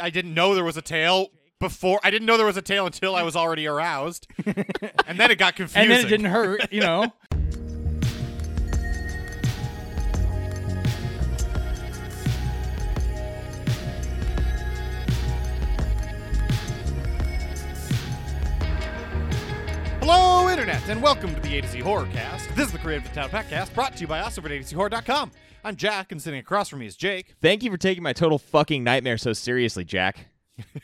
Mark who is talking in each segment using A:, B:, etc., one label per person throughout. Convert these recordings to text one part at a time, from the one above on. A: I didn't know there was a tail before. I didn't know there was a tail until I was already aroused, and then it got confusing.
B: and then it didn't hurt, you know.
A: Hello, Internet, and welcome to the A to Z Horrorcast. This is the Creative Town Podcast, brought to you by us over at AtoZHorror.com. I'm Jack, and sitting across from me is Jake.
C: Thank you for taking my total fucking nightmare so seriously, Jack.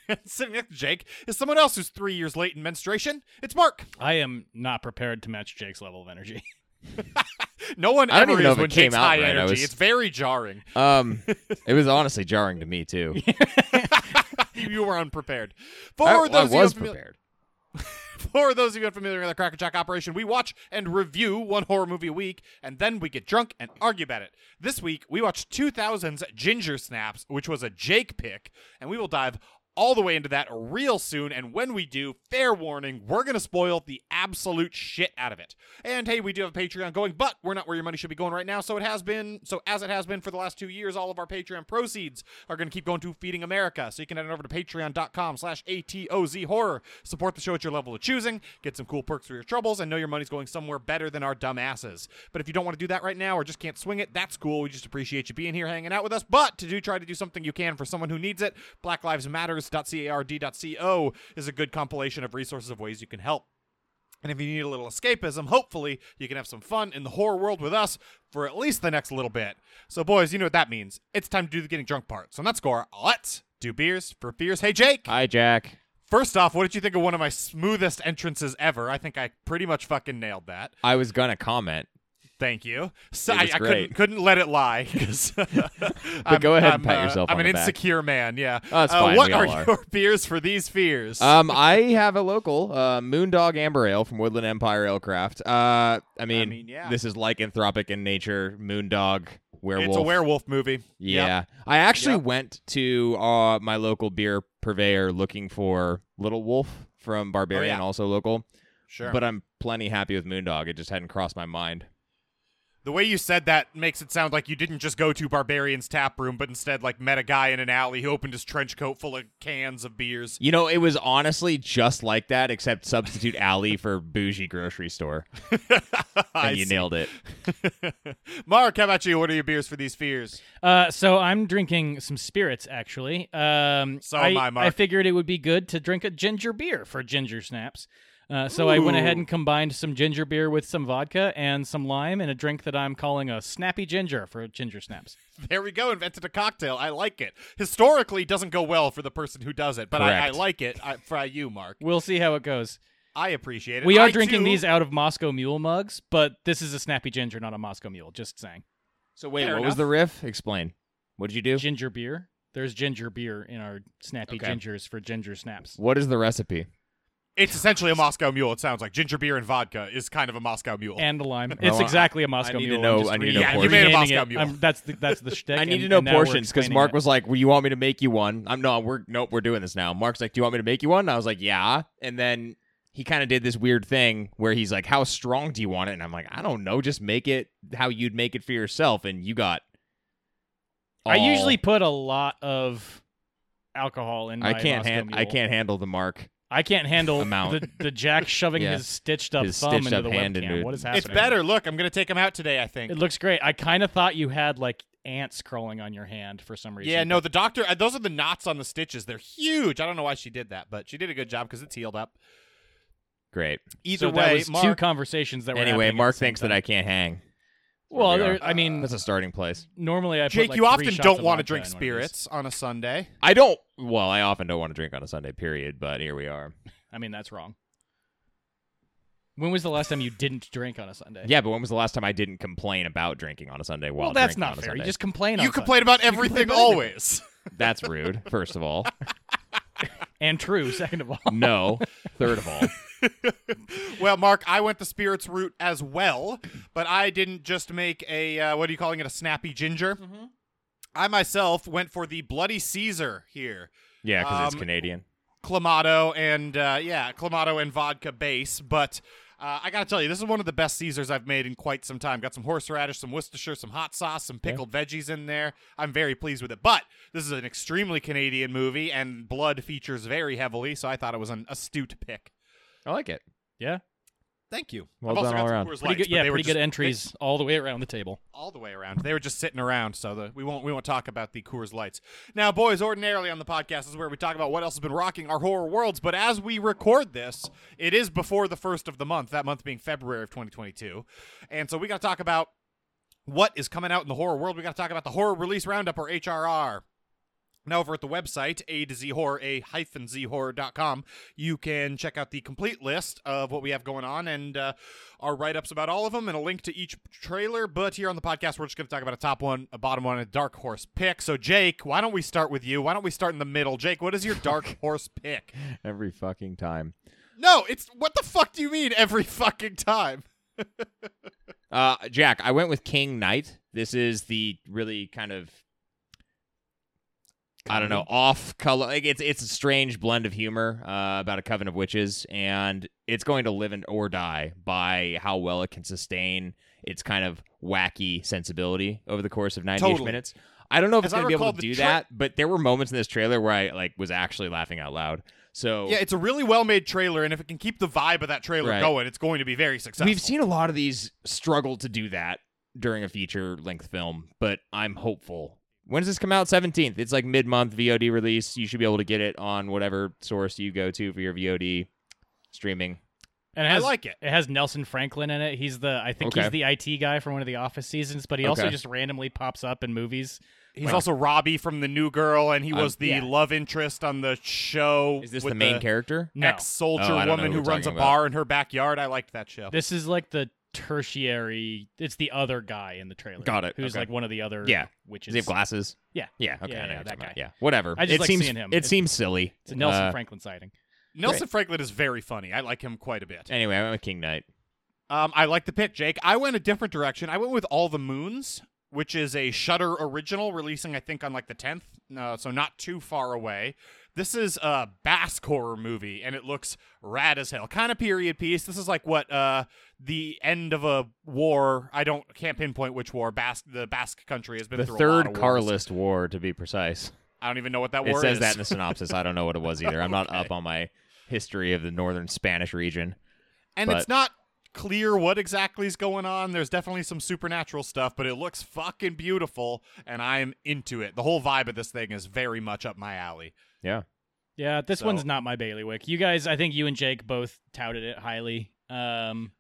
A: And sitting next to Jake is someone else who's three years late in menstruation. It's Mark.
B: I am not prepared to match Jake's level of energy.
A: No one
C: I don't
A: ever
C: even know
A: is
C: if it
A: when
C: came
A: Jake's
C: out
A: high
C: right. I
A: energy.
C: was-
A: It's very jarring.
C: Um, it was honestly jarring to me too.
A: you were unprepared. For
C: I, I
A: those
C: was
A: of you unfamiliar-
C: prepared.
A: For those of you unfamiliar with the Cracker Jack operation, we watch and review one horror movie a week, and then we get drunk and argue about it. This week, we watched 2000's Ginger Snaps, which was a Jake pick, and we will dive all the way into that real soon. And when we do, fair warning, we're going to spoil the absolute shit out of it. And hey, we do have a Patreon going, but we're not where your money should be going right now. So it has been, so as it has been for the last two years, all of our Patreon proceeds are going to keep going to Feeding America. So you can head on over to patreon.com slash A-T-O-Z horror. Support the show at your level of choosing, get some cool perks for your troubles, and know your money's going somewhere better than our dumb asses. But if you don't want to do that right now or just can't swing it, that's cool. We just appreciate you being here hanging out with us. But to do try to do something you can for someone who needs it, Black Lives Matters.card.co is a good compilation of resources of ways you can help. And if you need a little escapism, hopefully you can have some fun in the horror world with us for at least the next little bit. So, boys, you know what that means. It's time to do the getting drunk part. So, on that score, let's do beers for fears. Hey, Jake.
C: Hi, Jack.
A: First off, what did you think of one of my smoothest entrances ever? I think I pretty much fucking nailed that.
C: I was gonna comment,
A: Thank you. So
C: It
A: I,
C: was
A: I couldn't
C: great.
A: couldn't let it lie. 'cause I'm-
C: go ahead and
A: I'm,
C: pat
A: uh,
C: yourself
A: I'm
C: on
A: an
C: the back.
A: insecure man. Yeah.
C: Oh, it's
A: Uh,
C: fine,
A: what
C: we
A: are,
C: all are.
A: your beers for these fears?
C: Um, I have a local, uh, Moondog Amber Ale from Woodland Empire Alecraft. Uh, I mean,
A: mean, yeah.
C: this is lycanthropic in nature. Moondog werewolf.
A: it's a werewolf movie.
C: Yeah,
A: Yep.
C: I actually
A: Yep.
C: went to uh, my local beer purveyor looking for Little Wolf from Barbarian,
A: Oh, yeah.
C: also local.
A: Sure.
C: But I'm plenty happy with Moondog. It just hadn't crossed my mind.
A: The way you said that makes it sound like you didn't just go to Barbarian's tap room, but instead like met a guy in an alley who opened his trench coat full of cans of beers.
C: You know, it was honestly just like that, except substitute alley for bougie grocery store,
A: I
C: and you
A: see.
C: nailed it.
A: Mark, how about you? What are your beers for these fears?
B: Uh, so I'm drinking some spirits actually. Um,
A: So
B: I,
A: am I, Mark.
B: I figured it would be good to drink a ginger beer for ginger snaps. Uh, so I went
A: Ooh.
B: ahead and combined some ginger beer with some vodka and some lime and a drink that I'm calling a snappy ginger for ginger snaps.
A: There we go. Invented a cocktail. I like it. Historically, doesn't go well for the person who does it, but I, I
C: Correct.
A: like it I, for you, Mark.
B: We'll see how it goes.
A: I appreciate it.
B: We are
A: I,
B: drinking
A: too-
B: these out of Moscow Mule mugs, but this is a snappy ginger, not a Moscow Mule. Just saying.
C: So wait,
A: Fair
C: what
A: enough.
C: was the riff? Explain. What did you do?
B: Ginger beer. There's ginger beer in our snappy
C: Okay.
B: gingers for ginger snaps.
C: What is the recipe?
A: It's essentially a Moscow Mule. It sounds like ginger beer and vodka is kind of a Moscow Mule.
B: And the lime.
C: Well,
A: Oh,
B: it's exactly a Moscow
C: need to
B: Mule.
C: know-
B: I'm just
C: I need to
B: re-
C: know Yeah, you
A: made a
B: renaming
A: Moscow
B: it.
A: Mule.
B: I'm- that's the that's the shtick.
C: I need
B: and-
C: to know
B: and now we're
C: portions because
B: explaining
C: Mark
B: it.
C: was like, "Well, you want me to make you one?" I'm no, we're nope, we're doing this now. Mark's like, "Do you want me to make you one?" And I was like, "Yeah," and then he kind of did this weird thing where he's like, "How strong do you want it?" And I'm like, "I don't know, just make it how you'd make it for yourself." And you got.
B: I
C: all-
B: usually put a lot of alcohol in.
C: I
B: my
C: can't
B: Moscow
C: hand, I
B: Mule.
C: can't handle the mark.
B: I can't handle
C: Amount.
B: the the Jack shoving
C: Yeah.
B: his stitched up
C: His
B: thumb
C: stitched
B: into
C: up
B: the
C: hand
B: webcam.
C: into-
B: What is happening?
A: it's better. Look, I'm going to take them out today, I think.
B: It looks great. I kind of thought you had like ants crawling on your hand for some reason.
A: Yeah, no, the doctor, uh, those are the knots on the stitches. They're huge. I don't know why she did that, but she did a good job because it's healed up.
C: Great.
A: Either
B: so that
A: way,
B: was two
A: Mark,
B: conversations that were
C: Anyway,
B: happening at
C: Mark
B: the same
C: thinks
B: time.
C: that I can't hang.
B: Well,
C: we are.
B: there, I mean,
C: That's a starting place.
B: normally I put,
A: Jake,
B: like,
A: you
B: three
A: often
B: shots
A: don't
B: of
A: want to
B: vodka
A: drink
B: in one of these.
A: spirits on a Sunday.
C: I don't. Well, I often don't want to drink on a Sunday, period. But here we are.
B: I mean, that's wrong. When was the last time you didn't drink on a Sunday?
C: Yeah, but when was the last time I didn't complain about drinking on a Sunday? While
B: well, that's
C: drinking
B: not
C: on a
B: fair. You
C: Sunday?
B: just complain.
A: You
B: on
A: complain about everything
B: about everything.
A: always.
C: That's rude, first of all.
B: Sunday. and true. Second of all,
C: No. Third of all.
A: Well, Mark, I went the spirits route as well, but I didn't just make a uh, what are you calling it a snappy ginger.
B: Mm-hmm.
A: I myself went for the bloody Caesar here,
C: Yeah, because it's
A: Um,
C: Canadian.
A: clamato and uh, yeah, clamato and vodka base, but. Uh, I gotta tell you, this is one of the best Caesars I've made in quite some time. Got some horseradish, some Worcestershire, some hot sauce, some pickled veggies in there. I'm very pleased with it. But this is an extremely Canadian movie, and blood features very heavily, so I thought it was an astute pick.
C: I like it.
B: Yeah,
A: Thank you.
C: Well
A: I've
C: done
A: also got
C: all
A: some
C: around.
A: Coors
B: pretty
A: Lights,
B: good.
A: but
B: Yeah,
A: they were
B: pretty good
A: just-
B: entries all the way around the table.
A: all the way around. They were just sitting around, so the, we won't we won't talk about the Coors Lights. Now, boys, ordinarily on the podcast is where we talk about what else has been rocking our horror worlds, but as we record this, it is before the first of the month, that month being February of 2022. And so we got to talk about what is coming out in the horror world. We got to talk about the horror release roundup or HRR. Now, over at the website, a to z horror, a hyphen z horror.com, you can check out the complete list of what we have going on and uh, our write ups about all of them and a link to each trailer. But here on the podcast, we're just going to talk about a top one, a bottom one, and a dark horse pick. So, Jake, why don't we start with you? Why don't we start in the middle? Jake, what is your dark horse pick?
C: Every fucking time.
A: No, it's what the fuck do you mean every fucking time?
C: Uh, Jack, I went with King Knight. This is the really kind of I don't know off color. Like it's it's a strange blend of humor uh, about a coven of witches, and it's going to live and or die by how well it can sustain its kind of wacky sensibility over the course of ninety-ish
A: Totally.
C: minutes. I don't know if
A: As
C: it's
A: I
C: going to be able
A: recall,
C: to
A: the
C: do
A: tra-
C: that, but there were moments in this trailer where I like was actually laughing out loud. So
A: Yeah, it's a really well made trailer, and if it can keep the vibe of that trailer
C: Oh. Right.
A: going, it's going to be very successful.
C: We've seen a lot of these struggle to do that during a feature length film, but I'm hopeful. When does this come out? 17th. It's like mid month VOD release. You should be able to get it on whatever source you go to for your VOD streaming.
B: And it
A: I
B: has,
A: like it.
B: It has Nelson Franklin in it. He's the I think
C: Okay.
B: he's the IT guy from one of the Office seasons, but he also
C: Okay.
B: just randomly pops up in movies.
A: He's also Robbie from The New Girl, and he
C: I'm-
A: was the
B: yeah.
A: love interest on the show.
C: Um, Is this
A: with
C: the main character?
B: No,
A: Ex soldier
C: Oh, I don't know
A: woman
C: who
A: who
C: we're
A: runs a
C: talking about.
A: bar in her backyard. I liked that show.
B: this is like the tertiary. It's the other guy in the trailer.
C: Got it.
B: Who's
C: Okay.
B: like one of the other.
C: Yeah.
B: witches.
C: Does he have glasses?
B: Yeah.
C: Yeah. Okay.
B: Yeah,
C: I know
B: yeah, that
C: what you're talking about.
B: guy.
C: Yeah. Whatever.
B: I just
C: it
B: like
C: seems,
B: seeing him.
C: It
B: It's-
C: seems silly.
B: It's a Nelson
C: Uh,
B: Franklin sighting.
A: Nelson Franklin is very funny. I like him quite a bit.
C: Anyway, I went with King Knight.
A: Um, I like the pick, Jake. I went a different direction. I went with All the Moons, which is a Shutter original releasing, I think, on like the 10th, uh, so not too far away. This is a Basque horror movie, and it looks rad as hell. Kind of period piece. This is like what uh, the end of a war. I don't can't pinpoint which war. Basque, the Basque country has been
C: The
A: through a lot
C: third
A: of wars.
C: Carlist War, to be precise.
A: I don't even know what that
C: It
A: war
C: says
A: is.
C: that in the synopsis. I don't know what it was either. I'm not up on my history of the northern Spanish region.
A: and it's
C: but-
A: not clear what exactly is going on. There's definitely some supernatural stuff, but it looks fucking beautiful, and I'm into it. The whole vibe of this thing is very much up my alley.
C: Yeah.
B: Yeah, this
A: So-
B: one's not my bailiwick. You guys, I think you and Jake both touted it highly. Um,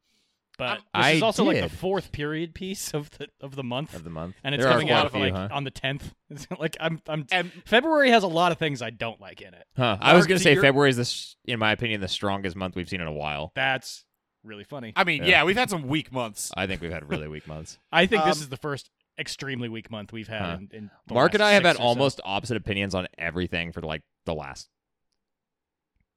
B: but this
C: I
B: is also like
C: did.
B: the fourth period piece of the of the month,
C: Of the month.
B: and it's
C: There are
B: coming
C: quite a
B: out
C: few,
B: like
C: huh?
B: on the tenth. It's like I'm, I'm.
A: And
B: February has a lot of things I don't like in it.
C: Huh. I was
A: Mark,
C: going
A: to
C: to say
A: your-
C: February is, the, s- in my opinion, the strongest month we've seen in a while.
B: That's really funny.
A: I mean, yeah.
C: Yeah.
A: we've had some weak months.
C: I think we've had really weak months.
B: I think this
A: Um,
B: is the first extremely weak month we've had.
C: Huh.
B: In, in the
C: Mark
B: last
C: and I have
B: six
C: had
B: or so.
C: almost opposite opinions on everything for like the last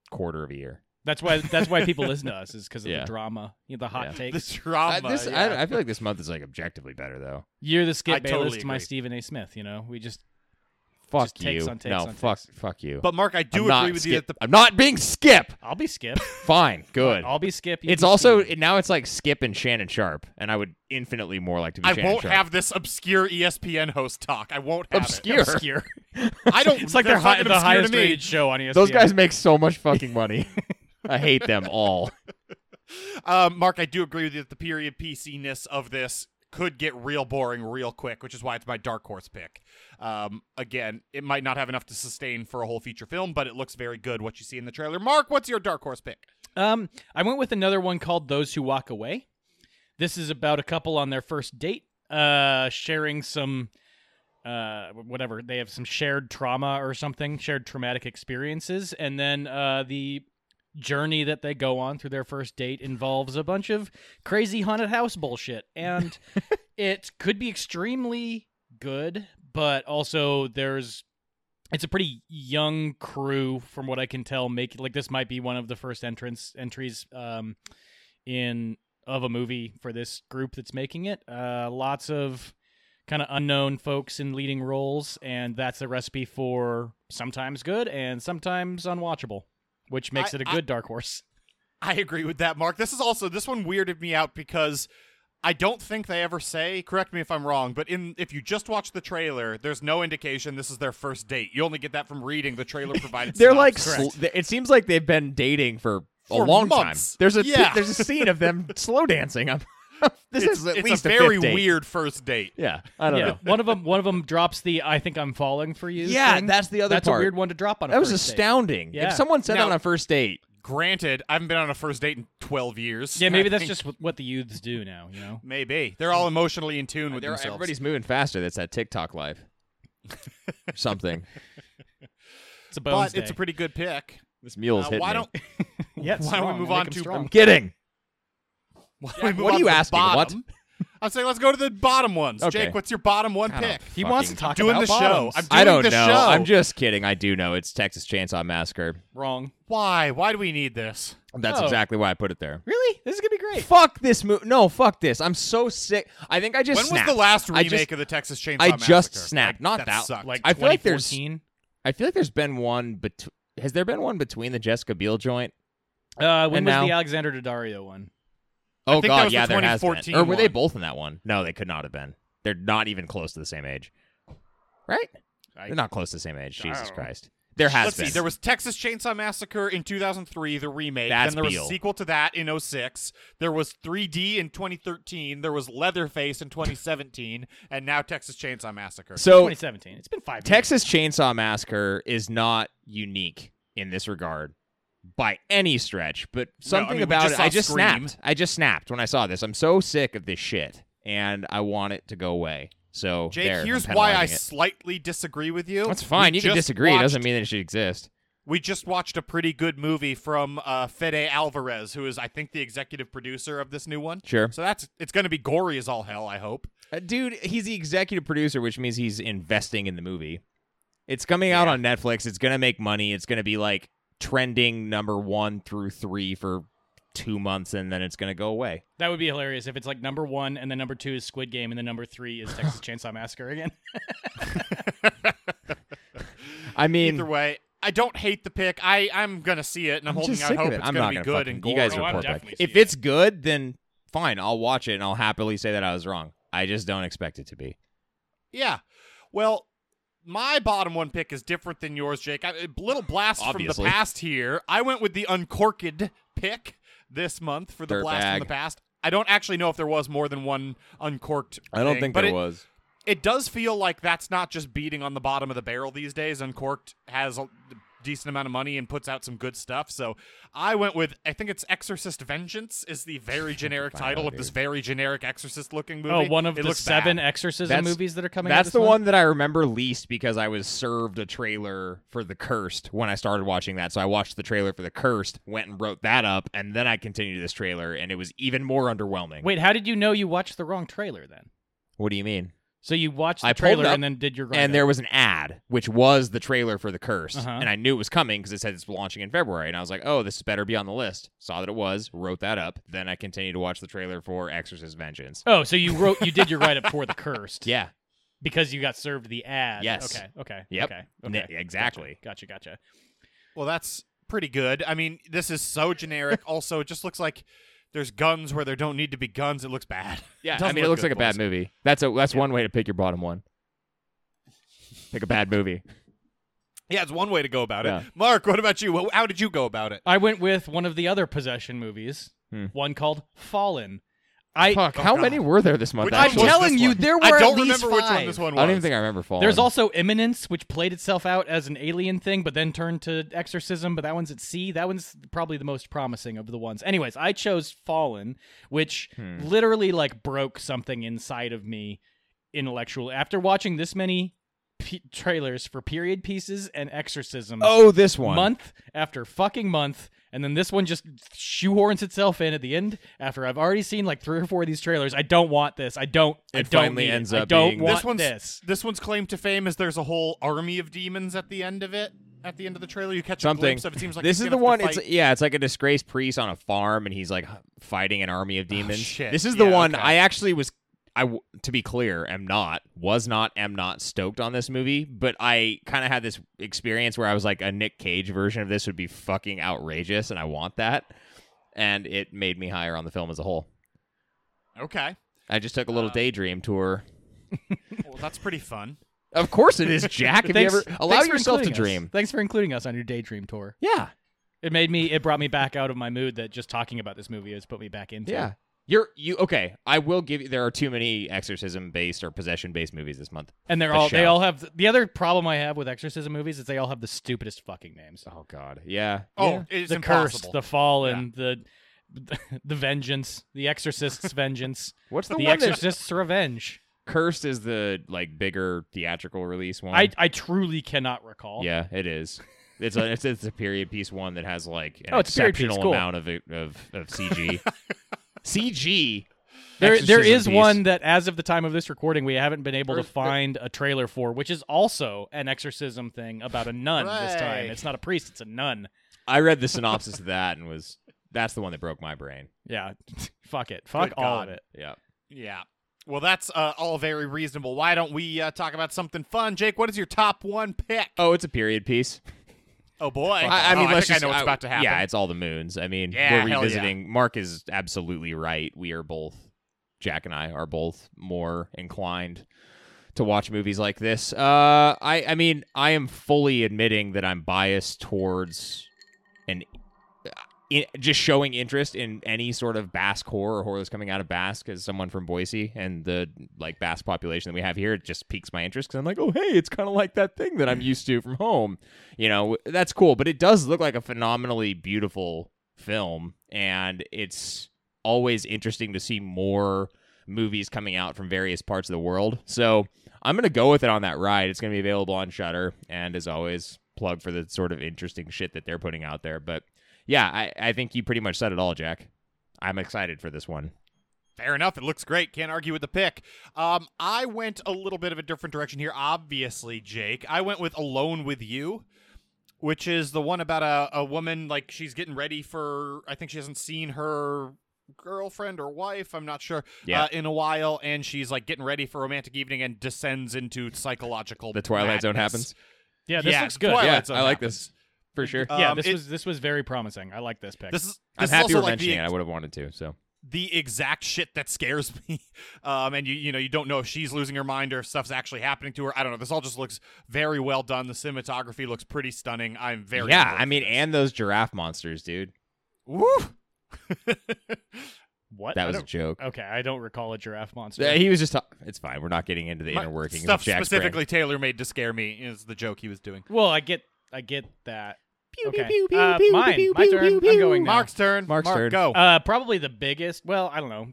C: quarter of a year.
B: That's why. That's why people listen to us is because of
C: Yeah.
B: the drama, you know, the hot
C: Yeah.
B: takes.
A: The
B: uh,
A: drama.
C: I, this,
A: yeah.
C: I, I feel like this month is like objectively better though.
B: You're the Skip
A: I
B: Bayless
A: totally
B: to my
A: agree.
B: Stephen A. Smith. You know, we just
C: Fuck
B: Just
C: you.
B: takes on takes
C: no,
B: on
C: fuck,
B: takes.
C: fuck you.
A: but Mark, I
C: I'm
A: do
C: not
A: agree with you
C: Skip.
A: that the
C: I'm not being Skip.
B: I'll be Skip.
C: Fine, good.
B: I'll be Skip. you
C: it's
B: be
C: also
B: Steven.
C: it- now it's like Skip and Shannon Sharp, and I would infinitely more like to be.
A: I
C: Shannon
A: won't
C: Sharp.
A: have this obscure E ESPN host talk. I won't have
C: obscure.
A: it. I don't.
B: It's like
A: they're
B: their high,
A: fucking
B: the
A: obscure
B: highest
A: to me.
B: rated show on E ESPN.
C: Those guys make so much fucking money. I hate them all.
A: Um, Mark, I do agree with you that the period PC-ness of this could get real boring real quick, which is why it's my dark horse pick. Um, again, it might not have enough to sustain for a whole feature film, but it looks very good what you see in the trailer. Mark, what's your dark horse pick?
B: Um, I went with another one called "Those Who Walk Away." This is about a couple on their first date, uh, sharing some, uh, whatever they have some shared trauma or something, shared traumatic experiences, and then uh, the journey that they go on through their first date involves a bunch of crazy haunted house bullshit, and it could be extremely good, but also there's it's a pretty young crew from what I can tell. Make like this might be one of the first entrance entries um, in of a movie for this group that's making it. Uh, lots of kind of unknown folks in leading roles, and that's the recipe for sometimes good and sometimes unwatchable, which makes
A: I-
B: it a
A: I-
B: good dark horse.
A: I agree with that, Mark. This is also this one weirded me out because I don't think they ever say. Correct me if I'm wrong, but in if you just watch the trailer, there's no indication this is their first date. You only get that from reading the trailer provided.
C: They're like,
A: synopsis.
C: sl- th- it seems like they've been dating for,
A: For
C: a long
A: months.
C: time. There's a
A: Yeah.
C: there's a scene of them slow dancing. I'm, this
A: it's,
C: is at
A: it's
C: least
A: a very
C: fifth date.
A: weird first date.
C: Yeah, I don't
B: yeah,
C: know.
B: one of them. One of them drops the "I think I'm falling for you."
C: Yeah,
B: thing.
C: that's the other
B: That's
C: part.
B: a weird one to drop on. A
C: That was
B: first date.
C: astounding.
B: Yeah.
C: If someone said
A: Now-
C: that on a first date,
A: Granted, I haven't been on a first date in 12 years.
B: Yeah, maybe
A: I
B: that's
A: think-
B: just wh- what the youths do now. You know,
A: maybe they're all emotionally in tune with
C: they're-
A: themselves.
C: everybody's moving faster. That's that TikTok life. Or Something.
B: it's a bones
A: but it's a pretty good pick.
C: This mule's
A: Uh,
C: hitting
A: why
C: me.
A: don't
B: yeah, it's
A: why don't we
B: strong.
A: move
B: Make
A: on
B: 'em
A: to-
B: strong.
C: I'm kidding.
A: why don't
C: Yeah,
A: we move
C: what are
A: on
C: you
A: to the
C: asking? What?
A: Bottom? I'm saying let's go to the bottom ones.
C: Okay.
A: Jake, what's your bottom one
C: I don't
A: pick?
B: He wants to
C: fucking-
B: talk
A: doing
B: about
A: the show.
B: bottoms.
A: I'm doing
C: I don't
A: the
C: know.
A: show.
C: I'm just kidding. I do know. It's Texas Chainsaw Massacre.
B: wrong.
A: Why? Why do we need this?
C: That's
B: Oh.
C: exactly why I put it there.
B: Really, this is gonna be great.
C: Fuck this movie. No, fuck this. I'm so sick. I think I just
A: When
C: snapped.
A: was the last
C: I
A: remake
C: just-
A: of the Texas Chainsaw
C: I
A: Massacre?
C: just snapped. Not
A: that.
C: that-
A: sucked.
B: Like
C: I feel like there's-
B: 2014.
C: I feel like there's been one, but has there been one between the Jessica Biel joint?
B: uh, when
C: and
B: was
C: now-
B: the Alexander Daddario one?
C: Oh
A: think that
C: God,
A: was the
C: yeah, there has been.
A: 2014
C: Or were they
A: one.
C: both in that one? No, they could not have been. They're not even close to the same age, right?
B: I-
C: They're not close to the same age.
B: I don't
C: Jesus
B: know.
C: Christ, there has
A: Let's
C: been.
A: see. There was Texas Chainsaw Massacre in 2003, the remake.
C: That's
A: then there was
C: Beale.
A: a sequel to that in 06. There was 3D in 2013. There was Leatherface in 2017, and now Texas Chainsaw Massacre.
C: so
B: 2017. It's been five.
C: Texas Chainsaw Massacre is not unique in this regard by any stretch, but something
A: mean, we
C: about
A: just
C: it,
A: saw
C: I just
A: Scream.
C: snapped. I just snapped when I saw this. I'm so sick of this shit, and I want it to go away. So
A: Jake,
C: there, I'm
A: here's why I
C: penalizing it.
A: slightly disagree with you.
C: That's fine.
A: We
C: you can
A: just
C: disagree.
A: Watched,
C: It doesn't mean that it should exist.
A: we just watched a pretty good movie from uh, Fede Alvarez, who is, I think, the executive producer of this new one.
C: Sure.
A: So that's it's going to be gory as all hell. I hope.
C: Uh, dude, he's the executive producer, which means he's investing in the movie. It's coming out on Netflix. It's going to make money. It's going to be like trending number one through three for two months, and then it's going to go away.
B: That would be hilarious if it's like number one and then number two is Squid Game and then number three is Texas Chainsaw Massacre again.
C: I mean,
A: Either way, I don't hate the pick. I I'm gonna see it, and I'm,
C: I'm
A: holding
C: just
A: out
C: sick of
A: hope
C: it.
A: it's
C: I'm
A: gonna
C: not
A: be
C: gonna
A: good
C: fucking-
A: and gory.
C: you guys
B: Oh, I'm
C: report back.
B: definitely
C: If
B: seeing
C: it's good, then fine, I'll watch it and I'll happily say that I was wrong. I just don't expect it to be.
A: Yeah. Well, my bottom one pick is different than yours, Jake. I, a little blast from
C: Obviously.
A: the past here. I went with the uncorked pick this month for the blast
C: Dirtbag.
A: from the past. I don't actually know if there was more than one uncorked. thing, but it,
C: was.
A: It does feel like that's not just beating on the bottom of the barrel these days. Uncorked has a decent amount of money and puts out some good stuff. So I went with I think it's Exorcist Vengeance is the very generic
C: Fucking
A: title
C: hell,
A: of this
C: dude.
A: very generic Exorcist looking movie.
B: oh, one of
A: It
B: the
A: looks
B: seven
A: bad.
B: exorcism
C: That's-
B: movies that are coming. out
C: That's
B: this
C: the
B: month?
C: one that I remember least because I was served a trailer for The Cursed when I started watching that. So I watched the trailer for The Cursed, went and wrote that up, and then I continued this trailer, and it was even more underwhelming.
B: Wait, how did you know you watched the wrong trailer then?
C: What do you mean?
B: So you watched the
C: I pulled
B: trailer
C: up
B: and then did your grind
C: and there was an ad which was the trailer for the curse
B: Uh-huh.
C: and i knew it was coming because it said it's launching in february and i was like oh this better be on the list saw that it was wrote that up then i continued to watch the trailer for exorcist vengeance
B: Oh, so you wrote you did your write up for the cursed.
C: yeah
B: Because you got served the ad.
C: Yes.
B: Okay. Okay.
C: Yep.
B: Okay.
C: Ne-
B: okay.
C: exactly.
B: Gotcha. Gotcha.
A: Well, that's pretty good. I mean, this is so generic. also, it just looks like there's guns where there don't need to be guns. It looks bad.
C: yeah i
A: Doesn't
C: mean it
A: look
C: looks
A: good
C: like a
A: for us.
C: bad movie that's a that's one way to pick your bottom one pick a bad movie
A: Yeah, it's one way to go about
C: Yeah.
A: it. Mark, what about you? Wh- How did you go about it?
B: I went with one of the other possession movies,
C: Hmm.
B: one called Fallen. I
C: fuck
A: oh,
C: how
A: God.
C: many were there this month
A: Which
B: I'm
A: one was
C: actually?
A: this
B: telling you,
A: one?
B: there
A: I
B: were at
A: don't
B: least
A: remember which one
B: five.
A: this one was.
C: i don't even think i remember falling
B: There's also Imminence, which played itself out as an alien thing, but then turned to Exorcism, but that one's at sea. That one's probably the most promising of the ones. Anyways, I chose Fallen, which
C: Hmm.
B: literally like broke something inside of me intellectually. After watching this many p- trailers for period pieces and exorcisms
C: oh this one
B: month after fucking month, and then this one just shoehorns itself in at the end after I've already seen like three or four of these trailers. I don't want this. I don't. I
C: It
B: don't
C: finally
B: need it.
C: ends
B: I
C: up
B: don't
C: being-
B: want
A: this one's
B: this.
A: this one's claim to fame is there's a whole army of demons at the end of it. At the end of the trailer, you catch a
C: something.
A: glimpse of it. Seems like
C: this
A: he's
C: is the
A: gonna
C: one.
A: have to
C: It's
A: fight-
C: yeah, it's like a disgraced priest on a farm, and he's like h- fighting an army of demons.
A: Oh, shit.
C: This is the
A: Yeah,
C: one
A: okay.
C: I actually was. I w- to be clear, am not was not am not stoked on this movie, but I kind of had this experience where I was like, a Nick Cage version of this would be fucking outrageous, and I want that. and it made me higher on the film as a whole.
A: Okay.
C: I just took a little
A: Uh,
C: daydream tour.
A: Well, that's pretty fun.
C: Of course it is, Jack. Have you
B: Thanks-
C: ever allow
B: thanks for
C: yourself to
B: including us.
C: dream?
B: Thanks for including us on your daydream tour.
C: Yeah,
B: It made me. It brought me back out of my mood that just talking about this movie has put me back into.
C: yeah. You're you okay? I will give you. There are too many exorcism based or possession based movies this month.
B: And they're
C: The
B: all. They
C: Shell.
B: all have the other problem I have with exorcism movies is they all have the stupidest fucking names.
C: Oh God, yeah.
A: Oh,
C: Yeah.
A: it's
B: the curse,
A: impossible.
B: the fallen, the the vengeance, the exorcist's vengeance,
C: what's the,
B: the
C: one that
B: exorcist's revenge.
C: cursed is the like bigger theatrical release one?
B: I I truly cannot recall.
C: yeah, it is. It's a it's, it's a period piece one that has like an
B: Oh, it's a period piece,
C: exceptional
B: cool.
C: amount of of of CG. CG.
B: There, there
C: exorcism
B: is
C: piece.
B: one that, as of the time of this recording, we haven't been able
C: Or-
B: to find a trailer for, which is also an exorcism thing about a nun this time.
A: Right.
B: It's not a priest, it's a nun.
C: I read the synopsis of that and was that's the one that broke my brain.
B: Yeah, fuck it. Fuck
A: Good
B: all
A: God.
B: of it.
C: Yeah.
A: Yeah. Well, that's uh, all very reasonable. Why don't we uh, talk about something fun, Jake? What is your top one pick?
C: Oh, it's a period piece.
A: Oh boy!
C: I, I mean,
A: oh, I think
C: let's just,
A: I know what's
C: I-
A: about to happen.
C: Yeah, it's all the moons. I mean,
A: Yeah,
C: we're
A: hell yeah.
C: revisiting. Mark is absolutely right. We are both, Jack and I are both more inclined to watch movies like this. Uh, I, I mean, I am fully admitting that I'm biased towards an. i just showing interest in any sort of Basque horror or horror that's coming out of Basque as someone from Boise and the like Basque population that we have here, it just piques my interest because I'm like, oh hey, it's kind of like that thing that I'm used to from home you know that's cool but it does look like a phenomenally beautiful film and it's always interesting to see more movies coming out from various parts of the world so i'm going to go with it on that ride it's going to be available on shutter and as always plug for the sort of interesting shit that they're putting out there but yeah i, I think you pretty much said it all jack i'm excited for this one
A: Fair enough. It looks great. Can't argue with the pick. Um, I went a little bit of a different direction here, obviously, Jake. I went with Alone with You, which is the one about a, a woman, like, she's getting ready for, I think she hasn't seen her girlfriend or wife, I'm not sure,
C: Yeah.
A: uh, in a while, and she's, like, getting ready for a romantic evening and descends into psychological.
C: the twilight zone
A: madness.
C: happens
B: Yeah, this
A: Yeah,
B: looks good.
A: Twilight
C: yeah
A: Zone
C: i like
A: happens.
C: this for sure
A: Uh,
B: yeah,
A: Um,
B: this
A: it-
B: was this was very promising. I like this pick.
A: This is,
C: i'm
A: this is
C: happy
A: also,
C: we're
A: like, the
C: mentioning it i would have wanted to so
A: the exact shit that scares me. Um, and you you know you don't know if she's losing her mind or if stuff's actually happening to her. I don't know. This all just looks very well done. The cinematography looks pretty stunning. I'm very
C: yeah
A: on board
C: i mean
A: for this.
C: and those giraffe monsters dude
A: woo.
B: what?
C: that
B: I
C: was a
B: don't-
C: joke
B: okay, I don't recall a giraffe monster.
C: Yeah, he was just. Talk- it's fine. We're not getting into the
A: My-
C: inner workings
A: stuff
C: of Jack's brain.
A: specifically tailor made to scare me is the joke he was doing.
B: well, I get I get that.
C: Pew, pew,
B: okay.
C: pew, pew,
B: uh,
C: pew,
B: mine.
C: pew,
B: my
C: pew,
B: turn.
C: pew,
B: I'm
C: pew.
B: going now.
A: Mark's turn.
C: Mark's
A: Mark,
C: turn.
A: Go.
B: Uh, probably the biggest. Well, I don't know.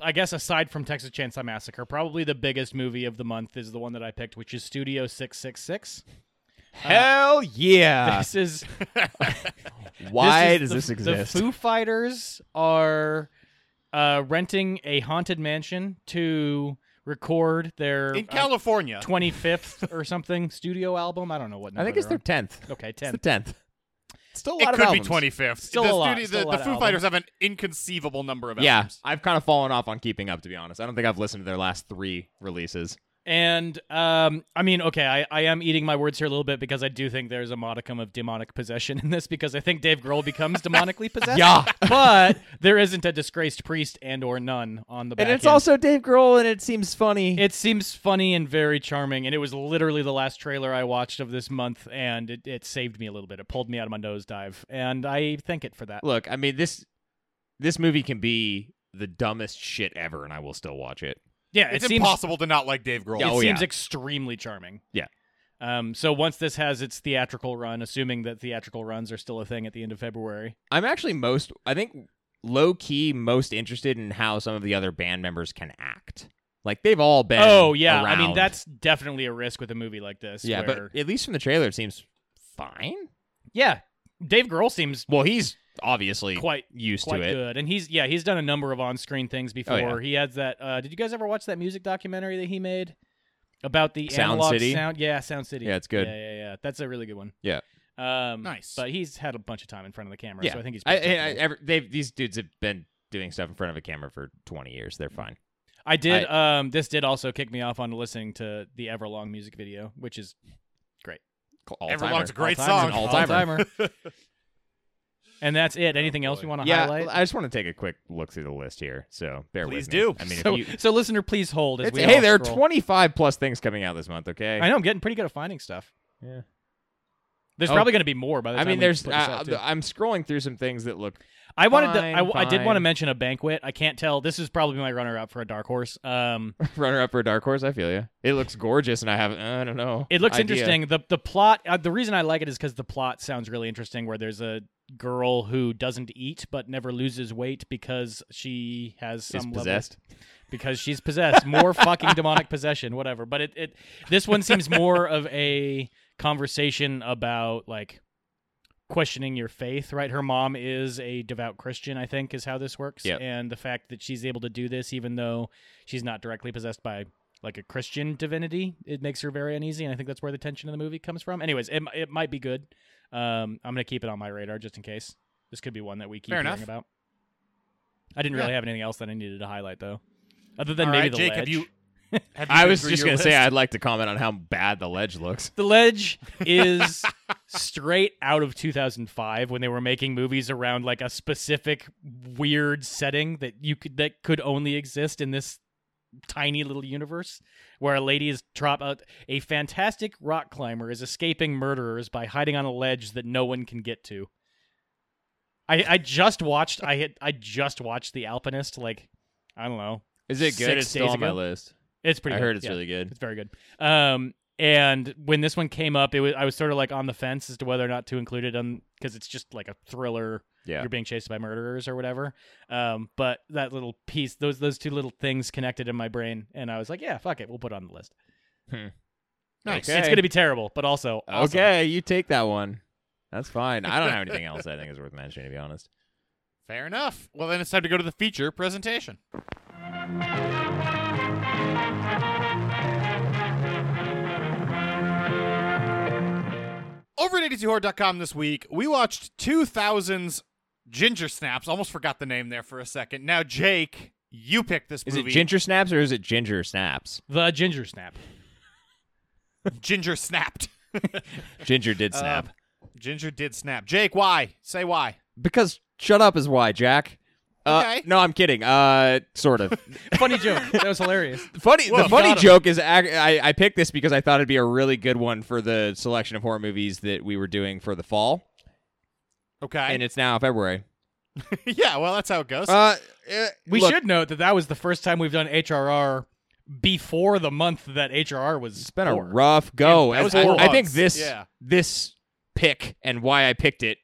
B: I guess aside from Texas Chainsaw Massacre, probably the biggest movie of the month is the one that I picked, which is Studio Six Six Six.
C: uh, Hell yeah!
B: This is
C: Ah, Why
B: is
C: does
B: the-
C: this exist?
B: The Foo Fighters are uh, renting a haunted mansion to record their
C: uh,
A: in California.
B: twenty fifth or something studio album. I don't know what.
C: I
B: Number
C: think it's
B: they're
C: their tenth.
B: on. okay
C: It's
B: ten.
C: the tenth. Still a
A: it
C: lot
A: could
C: of albums.
A: be 25th.
B: Still
A: the
B: a lot,
A: studio-
B: still a
A: the,
B: lot
A: the
B: of
A: Foo
B: albums.
A: Fighters have an inconceivable number of
C: Yeah,
A: albums.
C: I've kind of fallen off on keeping up, to be honest. I don't think I've listened to their last three releases.
B: And um, I mean, okay, I, I am eating my words here a little bit because I do think there's a modicum of demonic possession in this because I think Dave Grohl becomes demonically possessed.
C: Yeah.
B: but there isn't a disgraced priest and or nun on the back. end.
C: Dave Grohl, and it seems funny.
B: it seems funny and very charming, and it was literally the last trailer I watched of this month, and it, it saved me a little bit. It pulled me out of my nosedive, and I thank it for that.
C: Look, I mean this this movie can be the dumbest shit ever, and I will still watch it.
B: Yeah,
A: it's
B: it seems
A: impossible to not like Dave Grohl.
B: it
C: Yeah, oh,
B: seems extremely charming.
C: Yeah.
B: Um, so once this has its theatrical run, assuming that theatrical runs are still a thing at the end of February,
C: I'm actually most, I think, low key most interested in how some of the other band members can act. Like they've all been.
B: Oh yeah, I mean
C: around.
B: that's definitely a risk with a movie like this.
C: yeah,
B: where-
C: but at least from the trailer, it seems fine.
B: yeah, Dave Grohl seems
C: Well, he's obviously
B: quite
C: used
B: quite
C: to it. Oh,
B: good, and he's yeah he's done a number of on screen things before.
C: yeah.
B: He has that. Uh, did you guys ever watch that music documentary that he made about the
C: Sound
B: analog
C: City?
B: sound? Yeah, Sound City.
C: Yeah, it's good.
B: Yeah, yeah, yeah. That's a really good one.
C: Yeah.
B: Um,
A: Nice.
B: But he's had a bunch of time in front of the camera,
C: Yeah.
B: so I think he's.
C: I, I,
B: pretty
C: I,
B: comfortable.
C: ever, they've, these dudes have been doing stuff in front of a camera for 20 years. They're fine.
B: I did. um, this did also kick me off on listening to the Everlong music video, which is
C: All
A: Everlong's a great
C: All-timer.
A: song.
C: All-timer.
B: all-timer. And that's it. Anything else you want to
C: yeah,
B: highlight?
C: I just want to take a quick look through the list here. So bear
A: Please
C: with me.
A: do.
C: I mean,
B: so,
C: if you,
B: so listener, please hold. As
C: it's,
B: we
C: hey,
B: all
C: there are
B: scroll.
C: 25 plus things coming out this month. Okay.
B: I know I'm getting pretty good at finding stuff.
C: Yeah.
B: There's
C: Oh.
B: probably going to be more by the
C: I
B: time.
C: mean,
B: we
C: there's.
B: put this out,
C: Uh,
B: too.
C: I'm scrolling through some things that look.
B: I wanted to. I,
C: Fine,
B: I did want to
C: fine.
B: mention a banquet. I can't tell. This is probably my runner-up for a dark horse. Um,
C: Runner up for a dark horse. I feel you. It looks gorgeous, and I haven't. uh, I don't know.
B: it looks
C: idea.
B: interesting. the The plot. Uh, the reason I like it is because the plot sounds really interesting. Where there's a girl who doesn't eat but never loses weight because she has
C: Is
B: some level
C: possessed.
B: because she's possessed. More fucking demonic possession, whatever. But it, it this one seems more of a conversation about like questioning your faith, right? Her mom is a devout Christian, I think, is how this works.
C: Yep.
B: And the fact that she's able to do this even though she's not directly possessed by like a Christian divinity, it makes her very uneasy, and I think that's where the tension in the movie comes from. Anyways, it, it might be good. Um, I'm gonna keep it on my radar just in case. This could be one that we keep
A: Fair
B: hearing
A: enough.
B: about. I didn't really have anything else that I needed to highlight though, other than
A: All
B: maybe
A: right,
B: the
A: Jake,
B: ledge.
A: have you? have you
C: I
A: been
C: was
A: through
C: just
A: your
C: gonna say
A: list?
C: I'd like to comment on how bad the ledge looks.
B: The Ledge is straight out of 2005 when they were making movies around like a specific weird setting that you could that could only exist in this tiny little universe where a lady is trop out a fantastic rock climber is escaping murderers by hiding on a ledge that no one can get to. I I just watched I had I just watched The Alpinist like I don't know.
C: Is it good?
B: Six
C: it's still
B: days
C: on my
B: ago?
C: list.
B: It's pretty
C: I
B: good.
C: heard it's
B: yeah.
C: really good.
B: It's very good. Um, and when this one came up, it was I was sort of like on the fence as to whether or not to include it on because it's just like a thriller.
C: Yeah.
B: You're being chased by murderers or whatever. Um, but that little piece, those those two little things connected in my brain, and I was like, yeah, fuck it, we'll put it on the list.
A: Nice.
B: It's gonna be terrible, but also awesome.
C: Okay, you take that one. That's fine. I don't have anything else I think is worth mentioning, to be honest.
A: Fair enough. Well, then it's time to go to the feature presentation. Over at 82horror.com this week, we watched 2000's Ginger Snaps. Almost forgot the name there for a second. Now, Jake, you picked this
C: Is
A: movie.
C: it ginger snaps or is it ginger snaps?
B: The ginger snap.
A: Ginger Snapped.
C: Ginger
B: Um,
C: did snap.
A: Uh, Ginger did snap. Jake, why? Say why.
C: because shut up is why, Jack. Uh,
A: Okay.
C: No, I'm kidding. Uh, sort of.
B: Funny joke. That was hilarious.
C: funny.
A: Whoa,
C: the funny
A: got him.
C: joke is ac- I, I picked this because I thought it'd be a really good one for the selection of horror movies that we were doing for the fall,
A: Okay.
C: and it's now February.
A: yeah, well, that's how it goes.
C: Uh,
B: We should note that that was the first time we've done HRR before the month that HRR was.
C: It's been a
B: born.
C: rough go.
A: Yeah,
C: And
A: that was
C: I,
A: four
C: I think
A: months.
C: this
A: Yeah.
C: this pick and why I picked it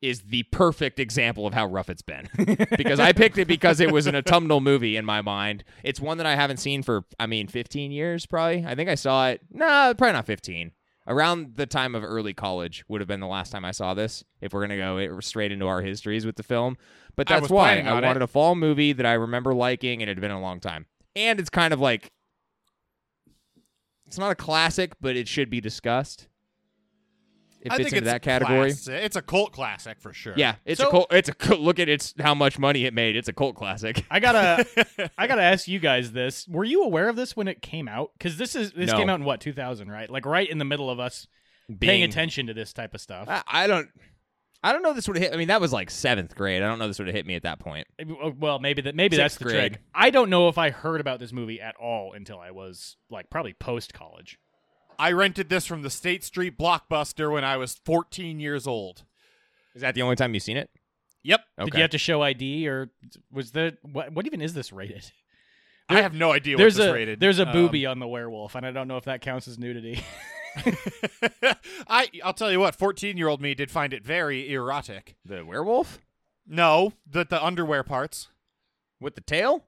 C: is the perfect example of how rough it's been. because I picked it because it was an autumnal movie in my mind. It's one that I haven't seen for I mean 15 years probably. I think I saw it. Nah, probably not 15. Around the time of early college would have been the last time I saw this. If we're gonna go it- straight into our histories with the film, but
A: I
C: that's
A: was
C: why
A: planning
C: I
A: on it.
C: wanted a fall movie that I remember liking, and it had been a long time. And it's kind of like it's not a classic, but it should be discussed. It
A: I
C: fits
A: think
C: into
A: it's a
C: that category.
A: classic- It's a cult classic for sure.
C: Yeah, it's
B: So-
C: a cult. It's a cult, look at it's how much money it made. It's a cult classic.
B: I gotta, I gotta ask you guys this. Were you aware of this when it came out? Because this is this
C: No.
B: came out in what 2000, right? Like right in the middle of us paying
C: Being- Ah.
B: attention to this type of stuff.
C: I, I don't. I don't know. if This would have hit. I mean, that was like seventh grade. I don't know. This would have hit me at that point.
B: Uh, well, maybe that maybe that's
C: Sixth
B: the
C: grade.
B: trick. I don't know if I heard about this movie at all until I was like probably post college.
A: I rented this from the State Street Blockbuster when I was 14 years old.
C: Is that the only time you've seen it?
A: Yep.
C: Okay.
B: Did you have to show ID or was there what? What even is this rated?
A: I have no idea
B: there's
A: what this
B: a
A: rated.
B: there's a
A: Um,
B: booby on the werewolf, and I don't know if that counts as nudity.
A: I I'll tell you what, 14-year-old me did find it very erotic.
C: the werewolf
A: No, the the underwear parts.
C: with the tail.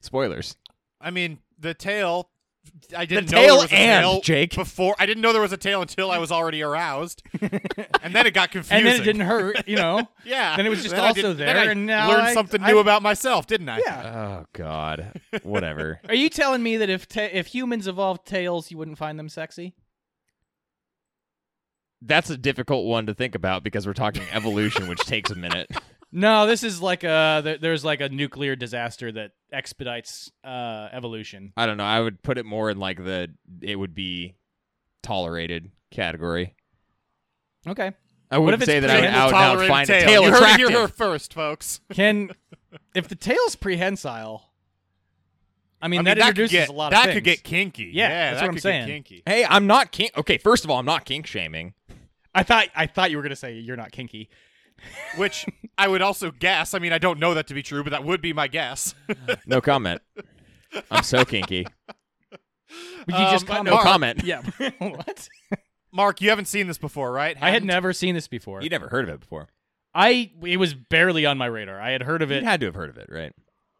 C: Spoilers.
A: I mean, the tail I didn't
C: The
A: know there
C: tail
A: was a
C: and,
A: tail
C: Jake.
A: before. I didn't know there was a tail until I was already aroused. and then it got confusing.
B: and then it didn't hurt, you know.
A: Yeah.
B: Then it was just
A: I
B: also
A: didn't- then
B: there,
A: I
B: and now
A: learned
B: I-
A: something
B: I-
A: new about myself, didn't I?
B: Yeah.
C: Oh God. Whatever.
B: Are you telling me that if ta- if humans evolved tails, you wouldn't find them sexy?
C: That's a difficult one to think about because we're talking evolution, which takes a minute.
B: No, this is like a there, there's like a nuclear disaster that expedites uh, evolution.
C: I don't know. I would put it more in like the it would be tolerated category.
B: Okay,
C: I
B: What if
C: wouldn't
B: it's
C: say that I would
B: pretty?
C: out and out
A: Tolerate
C: find
A: tail.
C: a tail
A: you heard it
C: attractive.
A: here her first, folks.
B: Can if the tail's prehensile? I mean, that,
A: could
B: introduces
A: get,
B: a lot
A: That
B: of things.
A: could get kinky.
B: Yeah,
A: yeah
B: that's
A: that
B: what I'm
A: could
B: saying.
A: Get kinky.
C: Hey, I'm not kink. Okay, first of all, I'm not kink shaming.
B: I thought I thought you were gonna say you're not kinky.
A: Which I would also guess. I mean, I don't know that to be true, but that would be my guess.
C: No comment. I'm so kinky.
B: But you just
A: Um, but
B: comment.
C: No
A: Mark-
C: comment.
B: yeah. what?
A: Mark, you haven't seen this before, right?
B: I had
A: Haven't?
B: never seen this before.
C: You'd never heard of it before.
B: I it was barely on my radar. I had heard of
C: You
B: it.
C: had to have heard of it, right?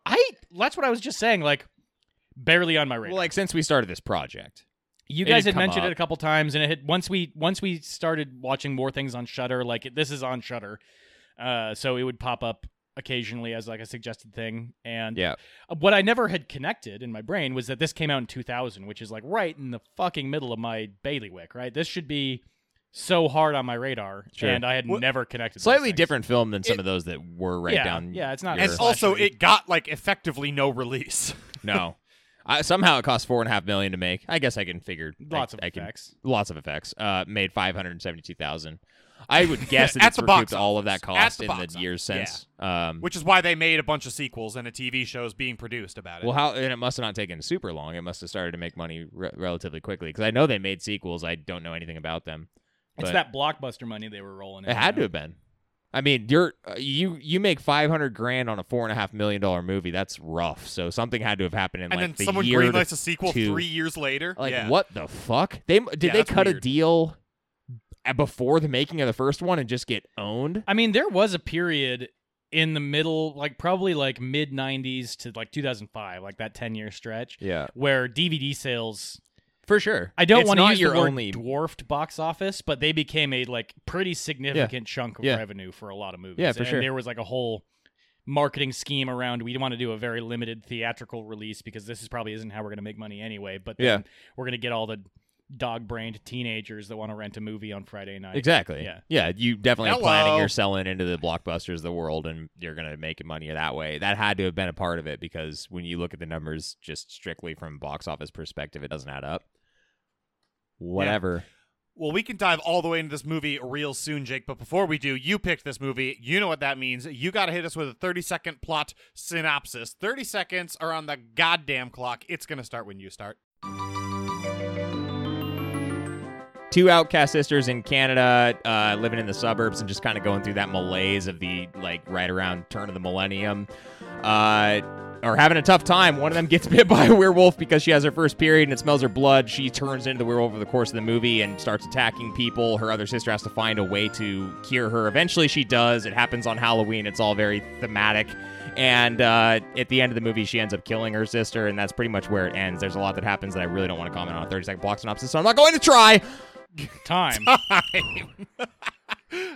B: I that's what I was just saying. Like barely on my radar.
C: Well, like since we started this project.
B: you
C: it
B: guys had
C: had come
B: mentioned
C: up.
B: it a couple times, and it had once we once we started watching more things on Shutter. Like it, this is on Shutter, uh, so it would pop up occasionally as like a suggested thing. And
C: Yeah.
B: what I never had connected in my brain was that this came out in 2000, which is like right in the fucking middle of my bailiwick. Right, this should be so hard on my radar,
C: Sure.
B: and I had
A: Well,
B: never connected. those
C: Slightly
B: things.
C: different film than some
A: It-
C: of those that were right
B: Yeah,
C: down.
B: yeah, it's not
C: your-
A: And
B: as old.
A: also,
B: Slashery.
A: it got like effectively no release.
C: no. I, somehow it cost four and a half million to make. I guess I can figure
B: Lots
C: I,
B: of
C: I can-
B: effects.
C: lots of effects. Uh, made five hundred and seventy-two thousand. I would guess that
A: At
C: it's
A: the box
C: recouped all of that
A: office. At
C: cost
A: the
C: in the
A: box
C: years
A: office.
C: since. Um,
A: Which is why they made a bunch of sequels and a TV show's being produced about it.
C: well, how and it must have not taken super long. It must have started to make money re- relatively quickly because I know they made sequels. I don't know anything about them.
B: It's
C: but-
B: that blockbuster money they were rolling. in,
C: It
B: you
C: had to
B: know?
C: have been. I mean, you're uh, you you make five hundred grand on a four and a half million dollar movie. That's rough. So something had to have happened in
A: and
C: like
A: then
C: the
A: someone
C: year. to-
A: greenlights a sequel
C: two.
A: three years later.
C: like
A: yeah.
C: what the fuck? They did
A: Yeah,
C: they
A: that's
C: cut a
A: weird.
C: deal a- before the making of the first one and just get owned?
B: I mean, there was a period in the middle, like probably like mid '90s to like 2005, like that 10 year stretch,
C: Yeah,
B: where DVD sales.
C: for sure.
B: I don't
C: It's
B: want to
C: not
B: use
C: your
B: the word
C: only.
B: dwarfed box office, but they became a like pretty significant chunk of
C: Yeah.
B: revenue for a lot of movies.
C: Yeah, for
B: and
C: sure.
B: There was like a whole marketing scheme around we want to do a very limited theatrical release because this is probably isn't how we're going to make money anyway. But then we're going to get all the dog-brained teenagers that want to rent a movie on Friday night.
C: Exactly.
B: Yeah.
C: Yeah. You definitely are planning
A: Hello.
C: you're selling into the blockbusters of the world and you're gonna make money that way. That had to have been a part of it because when you look at the numbers just strictly from box office perspective, it doesn't add up. Whatever.
A: Well, we can dive all the way into this movie real soon, Jake. But before we do, you picked this movie. You know what that means. You got to hit us with a 30 second plot synopsis. 30 seconds are on the goddamn clock. It's going to start when you start.
C: Two outcast sisters in Canada, uh, living in the suburbs and just kind of going through that malaise of the like right around turn of the millennium. Uh are having a tough time. One of them gets bit by a werewolf because she has her first period and it smells her blood. She turns into the werewolf over the course of the movie and starts attacking people. Her other sister has to find a way to cure her. Eventually, she does. It happens on Halloween. It's all very thematic. And uh, at the end of the movie, she ends up killing her sister, and that's pretty much where it ends. There's a lot that happens that I really don't want to comment on a 30 second block synopsis, so I'm not going to try.
B: Time you
A: I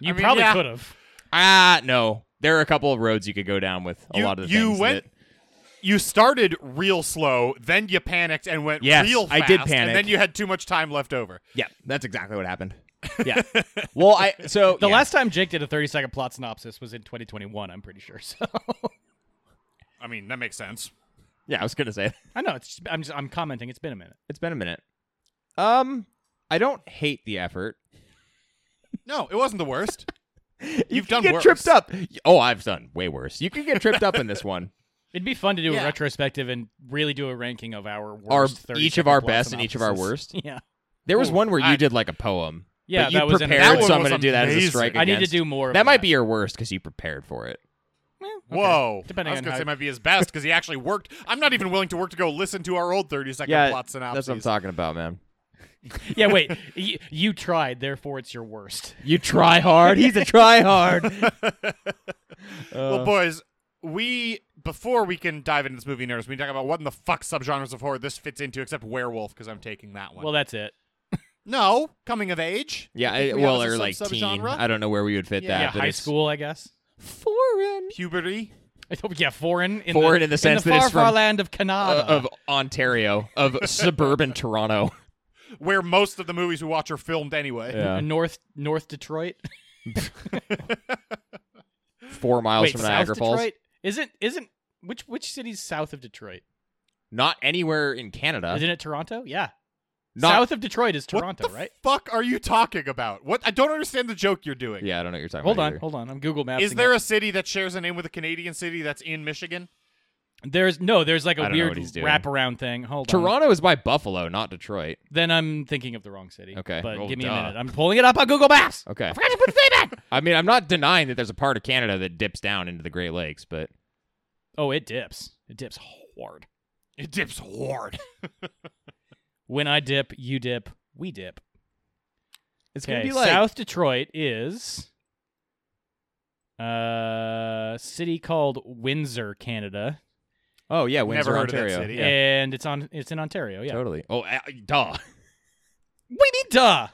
A: mean,
B: probably
A: yeah.
B: could have.
C: Ah, no. There are a couple of roads you could go down with a
A: You-
C: lot of the
A: you
C: things
A: went
C: that-
A: You started real slow, then you panicked and went
C: Yes,
A: real
C: I
A: fast.
C: did panic.
A: And then you had too much time left over.
C: yeah, that's exactly what happened. Yeah. well, I so
B: The
C: yeah.
B: last time Jake did a 30 second plot synopsis was in 2021, I'm pretty sure. So
A: I mean, that makes sense.
C: Yeah, I was gonna say
B: I know it's I'm just I'm commenting it's been a minute.
C: it's been a minute. Um, I don't hate the effort.
A: No, it wasn't the worst. You've
C: can
A: done
C: get
A: worse.
C: tripped up. Oh, I've done way worse. You can get tripped up in this one.
B: It'd be fun to do
A: Yeah.
B: a retrospective and really do a ranking of our worst
C: Our-
B: 30
C: each of
B: second
C: our
B: plot
C: best and each of our
B: synopsises.
C: worst?
B: Yeah.
C: There was
A: Ooh,
C: one where you
A: I-
C: did like a poem.
B: Yeah,
C: but you
B: that was in our-
A: That
C: prepared.
A: one
C: So I'm
A: was
C: gonna do that as a
A: amazing.
C: strike.
B: I need to
C: against.
B: do more of
C: That, might be your worst because you prepared for it.
B: Eh, okay.
A: Whoa.
B: Depending
A: I was
B: on
A: going to
B: how-
A: say might be his best because he actually worked. I'm not even willing to work to go listen to our old 30 second
C: Yeah,
A: plot synopsis.
C: That's what I'm talking about, man.
B: Yeah, wait. you, you tried, therefore it's your worst.
C: You try hard. He's a try hard. Uh,
A: Well, boys, we before we can dive into this movie in earnest, we can talk about what in the fuck subgenres of horror this fits into, except werewolf, because I'm taking that one.
B: Well, that's it.
A: no, coming of age.
C: Yeah,
A: I think
C: I,
A: we have
C: well,
A: as a
C: or like teen.
A: sub-subgenre.
C: I don't know where we would fit
A: Yeah,
C: that.
B: yeah,
C: but
B: high
C: it's
B: school, I guess.
C: foreign
A: Puberty.
B: I hope- Yeah, foreign in
C: Foreign
B: the,
C: in the sense
B: in the
C: that it's
B: far, far
C: from-
B: land of Canada.
C: Uh, of Ontario, of suburban Toronto,
A: Where most of the movies we watch are filmed anyway.
C: Yeah.
B: North North Detroit.
C: four miles
B: Wait,
C: from
B: South
C: Niagara
B: Detroit?
C: Falls.
B: Isn't isn't which which city's south of Detroit?
C: Not anywhere in Canada.
B: Isn't it Toronto? Yeah.
C: Not-
B: South of Detroit is Toronto,
A: what the
B: right?
A: fuck are you talking about? What I don't understand the joke you're doing.
C: Yeah, I don't know what you're talking
B: Hold
C: about.
B: on,
C: either.
B: hold on. I'm Google Maps.
A: Is there a city that shares a name with a Canadian city that's in Michigan?
B: There's no. There's like
C: I
B: a
C: don't know
B: weird
C: what he's doing.
B: wraparound thing. Hold on.
C: Toronto is by Buffalo, not Detroit.
B: Then I'm thinking of the wrong city.
C: Okay.
B: But
C: Well,
B: give me
C: duh.
B: a minute. I'm pulling it up on Google Maps.
C: Okay.
B: I forgot to put the name in.
C: I mean, I'm not denying that there's a part of Canada that dips down into the Great Lakes, but
B: Oh, it dips. It dips hard.
A: It dips hard.
B: When I dip, you dip, we dip.
C: it's
B: Okay, South Detroit is a city called Windsor, Canada,
C: Oh yeah, Windsor,
A: Never heard of that
C: Ontario.
A: city.
C: Yeah,
B: and it's on it's in Ontario. Yeah.
C: totally. Oh, uh, duh.
B: What do you mean, duh?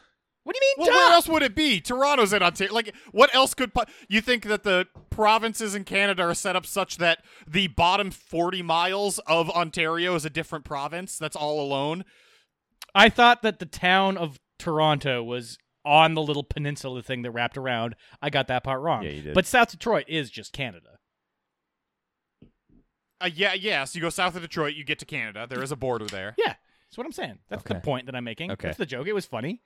B: What do you mean,
A: Well, where
B: duh?
A: else would it be? Toronto's in Ontario. Like, what else could po- you think that the provinces in Canada are set up such that the bottom forty miles of Ontario is a different province that's all alone?
B: I thought that the town of Toronto was on the little peninsula thing that wrapped around. I got that part wrong.
C: Yeah, you did.
B: But South Detroit is just Canada.
A: Uh, yeah, yeah. So you go south of Detroit, you get to Canada. There is a border there.
B: Yeah, that's what I'm saying. That's the
C: Okay.
B: point that I'm making.
C: Okay.
B: That's the joke. It was funny.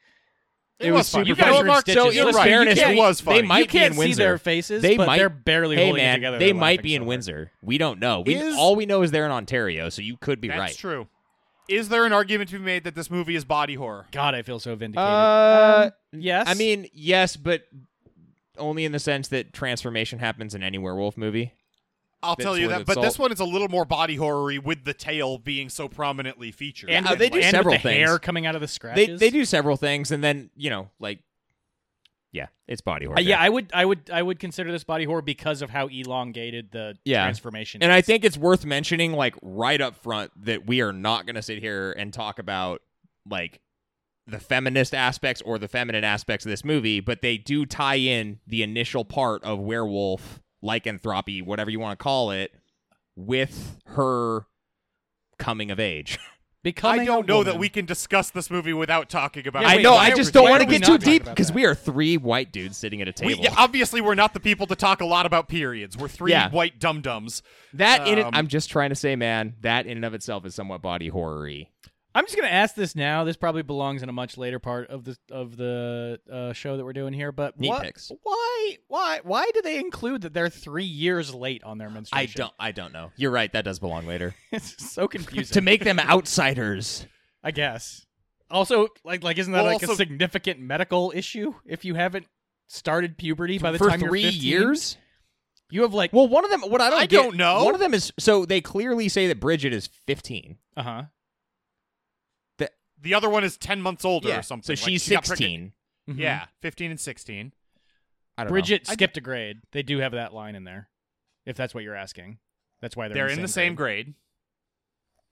A: It,
C: It
A: was,
C: was
A: funny.
C: super
A: You know
B: funny.
A: what, Mark?
B: Stitches.
A: So
B: You're
A: in
B: right.
A: fairness,
B: You
A: it
B: can't-
A: was funny.
C: They might
B: you can't
C: be in
B: see
C: Windsor.
B: their faces,
C: They
B: but
C: might-
B: they're barely
C: hey
B: holding it
C: man,
B: together.
C: they
B: They're
C: might
B: laughing
C: be in
B: so hard.
C: Windsor. We don't know. We
A: Is-
C: all we know is they're in Ontario, so you could be
A: That's
C: right.
A: true. Is there an argument to be made that this movie is body horror?
B: God, I feel so vindicated. Um,
C: Uh,
B: yes.
C: I mean, yes, but only in the sense that transformation happens in any werewolf movie.
A: I'll
C: That's
A: tell you
C: worth
A: that.
C: its
A: But this
C: salt.
A: one is a little more body horror with the tail being so prominently featured.
B: and
C: Yeah,
B: with-
C: they do
B: and
C: several
B: with the
C: things.
B: hair coming out of the
C: They
B: scratches.
C: they do several things, and then you know, like, yeah, it's body horror.
B: Uh, yeah, I would, I would, I would consider this body horror because of how elongated the
C: Yeah.
B: transformation.
C: And I
B: is.
C: think it's worth mentioning, like right up front, that we are not going to sit here and talk about like the feminist aspects or the feminine aspects of this movie, but they do tie in the initial part of werewolf lycanthropy, whatever you want to call it, with her coming of age.
B: becoming
A: I
B: a
A: don't know that
B: woman-
A: we can discuss this movie without talking about.
B: Yeah,
A: it.
B: wait,
C: I know.
B: why
C: I
B: are we-
C: just don't
B: why
C: want
B: are
C: to
B: we
C: get
B: not
C: too
B: talking
C: deep
B: about
C: because
B: that?
C: we are three white dudes sitting at a
A: We,
C: table.
A: yeah, obviously, we're not the people to talk a lot about periods. We're three
C: Yeah.
A: white dum dums.
C: that in it,
A: um,
C: I'm just trying to say, man, that in and of itself is somewhat body horror-y.
B: I'm just gonna ask this now. This probably belongs in a much later part of the of the uh, show that we're doing here. But
C: Neat
B: what-
C: picks.
B: why, why, why do they include that they're three years late on their
C: I
B: menstruation?
C: don't. I don't know. You're right. That does belong later.
B: it's so confusing.
C: to make them outsiders.
B: I guess. Also, like, like isn't that
A: Well,
B: like
A: also-
B: a significant medical issue if you haven't started puberty by the
C: for
B: time you're
C: three
B: 15?
C: years.
B: You have like,
C: Well, one of them. What I don't
A: I
C: get-
A: don't know.
C: One of them is so they clearly say that Bridget is fifteen.
B: uh huh.
A: The other one is ten months older or something.
C: So
A: Like,
C: she's
A: she got pregnant-
C: sixteen.
B: Mm-hmm.
A: Yeah, fifteen and sixteen.
C: I don't know.
B: Bridget
A: I d-
B: skipped a grade. They do have that line in there, if that's what you're asking. That's why they're,
A: They're in the same grade.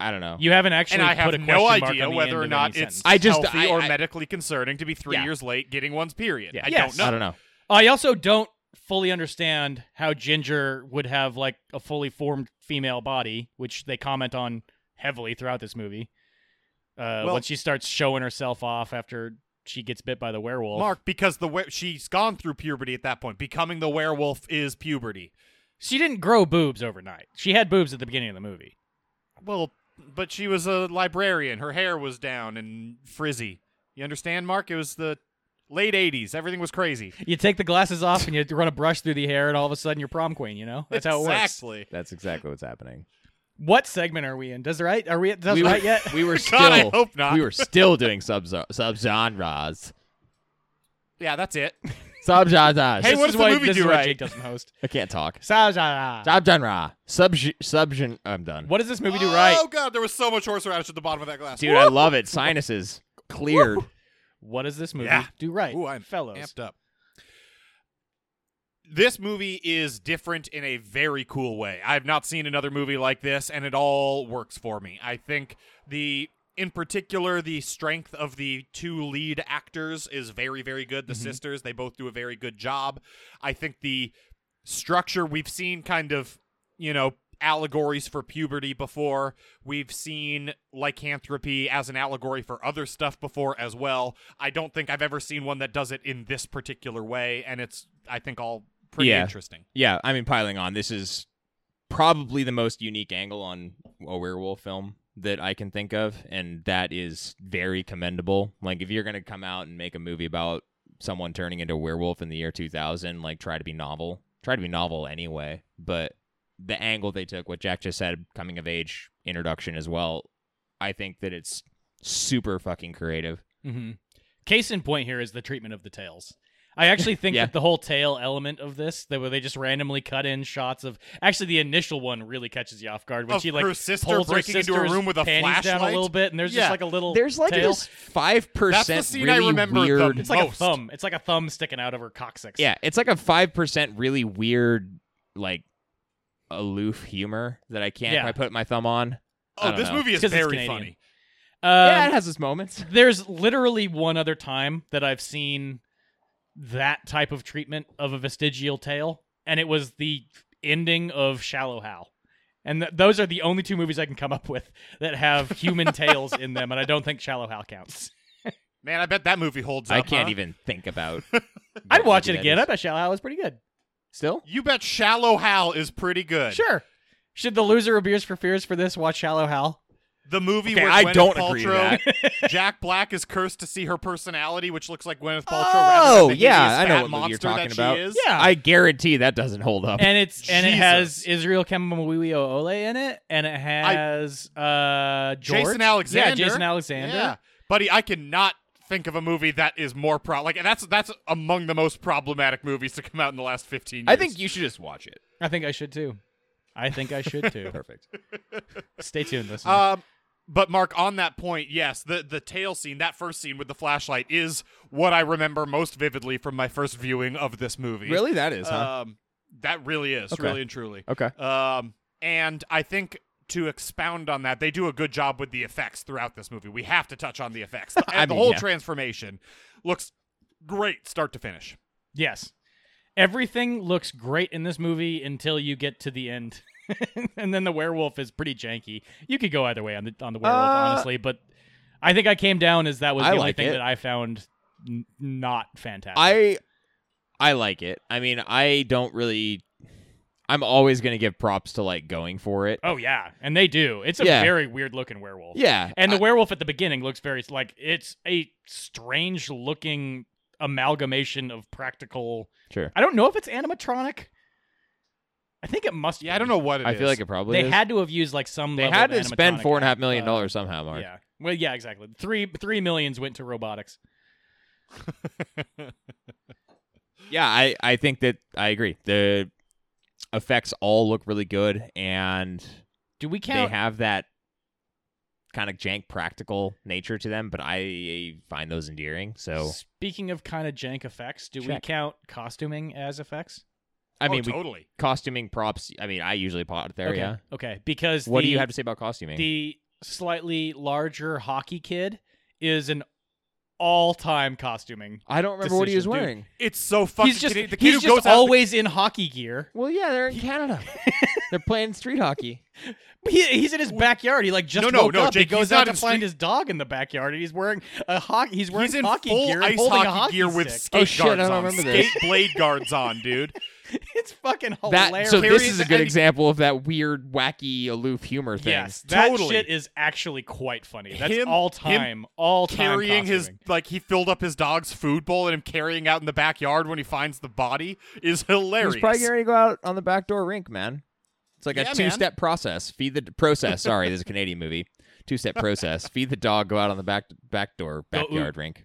C: I don't know.
B: You haven't actually
A: And I
B: put
A: have
B: a
A: no
B: question mark
A: idea
B: on the end
A: whether or
B: of
A: not
B: any
A: it's
B: sentence.
C: I just-
A: healthy
C: I-
A: or
C: I-
A: medically concerning to be three
C: Yeah.
A: years late getting one's period.
C: Yeah.
A: I
B: Yes.
A: don't
C: I
A: know.
C: don't know.
B: I also don't fully understand how Ginger would have like a fully formed female body, which they comment on heavily throughout this movie. Uh,
A: Well-
B: when she starts showing herself off after she gets bit by the werewolf.
A: Mark, because the we- she's gone through puberty at that point. Becoming the werewolf is puberty.
B: She didn't grow boobs overnight. She had boobs at the beginning of the movie.
A: Well, but she was a librarian. Her hair was down and frizzy. You understand, Mark? It was the late '80s. Everything was crazy.
B: You take the glasses off and you run a brush through the hair, and all of a sudden you're prom queen. You know that's how it works.
A: Exactly.
C: That's exactly what's happening.
B: What segment are we in? Does it right? Are we? at- Does
C: we
B: it
C: were,
B: right yet?
C: We were still.
A: God, I hope not.
C: We were still doing sub subgenres.
A: Yeah, that's it.
C: Subgenres.
A: Hey,
B: This
A: what
B: is
A: does the
B: why-
A: movie
B: this
A: do
B: is why
A: right?
B: Jake doesn't host.
C: I can't talk. Uh,
B: Sa-za-za.
C: Subgenre. Sub subgen. I'm done.
B: What does this movie do right?
A: Oh god, there was so much horseradish at the bottom of that glass.
C: Dude, I love it. Sinuses cleared.
B: What does this movie
A: Yeah.
B: do right?
A: Ooh, I'm
B: fellows.
A: amped up. This movie is different in a very cool way. I've not seen another movie like this, and it all works for me. I think the, in particular, the strength of the two lead actors is very, very good. The sisters, they both do a very good job. I think the structure we've seen kind of, you know, allegories for puberty before. We've seen lycanthropy as an allegory for other stuff before as well. I don't think I've ever seen one that does it in this particular way, and it's I think all pretty
C: Yeah.
A: interesting.
C: yeah, I mean, piling on, this is probably the most unique angle on a werewolf film that I can think of, and that is very commendable. Like if you're gonna come out and make a movie about someone turning into a werewolf in the year 2000, like try to be novel. Try to be novel anyway, but the angle they took, what Jack just said, coming of age introduction as well, I think that it's super fucking creative.
B: Mm-hmm. Case in point here is the treatment of the tails. I actually think
C: Yeah.
B: that the whole tail element of this, that where they just randomly cut in shots of. Actually, the initial one really catches you off guard when
A: Of
B: she like
A: her sister
B: pulls
A: breaking into a
B: sister's
A: room with a
B: panties down a
A: flashlight?
B: little bit, and there's
A: Yeah.
B: just like a little.
C: There's like
B: tail.
C: this five
A: That's the
C: percent
A: scene
C: really
A: I remember
C: weird.
A: the
B: It's like
A: most.
B: a thumb. It's like a thumb sticking out of her coccyx.
C: Yeah, it's like a five percent really weird, like aloof humor that I can't
B: Yeah.
C: quite put my thumb on.
A: Oh,
C: I don't
A: this
C: know.
A: movie is
B: 'Cause it's
A: very
B: Canadian.
A: funny.
B: Um,
C: yeah, it has its moments.
B: There's literally one other time that I've seen that type of treatment of a vestigial tail, and it was the ending of Shallow Hal. And th- those are the only two movies I can come up with that have human tails in them, and I don't think Shallow Hal counts.
A: Man, I bet that movie holds up.
C: I can't
A: huh?
C: even think about.
B: Uh-huh. I'd watch
C: what
B: it
C: that
B: again.
C: is.
B: I bet Shallow Hal was pretty good.
C: Still,
A: You bet Shallow Hal is pretty good.
B: Sure. Should the loser of Beers for Fears for this watch Shallow Hal?
A: The movie
C: Okay,
A: where
C: I
A: Gwyneth
C: don't
A: Paltrow,
C: agree
A: Jack Black is cursed to see her personality, which looks like Gwyneth Paltrow.
C: Oh,
A: rather than the hideous
C: yeah, I know
A: fat
C: what movie you're
A: monster
C: talking
A: that
C: about.
A: She is.
B: Yeah.
C: I guarantee that doesn't hold up.
B: and it's and it has
A: Jesus.
B: Israel Kemamawiwi Ole in it, and it has uh George.
A: Jason Alexander.
B: Yeah, Jason Alexander.
A: Yeah, buddy, I cannot think of a movie that is more pro. Like that's that's among the most problematic movies to come out in the last fifteen. years.
C: I think you should just watch it.
B: I think I should too. I think I should too.
C: Perfect.
B: Stay tuned, listeners.
A: Um, but Mark, on that point, yes, the the tail scene, that first scene with the flashlight, is what I remember most vividly from my first viewing of this movie.
C: Really, that is, huh?
A: Um, that really is
C: Okay.
A: really and
B: Uh,
A: truly.
C: okay.
A: Um, and I think to expound on that, they do a good job with the effects throughout this movie. We have to touch on the effects. The,
C: I
A: the
C: mean,
A: whole
C: yeah.
A: transformation looks great, start to finish.
B: yes, everything looks great in this movie until you get to the end, and then the werewolf is pretty janky. You could go either way on the on the werewolf,
C: Uh,
B: honestly, but I think I came down as that was
C: I
B: the only
C: like
B: thing
C: it.
B: that I found n- not fantastic.
C: I I like it. I mean, I don't really. I'm always gonna give props to like going for it.
B: oh yeah, and they do. It's a
C: Yeah.
B: very weird looking werewolf.
C: Yeah,
B: And the
C: I-
B: werewolf at the beginning looks very like it's a strange looking amalgamation of practical.
C: sure.
B: I don't know if it's animatronic. I think it must.
A: Yeah, I
B: be.
A: don't know what it is.
C: I feel like it probably
B: They
C: is.
B: had to have used like some.
C: they
B: level
C: had
B: of
C: to spend
B: animatronic,
C: four and a half million
B: uh,
C: dollars somehow, Mark.
B: Yeah. Well, yeah, exactly. Three three millions went to robotics.
C: yeah I, I think that i agree the effects all look really good and
B: Do we
C: they
B: count?
C: have that kind of jank practical nature to them but i find those endearing so
B: Oh, Speaking of kind of jank effects, do we
C: Check.
B: count costuming as effects?
C: i mean
A: oh, totally.
C: we, costuming props i mean i usually pot there
B: okay.
C: yeah
B: Okay. Because
C: what
B: the,
C: do you have to say about costuming
B: the slightly larger hockey kid is an all time costuming.
C: i don't remember what he was
B: decision, dude.
C: wearing
A: It's so fucking.
B: he's just
A: Canadian. the kid
B: he's
A: who
B: just
A: goes out-
B: always in hockey gear.
C: well yeah they're in canada they're playing street hockey
B: He, he's in his backyard. He like just
A: No, no,
B: woke
A: no,
B: up. he
A: Jake,
B: goes
A: he's
B: out
A: not
B: to
A: in
B: find
A: street-
B: his dog in the backyard, and he's wearing a hockey. He's wearing
A: He's in
B: hockey
A: full
B: gear, and
A: ice
B: holding
A: hockey,
B: a hockey
A: gear with
B: stick.
A: skate
C: Oh, shit, I
A: guards
C: don't
A: on,
C: remember
A: skate
C: this.
A: blade guards on, dude.
B: it's fucking
C: that,
B: hilarious.
C: so this
A: Carries-
C: is a good
A: and-
C: example of that weird wacky aloof humor thing
B: yes, that
A: Totally.
B: shit is actually quite funny. That's
A: Him-
B: all
A: him
B: time, all time
A: carrying his
B: costuming.
A: like he filled up his dog's food bowl and him carrying out in the backyard when he finds the body is hilarious.
C: He's probably getting ready to go out on the back door rink, man. It's like
A: Yeah,
C: a
A: man.
C: two-step process. Feed the process. Sorry, this is a Canadian movie. Two-step process. Feed the dog. Go out on the back back door
B: Go
C: backyard rink.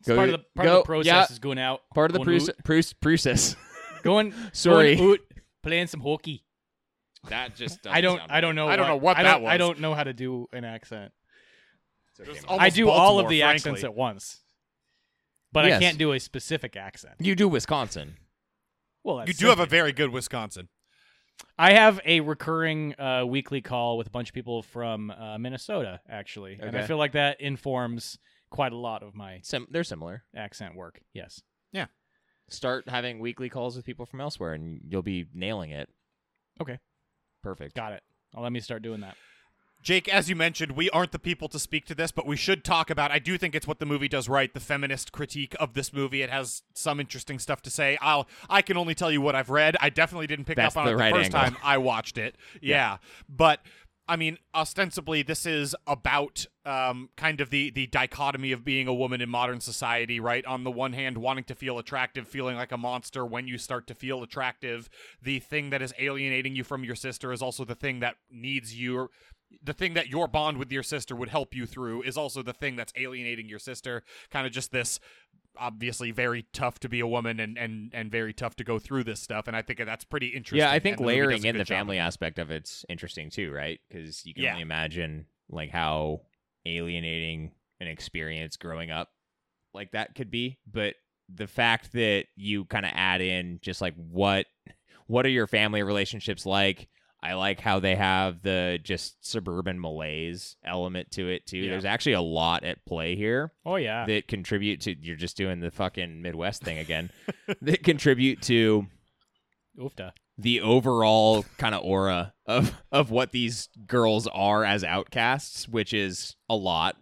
B: It's part of the part of
C: go-
B: the process
C: yeah,
B: is going out.
C: part of the
B: going
C: proce-
B: out-
C: proce- process.
B: Going
C: Sorry.
B: going out, playing some hockey.
C: that just
B: I don't. I don't know.
A: I don't know what
B: I
A: that
B: don't, I
A: was.
B: don't know how to do an accent.
A: Just
B: I
A: almost
B: do all of
A: Baltimore,
B: the
A: frankly.
B: accents at once, but
C: Yes.
B: I can't do a specific accent.
C: You do Wisconsin.
B: Well,
A: You
B: that's
A: do have a
B: simple.
A: very good Wisconsin.
B: I have a recurring uh, weekly call with a bunch of people from uh, Minnesota, actually, and I
C: Okay.
B: feel like that informs quite a lot of my
C: Sim- they're similar.
B: accent work. Yes,
C: Start having weekly calls with people from elsewhere, and you'll be nailing it.
B: Okay.
C: Perfect.
B: got it. Well, let me start doing that.
A: Jake, as you mentioned, we aren't the people to speak to this, but we should talk about. I do think it's what the movie does right. The feminist critique of this movie. It has some interesting stuff to say. I'll. I can only tell you what I've read. I definitely didn't pick
C: That's
A: up on
C: the
A: it the
C: right
A: first
C: angle.
A: time I watched it.
C: Yeah.
A: Yeah, but I mean, ostensibly, this is about um, kind of the the dichotomy of being a woman in modern society, right? On the one hand, wanting to feel attractive, feeling like a monster when you start to feel attractive. The thing that is alienating you from your sister is also the thing that needs you. The thing that your bond with your sister would help you through is also the thing that's alienating your sister. Kind of just this obviously very tough to be a woman and and and very tough to go through this stuff and i think that's pretty interesting
C: Yeah, I think
A: and the movie does
C: layering
A: a
C: in
A: good
C: the
A: job of
C: family aspect of it's interesting too, right? Because you can
A: Yeah.
C: only imagine like how alienating an experience growing up like that could be. But the fact that you kind of add in just like what what are your family relationships like? I like how they have the just suburban malaise element to it too.
A: Yeah. Ah.
C: There's actually a lot at play here
B: Oh yeah.
C: that contribute to you're just doing the fucking Midwest thing again. that contribute to
B: Oofta.
C: the overall kind of aura of of what these girls are as outcasts, which is a lot,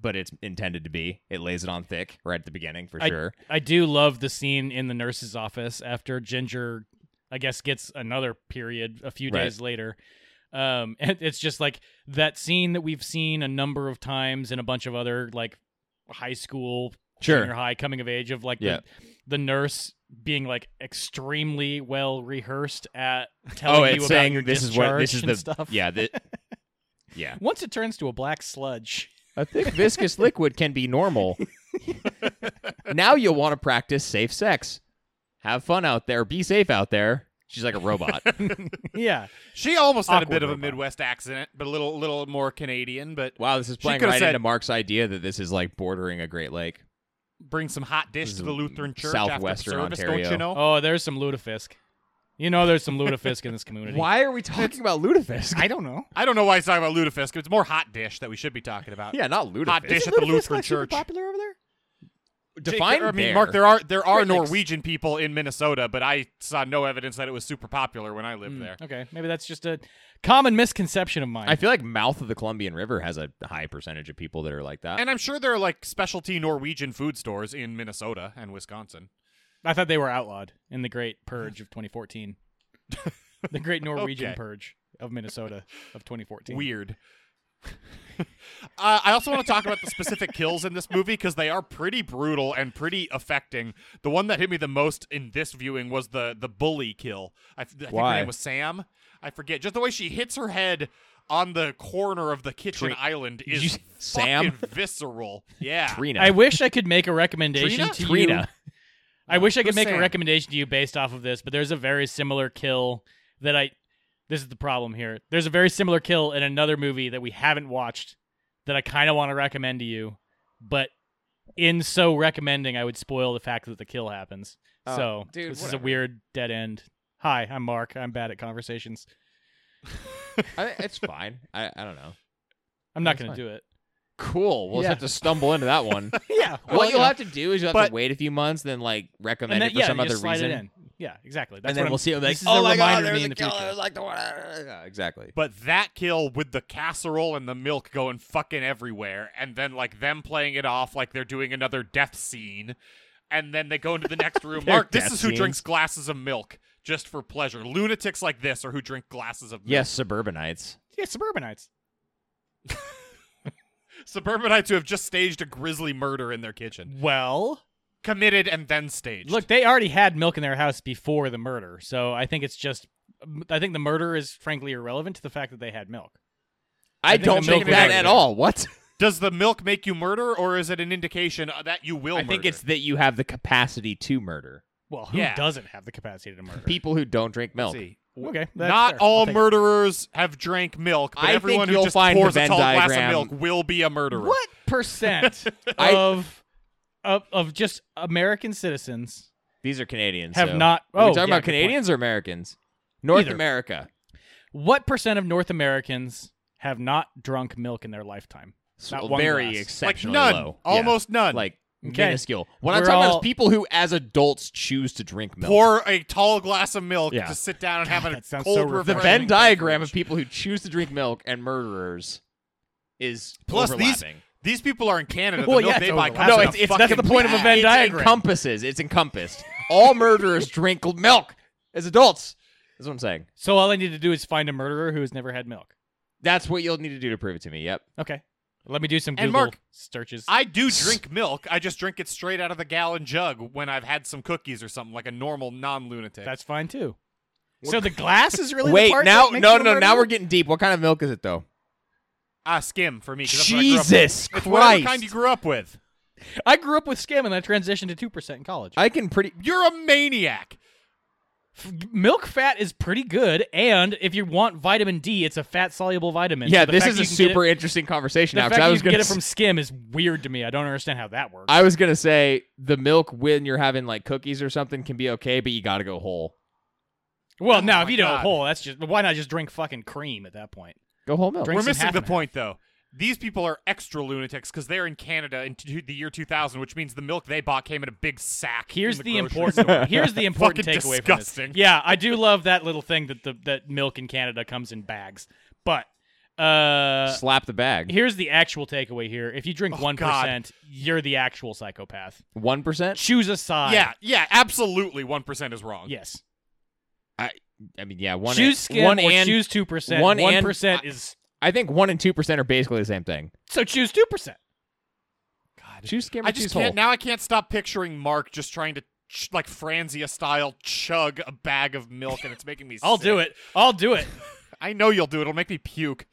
C: but it's intended to be. It lays it on thick right at the beginning for sure.
B: I do love the scene in the nurse's office after Ginger, I guess, gets another period a few
C: Right.
B: days later. Um, and it's just like that scene that we've seen a number of times in a bunch of other like high school,
C: Sure.
B: junior high coming of age of like
C: Yeah.
B: the, the nurse being like extremely well rehearsed at
C: Oh,
B: telling you about your discharge and stuff.
C: yeah the, yeah.
B: Once it turns to a black sludge.
C: A thick viscous liquid can be normal. now you'll want to practice safe sex. Have fun out there. Be safe out there. She's like a robot.
B: yeah.
A: She almost had a
B: Awkward
A: bit of a
B: robot.
A: Midwest accent, but a little little more Canadian, but
C: wow, this is
A: She
C: playing
A: could've
C: right
A: said-
C: into Mark's idea that this is like bordering a Great Lake.
A: bring some hot dish
C: This
A: to
C: is
A: the Lutheran church
C: Mm-hmm. southwestern
A: after service, don't
C: Ontario.
A: you know?
B: Oh, there's some lutefisk. You know, there's some lutefisk in this community.
C: Why are we talking about lutefisk?
B: I don't know.
A: I don't know why he's talking about lutefisk. It's more hot dish that we should be talking about.
C: Yeah, Uh, not lutefisk.
A: Hot dish at the Lutheran church.
B: popular over there?
C: Define
A: I mean,
C: there.
A: Mark, there are there are
C: Great Lakes.
A: Norwegian people in Minnesota, but I saw no evidence that it was super popular when I lived
C: Hmm.
A: there.
B: Hmm. Okay, maybe that's just a common misconception of mine.
C: I feel like mouth of the Columbian River has a high percentage of people that are like that.
A: And I'm sure there are like specialty Norwegian food stores in Minnesota and Wisconsin.
B: I thought they were outlawed in the Great Purge of 2014. the Great Norwegian
A: Okay.
B: Purge of Minnesota of 2014.
A: Weird. uh, I also want to talk about the specific kills in this movie because they are pretty brutal and pretty affecting. The one that hit me the most in this viewing was the the bully kill. I, f- I think
C: Why?
A: her name was Sam. I forget. Just the way she hits her head on the corner of the kitchen
C: Tre-
A: island
C: you
A: is
C: say Sam?
A: fucking visceral. Yeah.
C: Trina.
B: I wish I could make a recommendation
A: Trina?
B: to you.
C: Trina.
B: I wish I could
A: Who's
B: make a
A: Sam?
B: recommendation to you based off of this, but there's a very similar kill that I. This is the problem here. There's a very similar kill in another movie that we haven't watched that I kind of want to recommend to you, but in so recommending, I would spoil the fact that the kill happens.
C: Oh,
B: so
C: dude,
B: this is a
C: whatever.
B: weird dead end. Hi, I'm Mark. I'm bad at conversations.
C: I, it's fine. I, I don't know.
B: I'm not
C: That's
B: going to
C: fine.
B: do it.
C: Cool. We'll
B: Yeah.
C: have to stumble into that one.
B: yeah.
C: what you'll have to do is you'll have
A: But-
C: to wait a few months, then like
B: and
C: recommend
B: then,
C: it for
B: yeah,
C: some
B: you
C: other
B: slide
C: reason,
B: It in. Yeah, exactly. That's
C: and then
B: what
C: we'll
B: I'm,
C: see. It'll be like,
B: this is
C: oh
B: a
C: my god,
B: reminder to
C: there's
B: me in
C: a
B: the
C: killer.
B: future.
C: Like the one. uh, Yeah, exactly.
A: But that kill with the casserole and the milk going fucking everywhere, and then like them playing it off like they're doing another death scene, and then they go into the next room.
C: Their
A: Mark, this
C: death
A: is who
C: scenes.
A: drinks glasses of milk just for pleasure. Lunatics like this are who drink glasses of milk.
C: Yes, suburbanites.
B: yeah, suburbanites.
A: Suburbanites who have just staged a grisly murder in their kitchen,
B: Well,
A: committed and then staged.
B: Look, they already had milk in their house before the murder, so I think it's just. I think the murder is frankly irrelevant to the fact that they had milk.
C: I,
B: think
C: don't
B: the
C: think
A: milk
C: that
A: was
C: at
A: there.
C: all. What?
A: does the milk make you murder, or is it an indication uh, that you will?
C: I think
A: murder?
C: it's that you have the capacity to murder.
B: Well, who
A: Yeah.
B: doesn't have the capacity to murder?
C: People who don't drink
A: Let's
C: milk.
A: see.
B: Okay, that's
A: Not
B: fair. I'll
A: all
B: take it.
A: murderers have drank milk, but
C: I think
A: everyone who
C: you'll
A: just
C: find the
A: pours a
C: Venn
A: tall glass of
C: diagram-
A: milk will be a murderer.
B: What percent
C: I-
B: of, of of just American citizens
C: These are Canadians.
B: have
C: so-
B: not?
C: Are
B: oh,
C: we talking
B: yeah,
C: about
B: good point.
C: Canadians or Americans? North
B: Either.
C: America.
B: What percent of North Americans have not drunk milk in their lifetime? Not
C: So
B: one
C: very
B: glass.
A: Like
C: exceptionally
A: none,
C: low. Yeah.
A: almost none.
C: like
B: Okay.
C: minuscule. What I'm
B: We're
C: talking about
B: all-
C: is people who, as adults, choose to drink milk.
A: pour a tall glass of milk
C: Yeah.
A: to sit down and have
B: God,
A: a
B: that sounds
A: cold
B: so
C: the
B: refreshing.
A: refreshing
C: Venn diagram of people who choose to drink milk and murderers is
A: Plus, these
C: overlapping.
A: these people are in Canada. The
B: Well,
A: milk
B: yeah,
A: they
B: it's
A: buy
B: overlapping.
A: comes
C: no,
A: in
C: it's,
A: a
C: it's that's the
A: fucking
C: point of a
A: bag.
C: Venn
B: It's
C: diagram.
B: encompassed.
C: Encompasses. It's encompassed. All murderers drink l- milk as adults. That's what I'm saying.
B: So all I need to do is find a murderer who has never had milk.
C: That's what you'll need to do to prove it to me. Yep.
B: Okay. Let me do some Google
A: And Mark-
B: searches.
A: I do drink milk. I just drink it straight out of the gallon jug when I've had some cookies or something, like a normal non lunatic.
B: That's fine too. So the glass is really the
C: Wait,
B: part
C: now
B: that makes
C: no
B: you a
C: no now
B: murderer?
C: we're getting deep. What kind of milk is it though?
A: ah skim for me. 'cause that's what I grew up with.
C: Jesus
A: It's whatever
C: Christ!
A: kind you grew up with.
B: I grew up with skim and I transitioned to two percent in college.
C: I can pretty.
A: You're a maniac.
B: F- milk fat is pretty good, and if you want vitamin D, it's a fat soluble vitamin.
C: Yeah,
B: So the
C: this
B: fact
C: is
B: that
C: a
B: you can get
C: super
B: It,
C: interesting conversation
B: the
C: now.
B: fact
C: 'cause I
B: that you
C: was
B: can
C: gonna
B: get it from skim is weird to me. I don't understand how that works.
C: I was gonna say the milk when you're having like cookies or something can be okay, but you gotta go whole.
B: well,
A: Oh
B: now if
A: my
B: you don't
A: God.
B: whole, that's just why not just drink fucking cream at that point?
C: Go whole milk.
B: Drink- Brings
A: We're
B: in
A: missing
B: half
A: the
B: and
A: point, though. These people are extra lunatics because they're in Canada in t- the year 2000, which means the milk they bought came in a big sack.
B: Here's
A: in
B: the,
A: the, grocery
B: important.
A: store.
B: Here's the important
A: Fucking
B: takeaway from
A: disgusting.
B: this. Yeah, I do love that little thing that the that milk in Canada comes in bags, but uh,
C: Slap the bag.
B: here's the actual takeaway here. If you drink
A: Oh,
B: one
A: God.
B: you're the actual psychopath.
C: One percent.
B: Choose a side.
A: Yeah, yeah, absolutely. One percent is wrong.
B: Yes.
C: I mean, yeah, one.
B: choose
C: and,
B: skim
C: one
B: or
C: and
B: choose two percent.
C: one
B: One
C: and-
B: percent is
C: I think one and two percent are basically the same thing.
B: so choose two percent.
A: God,
C: Choose skim or
A: I just
C: choose
A: can't.
C: whole.
A: Now I can't stop picturing Mark just trying to. Ch- like Franzia style, chug a bag of milk, and it's making me.
B: I'll
A: sick.
B: do it. I'll do it.
A: I know you'll do it. It'll make me puke.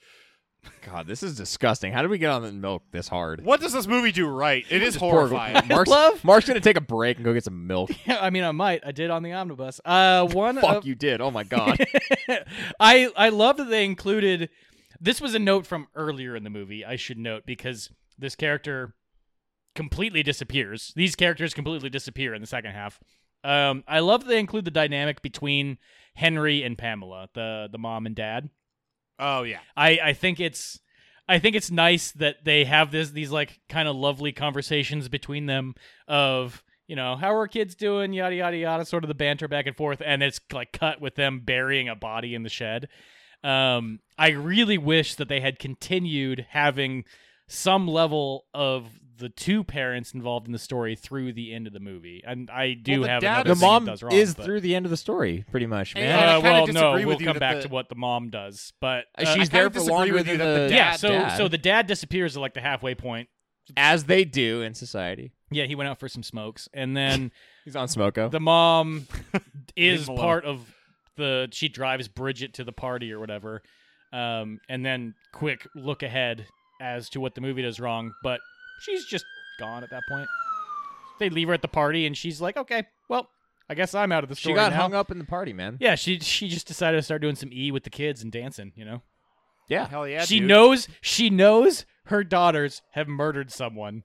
C: God, this is disgusting. How did we get on the milk this hard?
A: What does this movie do right? It is
C: This poor-
A: horrifying.
C: Mark's,
B: Love?
C: Mark's gonna take a break and go get some milk.
B: I mean, I might. I did on the omnibus. Uh, one.
C: Fuck,
B: of-
C: you did. Oh my god.
B: I I love that they included. This was a note from earlier in the movie. I should note because this character completely disappears. These characters completely disappear in the second half. Um, I love that they include the dynamic between Henry and Pamela, the the mom and dad.
A: oh yeah.
B: I I think it's I think it's nice that they have this these like kind of lovely conversations between them of you know how are kids doing yada yada yada sort of the banter back and forth and it's like cut with them burying a body in the shed. Um, I really wish that they had continued having some level of the two parents involved in the story through the end of the movie, and I do
A: Well, the
B: have
A: dad
B: another
C: the
A: is-
B: thing it
C: mom
B: does wrong,
C: is
B: but-
C: through the end of the story, pretty much,
A: And-
C: man.
A: I
B: Uh,
A: kinda
B: well, no,
A: disagree
B: we'll
A: with you
B: come
A: that
B: back
A: the-
B: to what the mom does, but uh,
C: Uh, She's
A: I
C: there
A: kinda
C: for
A: disagree
C: longer
A: with you
C: than
A: that
C: the
A: the
B: yeah
A: dad-
B: so
C: dad.
B: so the dad disappears at like the halfway point
C: as they do in society.
B: yeah he went out for some smokes and then
C: He's on Smoko.
B: the mom
A: Leave him
B: is
A: alone.
B: part of the she drives bridget to the party or whatever um, and then quick look ahead as to what the movie does wrong but she's just gone at that point they leave her at the party and she's like okay well i guess i'm out of the
C: she
B: story
C: got
B: now."
C: hung up in the party, man.
B: yeah she she just decided to start doing some e with the kids and dancing you know
C: Yeah.
A: Hell yeah.
B: she
A: dude.
B: knows she knows her daughters have murdered someone,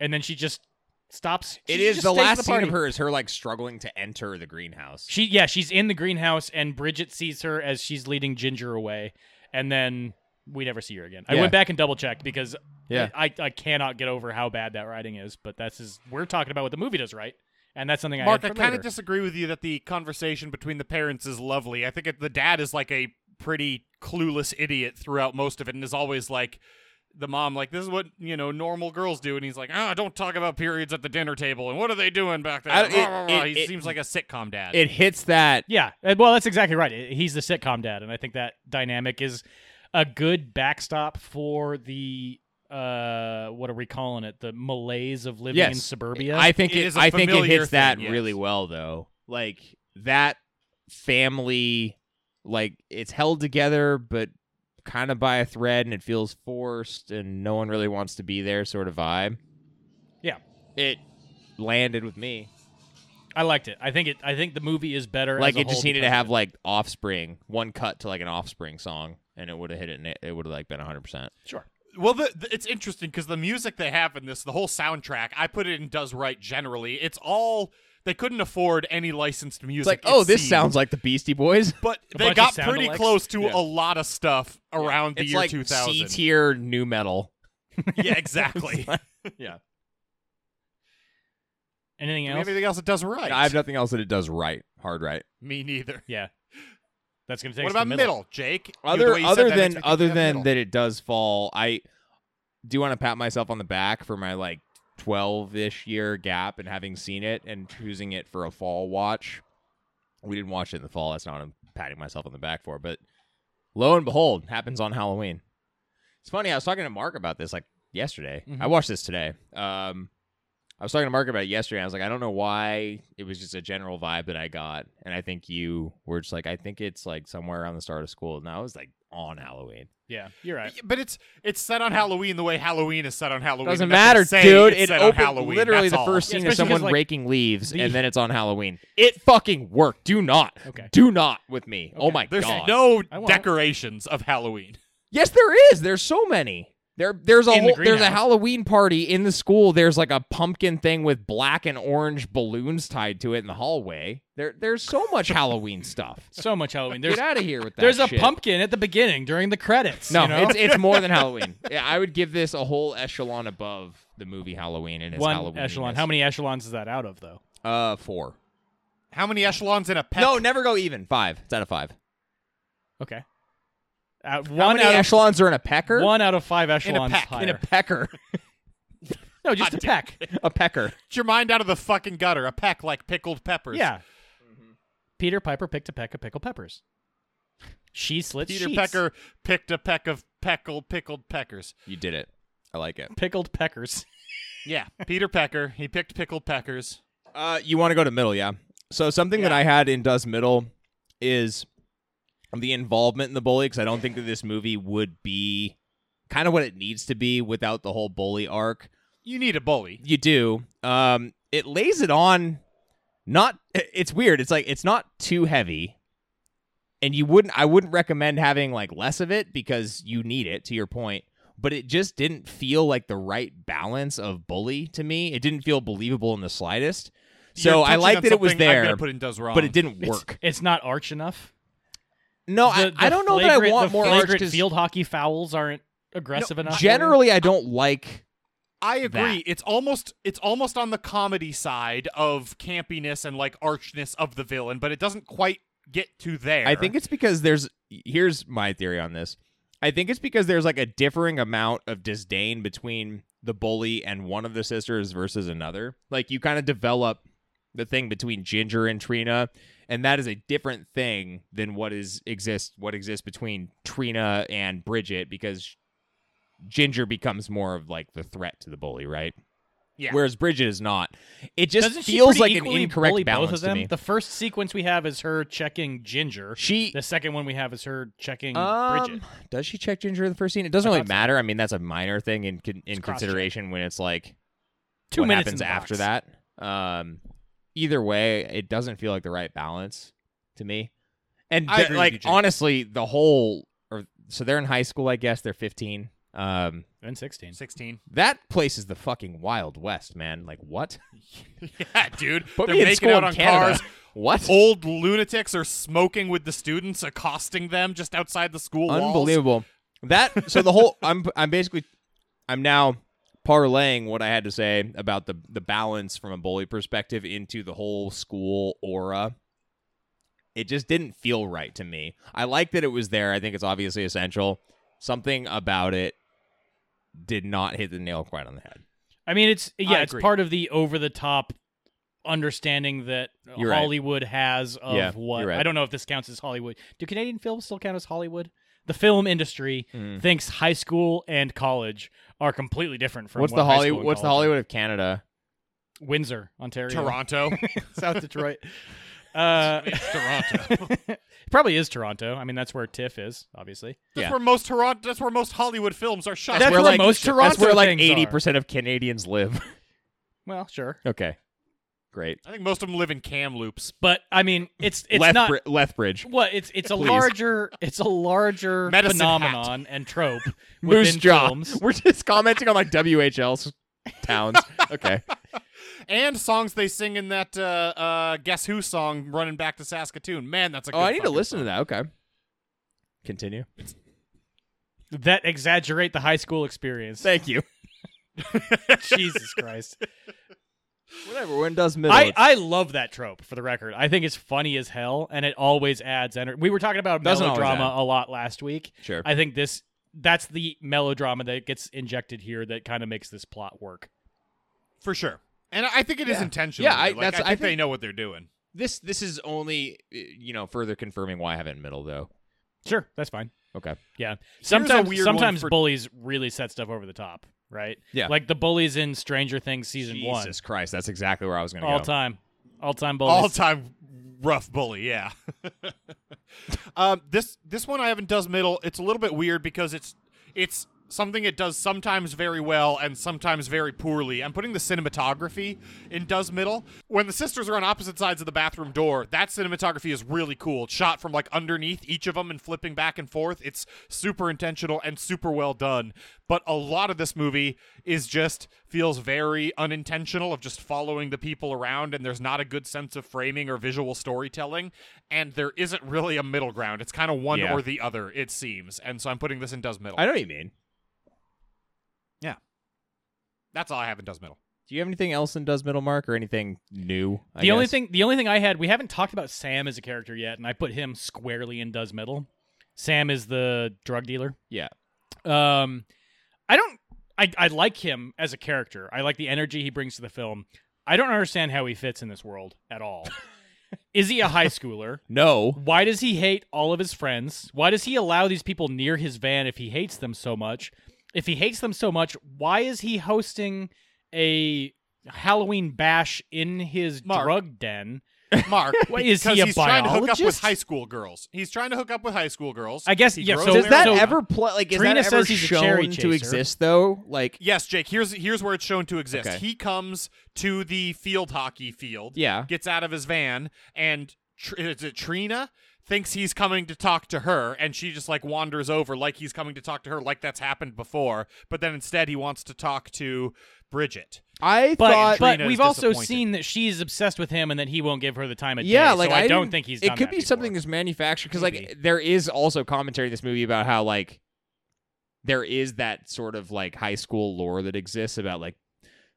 B: and then she just stops.
C: It
B: she
C: is
B: just
C: the
B: stays at
C: last scene
B: party.
C: of her is her like struggling to enter the greenhouse.
B: She yeah, she's in the greenhouse, and Bridget sees her as she's leading Ginger away, and then we never see her again. I
C: Yeah.
B: went back and double checked because
C: Yeah.
B: I, I cannot get over how bad that writing is. But that's is we're talking about what the movie does right, and that's something
A: Mark,
B: I
A: I
B: had for
A: kind of
B: later.
A: disagree with you that the conversation between the parents is lovely. I think it, the dad is like a pretty clueless idiot throughout most of it, and is always like the mom, like this is what you know normal girls do, and he's like, ah, don't talk about periods at the dinner table, and what are they doing back there?
C: I- it-
A: Blah, blah, blah.
C: it-
A: he
C: it-
A: seems like a sitcom dad.
C: it hits that
B: Yeah, uh, well, that's exactly right. I- He's the sitcom dad, and I think that dynamic is a good backstop for the uh, what are we calling it? The malaise of living in
C: Yes.
B: suburbia.
C: I think
A: It
C: it,
A: is a
C: I think it
A: familiar
C: hits that
A: thing, yes.
C: really well though. Like that family like it's held together but kind of by a thread and it feels forced and no one really wants to be there sort of vibe.
B: Yeah.
C: It landed with me.
B: I liked it. I think it. I think the movie is better.
C: Like
B: as a
C: it just
B: whole
C: needed to
B: because
C: have
B: of it.
C: like offspring, one cut to like an offspring song and it would have hit it na- it would have like been 100%.
B: sure.
A: Well, the, the- it's interesting because the music they have in this, the whole soundtrack, I put it in does right generally. It's all they couldn't afford any licensed music.
C: It's like, "Oh,
A: it
C: this
A: seems.
C: sounds like the Beastie Boys."
A: But
B: A bunch
A: they
B: of
A: got
B: sound
A: pretty
B: alikes.
A: close to
B: Yeah.
A: a lot of stuff around the
C: it's
A: year
C: like
A: 2000.
C: C tier new metal.
A: yeah, exactly.
C: Yeah.
B: Anything else?
A: Everything else it does right.
C: I have nothing else that it does right, hard right.
A: Me neither.
B: yeah. That's gonna take.
A: what
B: us to
A: about
B: the
A: middle,
B: middle?
A: Jake? You- the
C: other
A: way you said
C: other
A: that makes
C: than
A: me think
C: other
A: of
C: than
A: middle.
C: that it does fall i do want to pat myself on the back for my like 12-ish year gap and having seen it and choosing it for a fall watch we didn't watch it in the fall that's not what i'm patting myself on the back for but Lo and behold, happens on Halloween. It's funny. I was talking to Mark about this like yesterday.
B: Mhm.
A: Mm-hmm.
C: I watched this today. Um, I was talking to Mark about it yesterday. and I was like, I don't know why it was just a general vibe that I got, and I think you were just like, I think it's like somewhere around the start of school. And I was like, on Halloween.
B: Yeah, you're right.
A: But it's it's set on Halloween the way Halloween is set on Halloween.
C: Doesn't
A: That's
C: matter,
A: insane.
C: dude.
A: It's
C: It
A: set on
C: opened
A: Halloween.
C: literally
A: That's
C: the
A: all.
C: first
B: Yeah,
C: scene is
B: especially 'cause,
C: someone
B: like,
C: raking leaves,
B: the-
C: and then it's on Halloween. It fucking worked. Do not,
B: Okay.
C: do not with me. Oh
B: Okay.
C: my
A: There's
C: god.
A: no
B: I won't.
A: decorations of Halloween.
C: Yes, there is. There's so many. There, there's a
B: In the
C: whole, there's a
B: greenhouse.
C: Halloween party in the school. There's like a pumpkin thing with black and orange balloons tied to it in the hallway. There, there's so much Halloween stuff.
B: So much Halloween. There's
C: Get out of here with that.
B: there's a
C: shit.
B: pumpkin at the beginning during the credits.
C: No,
B: you know?
C: it's it's more than Halloween. Yeah, I would give this a whole echelon above the movie Halloween and its
B: one
C: Halloween.
B: echelon. How many echelons is that out of though?
C: Uh, four.
A: How many echelons in a pep?
C: No, never go even. Five. It's out of five.
B: Okay. Out-
C: How
B: one
C: many
B: out
C: echelons are in a pecker?
B: of one out of five echelons
A: pack.
B: higher.
C: in a pecker.
B: no, just a peck.
C: a pecker.
A: Get your mind out of the fucking gutter. A peck like pickled peppers.
B: Yeah.
C: Mm-hmm.
B: Peter Piper picked a peck of pickled peppers. She slit
A: Peter
B: sheets.
A: Pecker picked a peck of peckled pickled peckers.
C: You did it. I like it.
B: pickled peckers.
A: Yeah, Peter Pecker. He picked pickled peckers.
C: Uh, you want to go to middle, yeah. So something that I had in Does Middle is the involvement in the bully because I don't think that this movie would be kind of what it needs to be without the whole bully arc.
A: You need a bully.
C: You do. Um, it lays it on. Not. it- It's weird. It's like it's not too heavy, and you wouldn't. I wouldn't recommend having like less of it because you need it. To your point. But it just didn't feel like the right balance of bully to me. It didn't feel believable in the slightest. So
A: You're
C: I
A: touching
C: like
A: on
C: that it was
A: something I'm
C: there,
A: gonna put in does wrong.
C: but it didn't
B: It's-
C: work.
B: It's, not arch enough.
C: No, I,
B: The-
C: I
B: the
C: don't know that I
B: flagrant-
C: want
B: the
C: more arch.
B: flagrant
C: 'cause
B: field hockey fouls aren't aggressive enough. for you.
C: generally, I don't like.
A: I agree.
C: that.
A: It's almost it's almost on the comedy side of campiness and like archness of the villain, but it doesn't quite get to there.
C: I think it's because there's. Here's my theory on this. I think it's because there's like a differing amount of disdain between the bully and one of the sisters versus another. Like you kind of develop the thing between Ginger and Trina, and that is a different thing than what is exists what exists between Trina and Bridget because Ginger becomes more of like the threat to the bully, right?
A: yeah.
C: Whereas Bridget is not. It just
B: Doesn't she
C: feels
B: pretty
C: like an
B: equally
C: incorrect
B: bully
C: balance
B: both of them?
C: to me.
B: The first sequence we have is her checking Ginger.
C: She
B: The second one we have is her checking
C: um,
B: Bridget.
C: does she check Ginger in the first scene? It doesn't
B: I
C: really
B: thought so.
C: matter. I mean, that's a minor thing in con- in
B: It's cross-check.
C: consideration when it's like
B: Two
C: what
B: minutes in
C: happens
B: the
C: after
B: box.
C: that. Um, either way, it doesn't feel like the right balance to me. And
A: I
C: th-
A: agree with
C: like
A: you, Jake.
C: honestly, the whole or so they're in high school. I guess they're fifteen. Um,
B: And sixteen.
A: sixteen.
C: that place is the fucking wild west, man. Like what?
A: Yeah, dude.
C: Put
A: They're
C: me in
A: making
C: school
A: out
C: in
A: on
C: Canada.
A: cars.
C: What?
A: Old lunatics are smoking with the students, accosting them just outside the school walls.
C: Unbelievable. That so the whole I'm I'm basically I'm now parlaying what I had to say about the the balance from a bully perspective into the whole school aura. It just didn't feel right to me. I like that it was there. I think it's obviously essential. Something about it did not hit the nail quite on the head.
B: I mean, it's yeah, it's
A: agree.
B: part of the over the top understanding that
C: You're right.
B: Hollywood has of
C: Yeah,
B: what
C: you're right.
B: I don't know if this counts as Hollywood. Do Canadian films still count as Hollywood? The film industry
C: Mm.
B: thinks high school and college are completely different from
C: What's
B: what
C: the
B: high school
C: Hollywood
B: and
C: what's the
B: college
C: Hollywood of Canada?
B: are. Windsor, Ontario,
A: Toronto.
B: South Detroit. Uh,
A: It's Toronto.
B: probably is Toronto. I mean, that's where TIFF is, obviously.
A: That's
C: Yeah.
A: where most Toronto. That's where most Hollywood films are shot.
B: That's
C: where
B: where
C: like,
B: most
C: That's where
B: Toronto
C: like
B: things are.
C: 80% of Canadians live.
B: Well, sure,
C: okay. Great.
A: I think most of them live in Kamloops.
B: but I mean, it's it's
C: Lethbri-
B: not
C: Lethbridge.
B: Well, it's it's a
C: Please.
B: larger it's a larger
A: Medicine hat.
B: phenomenon and trope within
C: Moose Jaw.
B: films.
C: We're just commenting on like WHL's towns. Okay.
A: and songs they sing in that uh, uh, Guess Who song, "Running Back to Saskatoon." Man, that's a. Good fucking
C: Oh, to that. Okay. Continue.
B: That exaggerate the high school experience.
C: Thank you.
B: Jesus Christ.
C: Whatever. When does middle?
B: I, I love that trope for the record. I think it's funny as hell and it always adds energy. We were talking about
C: Doesn't always
B: melodrama
C: add.
B: a lot last week.
C: sure.
B: I think this that's the melodrama that gets injected here that kind of makes this plot work.
A: for sure. And I think it is
C: Yeah.
A: intentional.
C: Yeah, I-
A: Like,
C: that's-
A: I
C: I
A: think they
C: think-
A: know what they're doing.
C: this this is only uh, you know further confirming why I have it in middle though,
B: Sure, that's fine.
C: Okay.
B: Yeah.
A: a
B: Sometimes
A: weird one
B: sometimes
A: for-
B: bullies really set stuff over the top, right?
C: Yeah.
B: Like the bullies in Stranger Things season one.
C: Jesus Christ, that's exactly where I was going to go.
B: All time. All time bullies.
A: All time rough bully, yeah. um, this this one I haven't does middle. It's a little bit weird because it's it's something it does sometimes very well and sometimes very poorly. I'm putting the cinematography in does middle. When the sisters are on opposite sides of the bathroom door, that cinematography is really cool. It's shot from like underneath each of them and flipping back and forth. It's super intentional and super well done. But a lot of this movie is just feels very unintentional of just following the people around and there's not a good sense of framing or visual storytelling and there isn't really a middle ground. It's kind of one
C: Yeah.
A: or the other it seems. And so I'm putting this in does middle.
C: I know what you mean.
A: That's all I have in does middle.
C: Do you have anything else in Does Middle Mark or anything new? I
B: the only
C: guess?
B: thing the only thing I had we haven't talked about Sam as a character yet, and I put him squarely in Does Middle. Sam is the drug dealer.
C: Yeah.
B: Um I don't I, I like him as a character. I like the energy he brings to the film. I don't understand how he fits in this world at all. is he a high schooler?
C: No.
B: Why does he hate all of his friends? Why does he allow these people near his van if he hates them so much? If he hates them so much, why is he hosting a Halloween bash in his
A: Mark.
B: drug den?
A: Mark,
B: Wait, is he
A: because
B: a
A: he's trying to hook up with
B: biologist?
A: high school girls. He's trying to hook up with high school girls.
B: I guess
A: He
B: yeah.
A: grows
B: So
C: Does
A: there.
C: that
B: so-
C: ever play? Like, is
B: Trina
C: that ever
B: says he's a cherry
C: shown to
B: chaser.
C: exist though? Like,
A: Yes, Jake. Here's here's where it's shown to exist.
C: Okay.
A: He comes to the field hockey field.
C: yeah.
A: Gets out of his van and tr- is it Trina thinks he's coming to talk to her and she just like wanders over like he's coming to talk to her like that's happened before, but then instead he wants to talk to Bridget.
C: I
B: But
C: thought.
B: but
A: Trina is
B: we've also
A: disappointed.
B: seen that she's obsessed with him and that he won't give her the time of
C: yeah,
B: day.
C: like
B: so I, don't
C: didn't-
B: think he's.
C: It
B: done
C: could
B: that
C: be
B: before.
C: something that's manufactured because, like,
B: Maybe.
C: there is also commentary in this movie about how like there is that sort of like high school lore that exists about like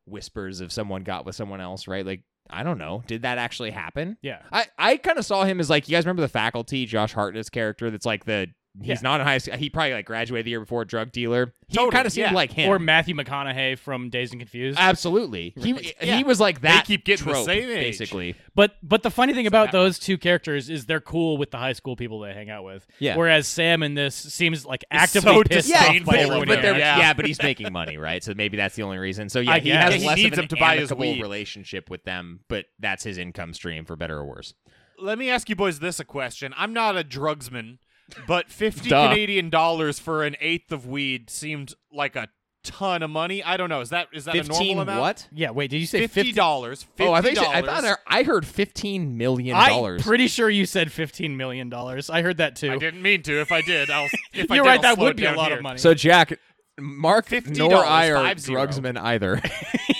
C: whispers of someone got with someone else, right? Like, I don't know, did that actually happen?
B: Yeah.
C: I, I kind of saw him as like you guys remember the faculty Josh Hartnett's character that's like the he's
B: Yeah.
C: not in high school he probably like graduated the year before drug dealer he
A: Totally,
C: kind of seemed
A: yeah.
C: like him
B: Or Matthew McConaughey from Dazed and Confused.
C: absolutely he
A: Right, yeah.
C: he was like that
A: keep getting the
C: trope,
A: same age.
C: basically
B: But but the funny thing about
A: that one.
B: those two characters is they're cool with the high school people they hang out with.
C: Yeah.
B: Whereas Sam in this seems like actively
A: so
B: pissed
A: Yeah,
B: off
A: disdainful
B: by
A: but-
B: everyone.
A: but
B: he
A: they're-
B: interacts
A: yeah.
C: yeah. but he's making money, right? So maybe that's the only reason. So
B: I
C: yeah, he
B: guess.
C: has
B: Yeah, he
C: less
A: needs
C: of an
A: him to buy his
C: amicable
A: weed.
C: relationship with them, but that's his income stream for better or worse.
A: Let me ask you boys this a question. I'm not a drugsman, but 50
C: Duh.
A: Canadian dollars for an eighth of weed seemed like a ton of money. I don't know. Is that is that a normal amount?
C: what?
B: with. Yeah, wait, did you say
A: Fifty dollars.
C: Oh, I think I thought I- I heard fifteen million
B: I'm
C: dollars.
B: pretty sure you said fifteen million dollars. I heard that too.
A: I didn't mean to. If I did, I'll. If I
B: You're
A: did,
B: right,
A: I'll
B: that
A: slow
B: would
A: it
B: be a
A: down
B: lot
A: here.
B: of money.
C: so Jack, Mark
A: $50,
C: nor I are
A: five zero.
C: drugsmen either.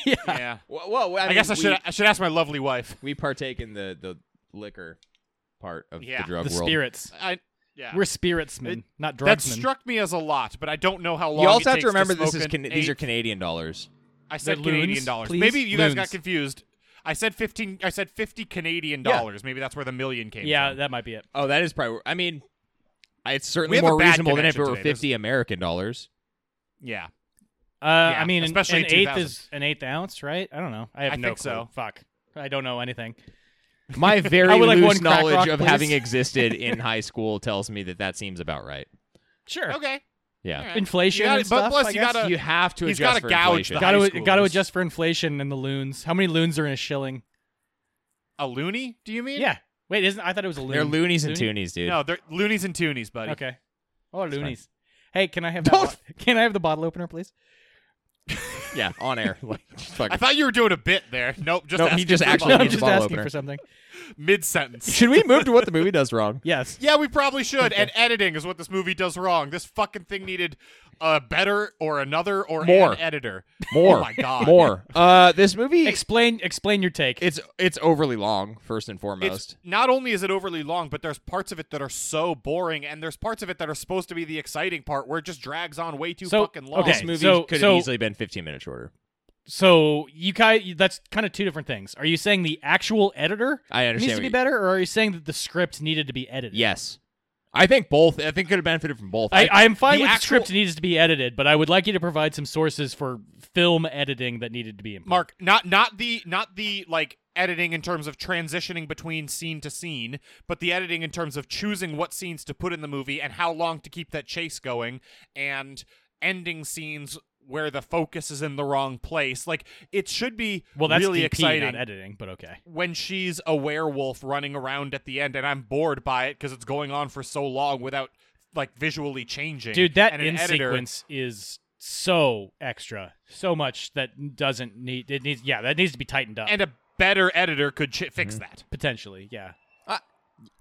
A: Yeah.
C: well, well,
A: I, guess I should. I should ask my lovely wife.
C: We partake in the the liquor part of
A: the Yeah.
C: the drug
B: the
C: world.
B: spirits.
A: I. Yeah.
B: We're spiritsmen,
A: It-
B: not drugsmen.
A: that struck me as a lot, but I don't know how long.
C: You
A: it
C: also have
A: takes
C: to remember this
A: smoke
C: is
A: an
C: Can- these are
A: eighth-
C: Canadian dollars.
A: I said
B: They're
A: Canadian
B: loons,
A: dollars.
B: please?
A: Maybe you guys got
B: Loons.
A: confused. I said fifteen. I said fifty Canadian
C: Yeah.
A: dollars. Maybe that's where the million came
B: yeah,
A: from.
B: that might be it.
C: Oh, that is probably. I mean, it's certainly
A: have a
C: more
A: bad
C: reasonable than if it
A: connection
C: were
A: today. There's-
C: fifty American dollars.
A: Yeah.
B: Uh,
A: Yeah,
B: I mean, an,
A: especially
B: an eighth
A: 2000.
B: is an eighth ounce, right? I don't know. I have
A: I
B: no
A: think
B: clue.
A: so.
B: Fuck, I don't know anything.
C: My very
B: I would like
C: loose
B: one crack
C: knowledge
B: rock,
C: of
B: please.
C: having existed in high school tells me that that seems about right.
B: Sure,
A: Okay.
C: Yeah.
A: Alright.
B: inflation
A: You gotta-
B: and
A: but
B: stuff.
A: plus
B: I
A: you
B: guess.
A: gotta-
C: You have to
A: He's
C: adjust
A: gotta
C: for
A: gouge the
C: inflation.
A: high
B: Got to
A: schoolers.
B: got to adjust for inflation and the loons. How many loons are in a shilling?
A: A loony? Do you mean?
B: Yeah. Wait, isn't I thought it was a loon?
C: They're loonies and
B: Loony?
C: toonies, dude.
A: No, they're loonies and toonies, buddy.
B: Okay. Oh,
C: fine.
B: loonies. Hey, can I have that
C: Don't-
B: bo- can I have the bottle opener, please?
C: Yeah, on air. Like, just fucking-
A: I thought you were doing a bit there. Nope. Just
C: No, he
A: asking
C: just
A: for
C: actually
A: money.
B: I'm
C: needs a
B: just
C: bottle
B: asking
C: opener.
B: for something.
A: mid sentence.
C: Should we move to what the movie does wrong?
B: Yes.
A: Yeah, we probably should. And editing is what this movie does wrong. This fucking thing needed a better or another or
C: More.
A: an editor.
C: More.
A: Oh my god.
C: More. Uh, this movie.
B: Explain explain your take.
C: it's it's overly long, first and foremost.
A: It's, not only is it overly long, but there's parts of it that are so boring, and there's parts of it that are supposed to be the exciting part where it just drags on way too
B: So,
A: fucking long.
B: okay.
C: this movie
B: so-
C: could
B: so-
C: have easily been 15 minutes shorter.
B: so you ki- that's kind of two different things. Are you saying the actual editor
C: I understand.
B: needs
C: what
B: to be
C: you-
B: better, or are you saying that the script needed to be edited?
C: Yes. I think both. I think could have benefited from both.
B: I, I'm fine
C: the
B: with
C: actual-
B: the script needs to be edited, but I would like you to provide some sources for film editing that needed to be improved.
A: Mark, not not the not the like editing in terms of transitioning between scene to scene, but the editing in terms of choosing what scenes to put in the movie and how long to keep that chase going and ending scenes where the focus is in the wrong place. Like it should be
B: Well, that's
A: really
B: DP,
A: exciting
B: not editing, but okay.
A: when she's a werewolf running around at the end and I'm bored by it because it's going on for so long without like visually changing.
B: Dude, that
A: and
B: in
A: an editor,
B: sequence is so extra, so much that doesn't need it needs. Yeah, that needs to be tightened up
A: and a better editor could ch-
C: Mm-hmm.
A: fix that.
B: potentially. Yeah,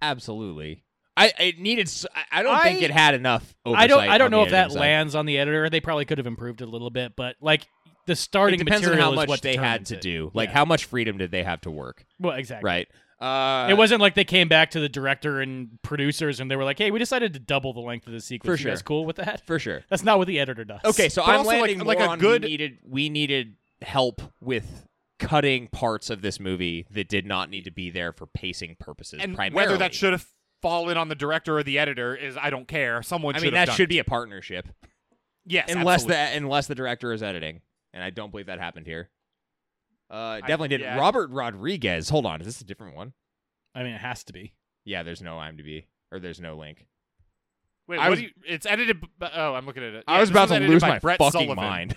C: absolutely. I it needed. s- I- I don't think
B: I-
C: it had enough.
B: I don't.
C: oversight
B: I
C: on
B: don't know
C: the
B: if that
C: editing side.
B: lands on the editor. They probably could have improved it a little bit, but like the
C: It
B: starting
C: depends on
B: material
C: how
B: is
C: much
B: what
C: they had
B: determines
C: to
B: it.
C: do. Like
B: Yeah.
C: how much freedom did they have to work?
B: Well, exactly.
C: Right. Uh,
B: it wasn't like they came back to the director and producers and they were like, "Hey, we decided to double the length of the sequence.
C: For
B: You guys
C: sure.
B: cool with that?"
C: for sure.
B: That's not what the editor does.
C: Okay, so
A: But
C: I'm
A: also, like-
C: landing
A: like
C: more
A: a
C: on
A: good-
C: we needed we needed help with cutting parts of this movie that did not need to be there for pacing purposes.
A: and
C: primarily.
A: whether that should have fallen on the director or the editor is I don't care. Someone
C: I
A: should
C: mean
A: have
C: that
A: done
C: should be a partnership,
A: it. yes,
C: unless
A: absolutely.
C: that unless the director is editing, and I don't believe that happened here. Uh, it
A: I-
C: definitely did.
A: yeah.
C: Robert Rodriguez. Hold on, is this a different one?
B: I mean, it has to be.
C: Yeah, there's no IMDb or there's no link.
A: Wait,
C: I
A: what
C: was-
A: do you, it's edited. b- Oh, I'm looking at it.
C: I
A: Yeah,
C: was
A: this
C: about
A: was
C: to
A: edited
C: lose
A: by
C: my
A: Brett
C: fucking
A: Sullivan.
C: mind.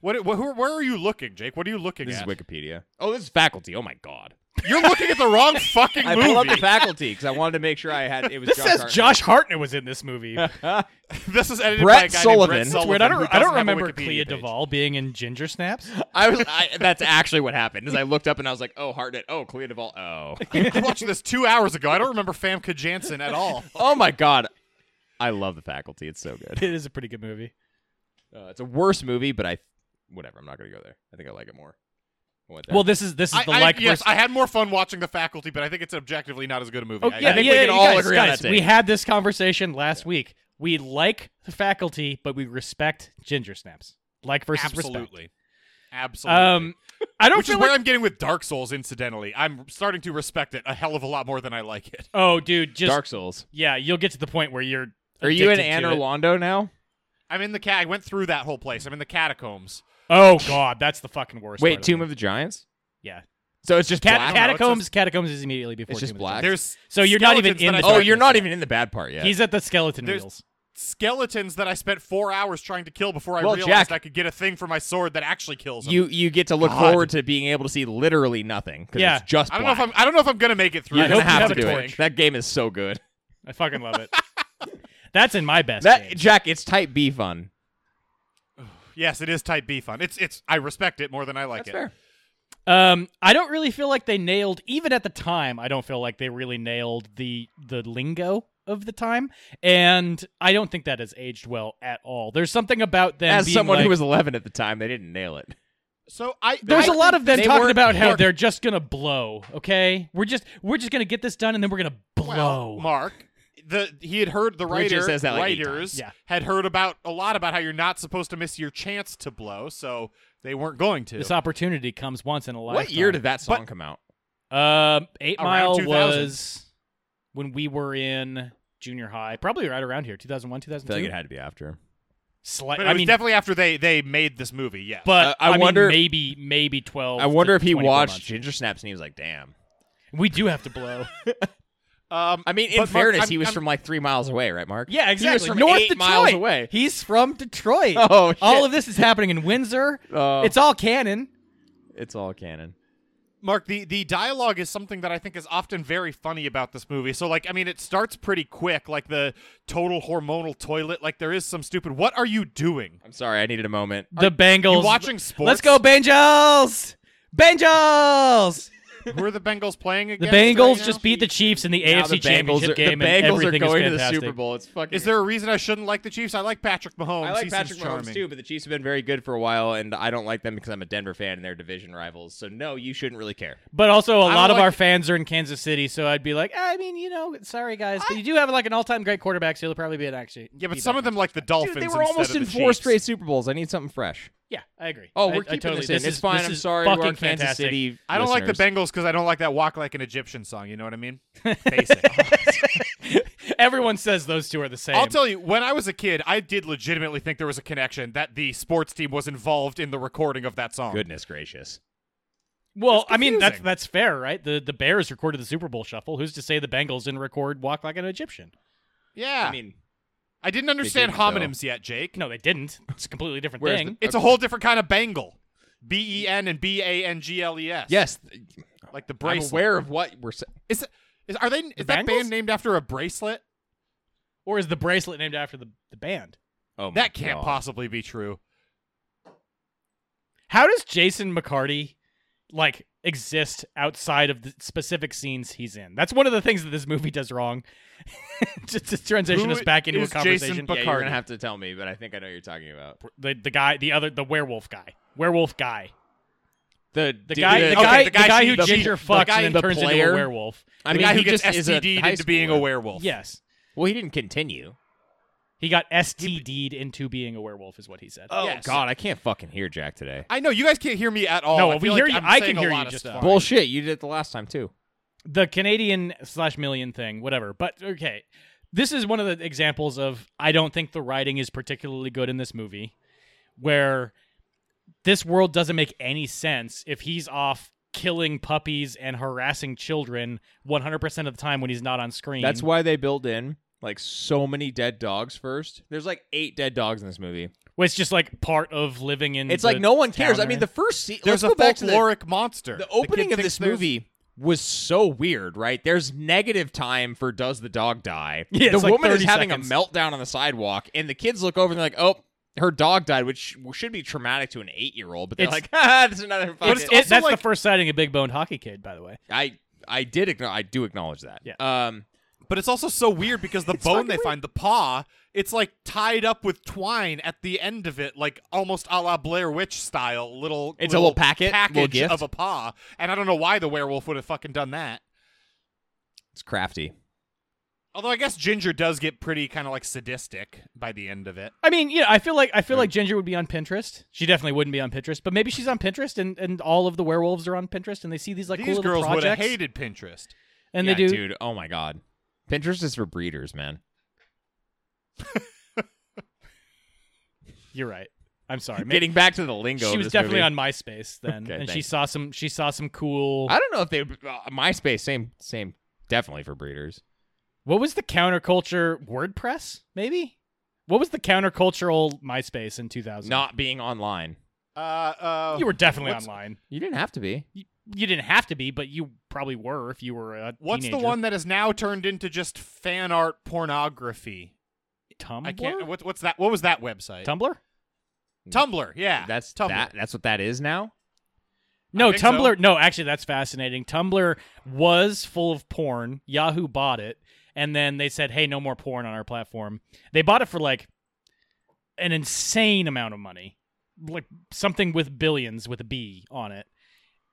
A: What? what who, where are you looking, Jake? What are you looking
C: This is
A: at?
C: Wikipedia. Oh, this is faculty. Oh my god.
A: You're looking at the wrong fucking
C: I
A: movie.
C: pulled up the faculty because I wanted to make sure I had it was.
B: This
C: Josh
B: says
C: Hartnett.
B: Josh Hartnett was in this movie.
A: this is edited by a guy named Brett
C: Brett Sullivan. That's
B: That's
A: Sullivan.
B: weird. I
A: who
B: don't, I
A: doesn't
B: don't
A: have a
B: remember
A: Wikipedia
B: Clea
A: page.
B: Duvall being in Ginger Snaps.
C: I was. I, that's actually what happened. Is I looked up and I was like, "Oh, Hartnett. Oh, Clea Duvall. Oh,
A: I watched this two hours ago. I don't remember Famke Janssen at all.
C: oh my God." I love the faculty. It's so good.
B: It is a pretty good movie.
C: Uh, it's a worse movie, but I, whatever. I'm not gonna go there. I think I like it more. I went there.
B: Well, this is this is
A: I,
B: the
A: I-
B: like.
A: yes,
B: versus-
A: I had more fun watching The Faculty, but I think it's objectively not as good a movie.
B: Oh,
A: I,
B: yeah,
A: I think
B: yeah,
C: we can
B: yeah,
C: all
B: guys,
C: agree on
B: guys,
C: that
B: We
C: take.
B: had this conversation last week. We like the faculty, but we respect Ginger Snaps. Like versus respect.
A: absolutely, absolutely.
B: Um, I don't
A: Which is
B: feel
A: where
B: like.
A: I'm getting with Dark Souls. Incidentally, I'm starting to respect it a hell of a lot more than I like it.
B: Oh, dude, just
C: Dark Souls.
B: yeah. You'll get to the point where you're.
C: Are you in
B: addicted
C: Anne
B: to it.
C: Orlando now?
A: I'm in the cat. I went through that whole place. I'm in the catacombs.
B: Oh God, that's the fucking worst.
C: Wait,
B: part
C: Tomb
B: of
C: of the Giants.
B: Yeah.
C: So it's just
B: Cat-
C: black.
A: Cat-
B: catacombs. catacombs is immediately before.
C: just
B: Tomb of the
C: black.
B: Giants.
A: There's
B: So you're not even
A: skeletons
B: in
A: that
B: the
A: I
C: oh,
A: spent-
C: you're not even in the bad part yet.
B: He's at the skeleton
A: There's-
B: wheels.
A: skeletons that I spent four hours trying to kill before I
C: Well,
A: realized
C: Jack-
A: I could get a thing for my sword that actually kills them.
C: you you get to look
A: God.
C: forward to being able to see literally nothing because
B: Yeah.
C: it's just.
A: I
C: Black.
A: don't know if I'm. I don't know if I'm gonna make it through.
B: You're
C: You're
B: I
A: this.
C: gonna
B: hope you
C: have,
B: have
C: to
B: a
C: do
B: torch.
C: it. That game is so good.
B: I fucking love it. That's in my best.
C: That
B: games.
C: Jack, it's Type B fun.
A: Yes, it is Type B fun. It's it's. I respect it more than I like
C: That's
A: it.
C: fair.
B: Um, I don't really feel like they nailed even at the time. I don't feel like they really nailed the the lingo of the time, and I don't think that has aged well at all. There's something about them
C: As
B: being
C: someone
B: like-
C: who was 11 at the time, they didn't nail it.
A: So I
B: There's
A: a
B: a lot of them
C: they
B: talking
C: were-
B: about how
C: Mark-
B: they're just gonna blow. Okay, we're just we're just gonna get this done, and then we're gonna blow.
A: Well, Mark, the he had heard the
C: Bridger
A: writer
C: says that, like, eight
A: writers
B: times. Yeah.
A: had heard about a lot about how you're not supposed to miss your chance to blow, so they weren't going to.
B: this opportunity comes once in a lifetime.
C: What year did that song
A: But-
C: come out?
B: Um, Eight
A: Around
B: Mile
A: 2000.
B: was when we were in junior high, probably right around here, 2001,
C: I feel like
B: 2002.
C: it had to be after.
B: Slight-
A: but it
B: I
A: was
B: mean,
A: definitely after they they made this movie. Yeah,
B: but
C: I- I
B: mean,
C: wonder-
B: maybe maybe 12.
C: I wonder
B: to
C: if he
B: 24
C: watched
B: months.
C: Ginger Snaps and he was like, damn.
B: We do have to blow.
A: um,
C: I mean, in
A: But, Mark,
C: fairness,
A: I'm-
C: he was
A: I'm-
C: from like three miles away, right, Mark?
B: yeah,
C: He was
B: exactly.
C: from
B: North
C: eight
B: Detroit.
C: miles away.
B: He's from Detroit.
C: Oh, shit.
B: all of this is happening in Windsor.
C: Oh.
B: It's all canon.
C: It's all canon.
A: Mark, the, the dialogue is something that I think is often very funny about this movie. So, like, I mean, it starts pretty quick, like the total hormonal toilet. Like, there is some stupid, what are you doing?
C: I'm sorry, I needed a moment.
B: The Bengals.
A: watching sports?
B: Let's go, Bengals! Bengals!
A: Who are the Bengals playing
B: The
A: against? right
B: Bengals
A: now?
B: just beat the Chiefs in the
C: Now
B: AFC
C: the Bengals
B: Championship
C: are,
B: game,
C: the
B: and
C: Bengals are
B: everything
C: going
B: is
C: to the
B: fantastic.
C: Super Bowl. It's fucking.
A: Is there a reason I shouldn't like the Chiefs? I like Patrick Mahomes.
C: I
A: he
C: like
A: seems
C: Patrick
A: charming.
C: Mahomes too, but the Chiefs have been very good for a while, and I don't like them because I'm a Denver fan and they're division rivals. So no, you shouldn't really care.
B: But also, a
A: I
B: lot of
A: like-
B: our fans are in Kansas City, so I'd be like, I mean, you know, sorry guys, but you do have like an all-time great quarterback, so you'll probably be an actually.
A: Yeah, but
B: be
A: some
B: back
A: of them
B: next
A: like the
B: time.
A: Dolphins.
C: Dude, they were
A: instead
C: almost
A: of
C: in
A: the
C: four
A: Chiefs.
C: straight Super Bowls. I need something fresh.
B: Yeah, I agree.
C: Oh,
B: I-
C: we're
B: I
C: keeping
B: totally,
C: this in. it's
B: is-
C: fine.
B: this
C: I'm
B: is
C: sorry to
B: Fucking
C: our Kansas
B: fantastic.
C: City.
A: I don't like the
C: listeners.
A: Bengals because I don't like that walk like an Egyptian song. You know what I mean? Basic.
B: everyone says those two are the same.
A: I'll tell you, when I was a kid, I did legitimately think there was a connection that the sports team was involved in the recording of that song.
C: Goodness gracious.
B: well,
A: it's
B: I mean that's
A: confusing.
B: that's fair, right? The the Bears recorded the Super Bowl shuffle. Who's to say the Bengals didn't record "Walk Like an Egyptian"?
A: Yeah. I,
C: I mean,
A: didn't understand
C: did, though.
A: homonyms yet, Jake.
B: No, they didn't. It's a completely different
C: Where's
B: thing.
C: the-
A: It's a whole different kind of bangle. B E N and B A N G L E S.
C: yes,
A: Like the
C: I'm
A: bracelet.
C: aware of what we're saying.
A: Is, is are they is that
B: Bangles?
A: band named after a bracelet?
B: or is the bracelet named after the, the band?
C: Oh, my
A: That can't
C: God.
A: possibly be true.
B: How does Jason McCarty like exist outside of the specific scenes he's in? That's one of the things that this movie does wrong. Just to transition
A: Who
B: us back into a
A: is Jason
B: conversation.
A: Bac-
C: Yeah, you're
A: Bacardi.
C: gonna have to tell me, but I think I know what you're talking about.
B: the the guy, the other, the werewolf guy, werewolf guy,
C: The
B: the guy, the,
A: okay,
B: guy,
A: the
B: the
A: guy
B: guy,
A: she-
B: who
A: the-
B: ginger
A: the
B: fucks
A: guy-
B: and then
C: the
B: turns into
C: player?
B: a werewolf.
C: I
A: the
C: mean,
A: guy who
C: he
A: gets
C: just is a
A: STD'd
C: high
A: into being a
C: schooler.
A: werewolf.
B: Yes,
C: Well, he didn't continue.
B: he got STD'd into being a werewolf, is what he said.
C: Oh
A: Yes.
C: God, I can't fucking hear Jack today.
A: I know you guys can't hear me at all.
B: No,
A: I
B: we
A: feel
B: hear
A: like
B: you-
A: I'm
B: I can
A: saying a
B: hear you
A: lot of
B: just
A: stuff.
B: fine.
C: Bullshit, you did it the last time too.
B: the Canadian slash million thing, whatever. But okay, this is one of the examples of I don't think the writing is particularly good in this movie, where this world doesn't make any sense if he's off killing puppies and harassing children 100% of the time when he's not on screen.
C: That's why they build in like so many dead dogs first. There's like eight dead dogs in this movie.
B: Well, it's just like part of living in.
C: It's
B: the
C: like no one
B: town
C: cares. I
B: they're
C: mean,
B: in.
C: the first scene.
A: There's
C: let's
A: a
C: go back to the-
A: folkloric monster.
C: The
A: kid
C: opening of
A: thinks
C: this
A: there's-
C: movie was so weird, right? There's negative time for does the dog die?
B: Yeah,
C: the
B: it's like
C: woman is
B: 30
C: having
B: seconds.
C: a meltdown on the sidewalk, and the kids look over and they're like, "Oh, her dog died," which sh- should be traumatic to an eight-year-old. But they're
B: It's-
C: like, "Ah, this is another fucking."
A: it's
B: It-
A: also
B: that's
A: like-
B: the first sighting of big boned hockey kid, by the way.
C: I I did acknow- I do acknowledge that.
B: Yeah.
C: Um.
A: But it's also so weird because the bone they find, the paw, it's like tied up with twine at the end of it, like almost a la Blair Witch style. Little
C: It's a little packet, little
A: package
C: gift.
A: of a paw, and I don't know why the werewolf would have fucking done that.
C: It's crafty.
A: Although I guess Ginger does get pretty kind of like sadistic by the end of it.
B: I mean, yeah, I feel like I feel
C: Right.
B: like Ginger would be on Pinterest. She definitely wouldn't be on Pinterest, but maybe she's on Pinterest, and, and all of the werewolves are on Pinterest, and they see these like
A: These
B: cool little
A: girls would have
B: projects,
A: hated Pinterest.
B: and
C: Yeah,
B: they do.
C: dude. Oh my god, Pinterest is for breeders, man.
B: You're right. I'm sorry. Maybe
C: Getting back to the lingo,
B: she
C: of
B: was
C: this
B: definitely
C: movie.
B: on MySpace then,
C: Okay,
B: and she
C: thanks.
B: saw some. She saw some cool.
C: I don't know if they uh, MySpace same same definitely for breeders.
B: What was the counterculture WordPress? Maybe. What was the countercultural MySpace in 2000?
C: Not being online.
A: Uh, uh,
B: You were definitely
A: what's-
B: online.
C: You didn't have to be.
B: You, you didn't have to be, but you probably were if you were a
A: What's the
B: teenager.
A: one that is now turned into just fan art pornography?
B: Tumblr?
A: I can't. What, what's that? What was that website?
B: Tumblr?
A: Tumblr. Yeah,
C: That's
A: Tumblr.
C: that. That's what that is now.
B: No,
A: think so.
B: Tumblr. No, actually, that's fascinating. Tumblr was full of porn. Yahoo bought it, and then they said, "Hey, no more porn on our platform." They bought it for like an insane amount of money, like something with billions with a B on it,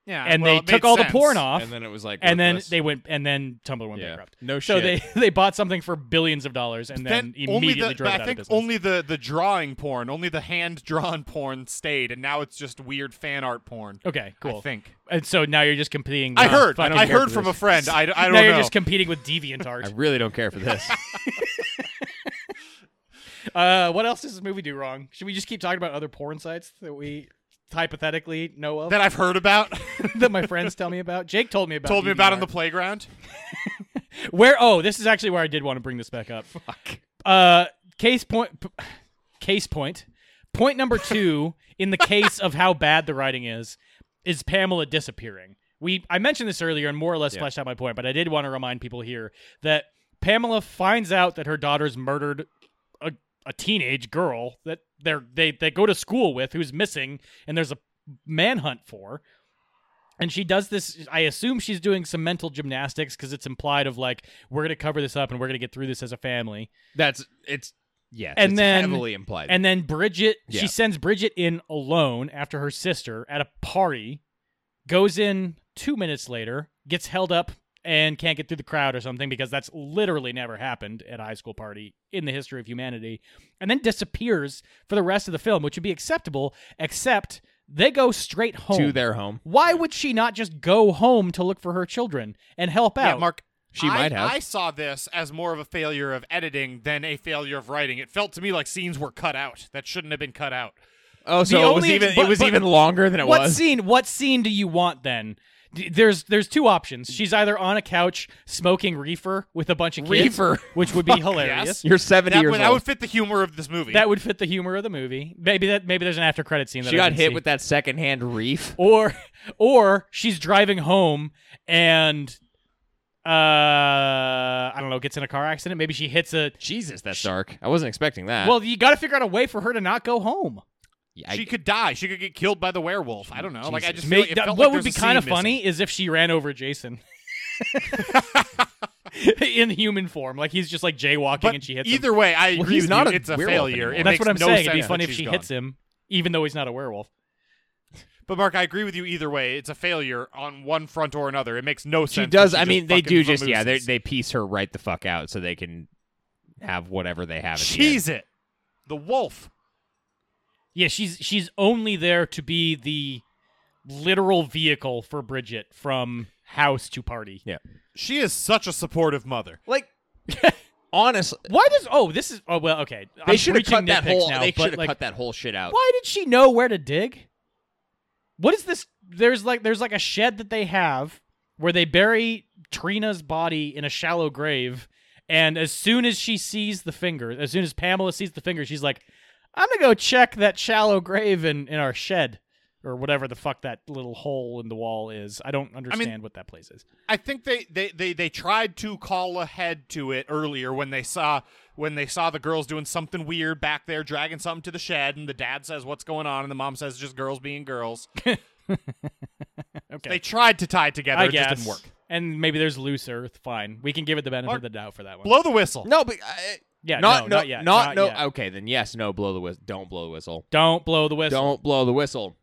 A: Yeah,
B: and
A: Ah, well,
B: they
A: it
B: took
A: made
B: all the
A: sense.
B: porn off,
C: then it was like.
B: and then they went, and then Tumblr went bankrupt.
C: No
B: So they they bought something for billions of dollars, and then,
A: Oh, only
B: immediately
A: the,
B: drove
A: but
B: it
A: I
B: out
A: think
B: of business.
A: only the the drawing porn, only the hand drawn porn stayed, and now it's just weird fan art porn. I
B: okay, cool.
A: think
B: And so now you're just competing.
A: I
B: with
A: heard.
B: fucking-
A: I,
C: care
A: heard
C: for
A: from a
C: this.
A: friend. I, I don't
B: now
A: know.
B: you're just competing with DeviantArt.
C: I really don't care for this.
B: Uh, what else does this movie do wrong? Should we just keep talking about other porn sites that we hypothetically know of
A: that I've heard about,
B: that my friends tell me about? Jake told me about.
A: told me about on the
B: DeviantArt.
A: playground.
B: where. Oh, this is actually where I did want to bring this back up. Fuck. Uh, case point. p- Case point. Point number two in the case of how bad the writing is, is Pamela disappearing. We I mentioned this earlier and more or less
C: Yeah.
B: fleshed out my point, but I did want to remind people here that Pamela finds out that her daughter's murdered a, a teenage girl that they're they they go to school with who's missing and there's a manhunt for and she does this i assume she's doing some mental gymnastics because it's implied of like we're gonna cover this up and we're gonna get through this as a family
C: That's it's. Yes,
B: And
C: it's
B: then-
C: heavily implied.
B: and then bridget
C: Yeah.
B: she sends bridget in alone after her sister at a party goes in two minutes later gets held up and can't get through the crowd or something because that's literally never happened at a high school party in the history of humanity and then disappears for the rest of the film which would be acceptable except they go straight home
C: to their home.
B: Why would she not just go home to look for her children and help out?
A: Yeah, Mark.
C: She
A: I,
C: might have.
A: I saw this as more of a failure of editing than a failure of writing. It felt to me like scenes were cut out that shouldn't have been cut out.
C: oh, so it was
B: only-
C: even
B: but-
C: it was
B: but-
C: even longer than it
B: what
C: was.
B: scene? What scene do you want then? D- There's there's two options. She's either on a couch smoking reefer with a bunch of kids,
C: Reefer.
B: which would be hilarious.
A: yes.
C: You're 70
A: That
C: years
A: would, that
C: old.
A: would fit the humor of this movie.
B: That would fit the humor of the movie. Maybe that maybe there's an after credit scene. That
C: she
B: I
C: got
B: didn't
C: hit
B: see.
C: with that secondhand reef.
B: or or she's driving home and uh I don't know gets in a car accident. Maybe she hits a.
C: Jesus, that's dark. I wasn't expecting that.
B: Well, you got to figure out a way for her to not go home.
C: I,
A: she could die. She could get killed by the werewolf. I don't know. Like I
C: Jesus.
A: just feel,
B: Make,
A: it
B: that-
A: felt
B: what
A: like
B: would be
A: kind of
B: funny is if she ran over Jason. in human form, like he's just like jaywalking
A: But
B: and she hits him.
A: either way, I
C: Well,
A: agree
C: he's
A: with
C: not
A: you.
C: a
A: it's a
C: werewolf
A: failure.
C: anymore.
A: It
B: That's
A: makes
B: what I'm
A: no
B: saying.
A: sense
B: It'd be
A: that
B: funny if
A: she's
B: she
A: gone.
B: hits him, even though he's not a werewolf.
A: But Mark, I agree with you either way. It's a failure on one front or another. It makes no sense.
C: she
A: that
C: does. I
A: just
C: mean, they do
A: fucking
C: just yeah. They
A: vamooses.
C: they piece her right the fuck out so they can have whatever they have. at the end.
A: She's it. The wolf.
B: Yeah, she's she's only there to be the literal vehicle for Bridget from house to party.
A: She is such a supportive mother.
C: like honestly,
B: Why does oh this is oh well okay
C: they
B: I'm
C: should have
B: preaching
C: cut that
B: nitpicks
C: whole.
B: now,
C: they
B: but
C: should have
B: like,
C: cut that whole shit out.
B: why did she know where to dig? What is this? There's like there's like a shed that they have where they bury Trina's body in a shallow grave, and as soon as she sees the finger, as soon as Pamela sees the finger, she's like, "I'm gonna go check that shallow grave in in our shed." Or whatever the fuck that little hole in the wall is. I don't understand what that place is.
A: I think they, they, they, they tried to call ahead to it earlier when they saw when they saw the girls doing something weird back there, dragging something to the shed, and the dad says what's going on, and the mom says just girls being girls.
B: Okay,
A: They tried to tie it together,
B: I
A: it
B: guess.
A: just didn't work.
B: And maybe there's loose earth. Fine, we can give it the benefit
A: Mark-
B: of the doubt for that one.
A: Blow the whistle.
C: No, but I,
B: yeah,
C: not
B: Uh, no,
C: no,
B: not yet.
C: not, no.
B: yet.
C: Okay, then yes, no. Blow the whistle. Don't blow the whistle.
B: Don't blow the whistle.
C: Don't blow the whistle.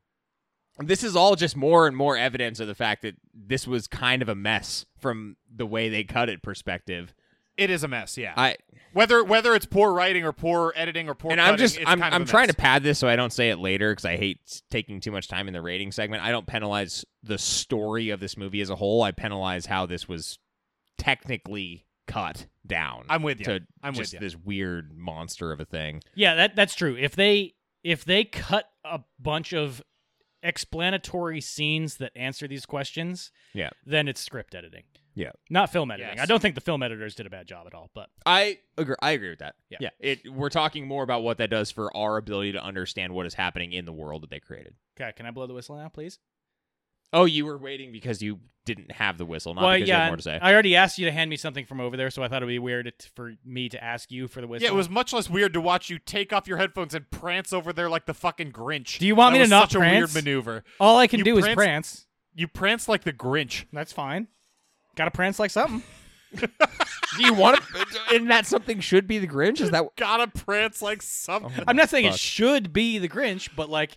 C: This is all just more and more evidence of the fact that this was kind of a mess from the way they cut it perspective.
A: It is a mess, yeah.
C: I
A: whether whether it's poor writing or poor editing or poor
C: and I'm
A: cutting,
C: just
A: it's
C: I'm
A: kind of
C: I'm
A: a
C: trying to
A: mess.
C: pad this so I don't say it later because I hate s- taking too much time in the rating segment. I don't penalize the story of this movie as a whole. I penalize how this was technically cut down.
A: I'm with you.
C: to
A: I'm with
C: just
A: you.
C: this weird monster of a thing.
B: Yeah, that that's true. If they if they cut a bunch of explanatory scenes that answer these questions,
C: Yeah.
B: then it's script editing.
C: Yeah.
B: Not film editing.
A: Yes.
B: I don't think the film editors did a bad job at all, but
C: I agree. I agree with that.
B: Yeah.
C: yeah. It, we're talking more about what that does for our ability to understand what is happening in the world that they created.
B: okay, can I blow the whistle now, please?
C: Oh, you were waiting because you didn't have the whistle, not
B: well,
C: because you had
B: yeah,
C: more to say.
B: I already asked you to hand me something from over there, so I thought it'd be weird it- for me to ask you for the whistle.
A: Yeah, it was much less weird to watch you take off your headphones and prance over there like the fucking Grinch.
B: Do you want
A: That
B: me to
A: was
B: not
A: such
B: prance?
A: a weird maneuver.
B: all I can
A: you
B: do is
A: pranced-
B: prance.
A: You prance like the Grinch.
B: That's fine. Got to prance like something.
C: Do you want to? and that something should be the Grinch. Is that
A: Gotta prance like something.
B: I'm not saying it
C: Fuck.
B: should be the Grinch, but like,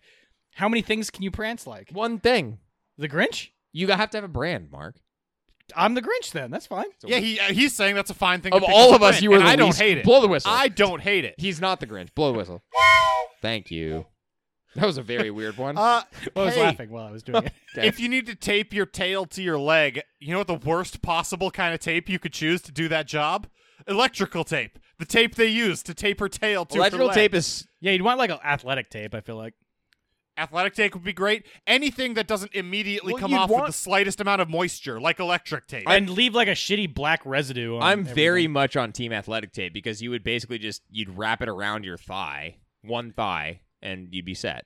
B: how many things can you prance like?
C: one thing?
B: The Grinch?
C: You have to have a brand, Mark.
B: I'm the Grinch then. That's fine.
A: yeah, he uh, he's saying that's a fine thing.
C: Of
A: to pick
C: all
A: up
C: of us,
A: Grinch,
C: you were
A: and
C: the
A: I don't
C: least-
A: hate it.
C: blow the whistle.
A: I don't hate it.
C: He's not the Grinch. Blow the whistle. Thank you. That was a very weird one.
A: Uh,
B: Well, I was
A: hey,
B: laughing while I was doing it.
A: If you need to tape your tail to your leg, you know what the worst possible kind of tape you could choose to do that job? Electrical tape. The tape they use to tape her tail to her
C: Electrical
A: leg.
C: tape is
B: yeah, you'd want like an athletic tape. I feel like.
A: Athletic tape would be great. Anything that doesn't immediately
C: Well,
A: come
C: you'd
A: off
C: want-
A: with the slightest amount of moisture, like electric tape.
B: and leave like a shitty black residue. On
C: I'm
B: everything.
C: very much on team athletic tape because you would basically just you'd wrap it around your thigh, one thigh, and you'd be set.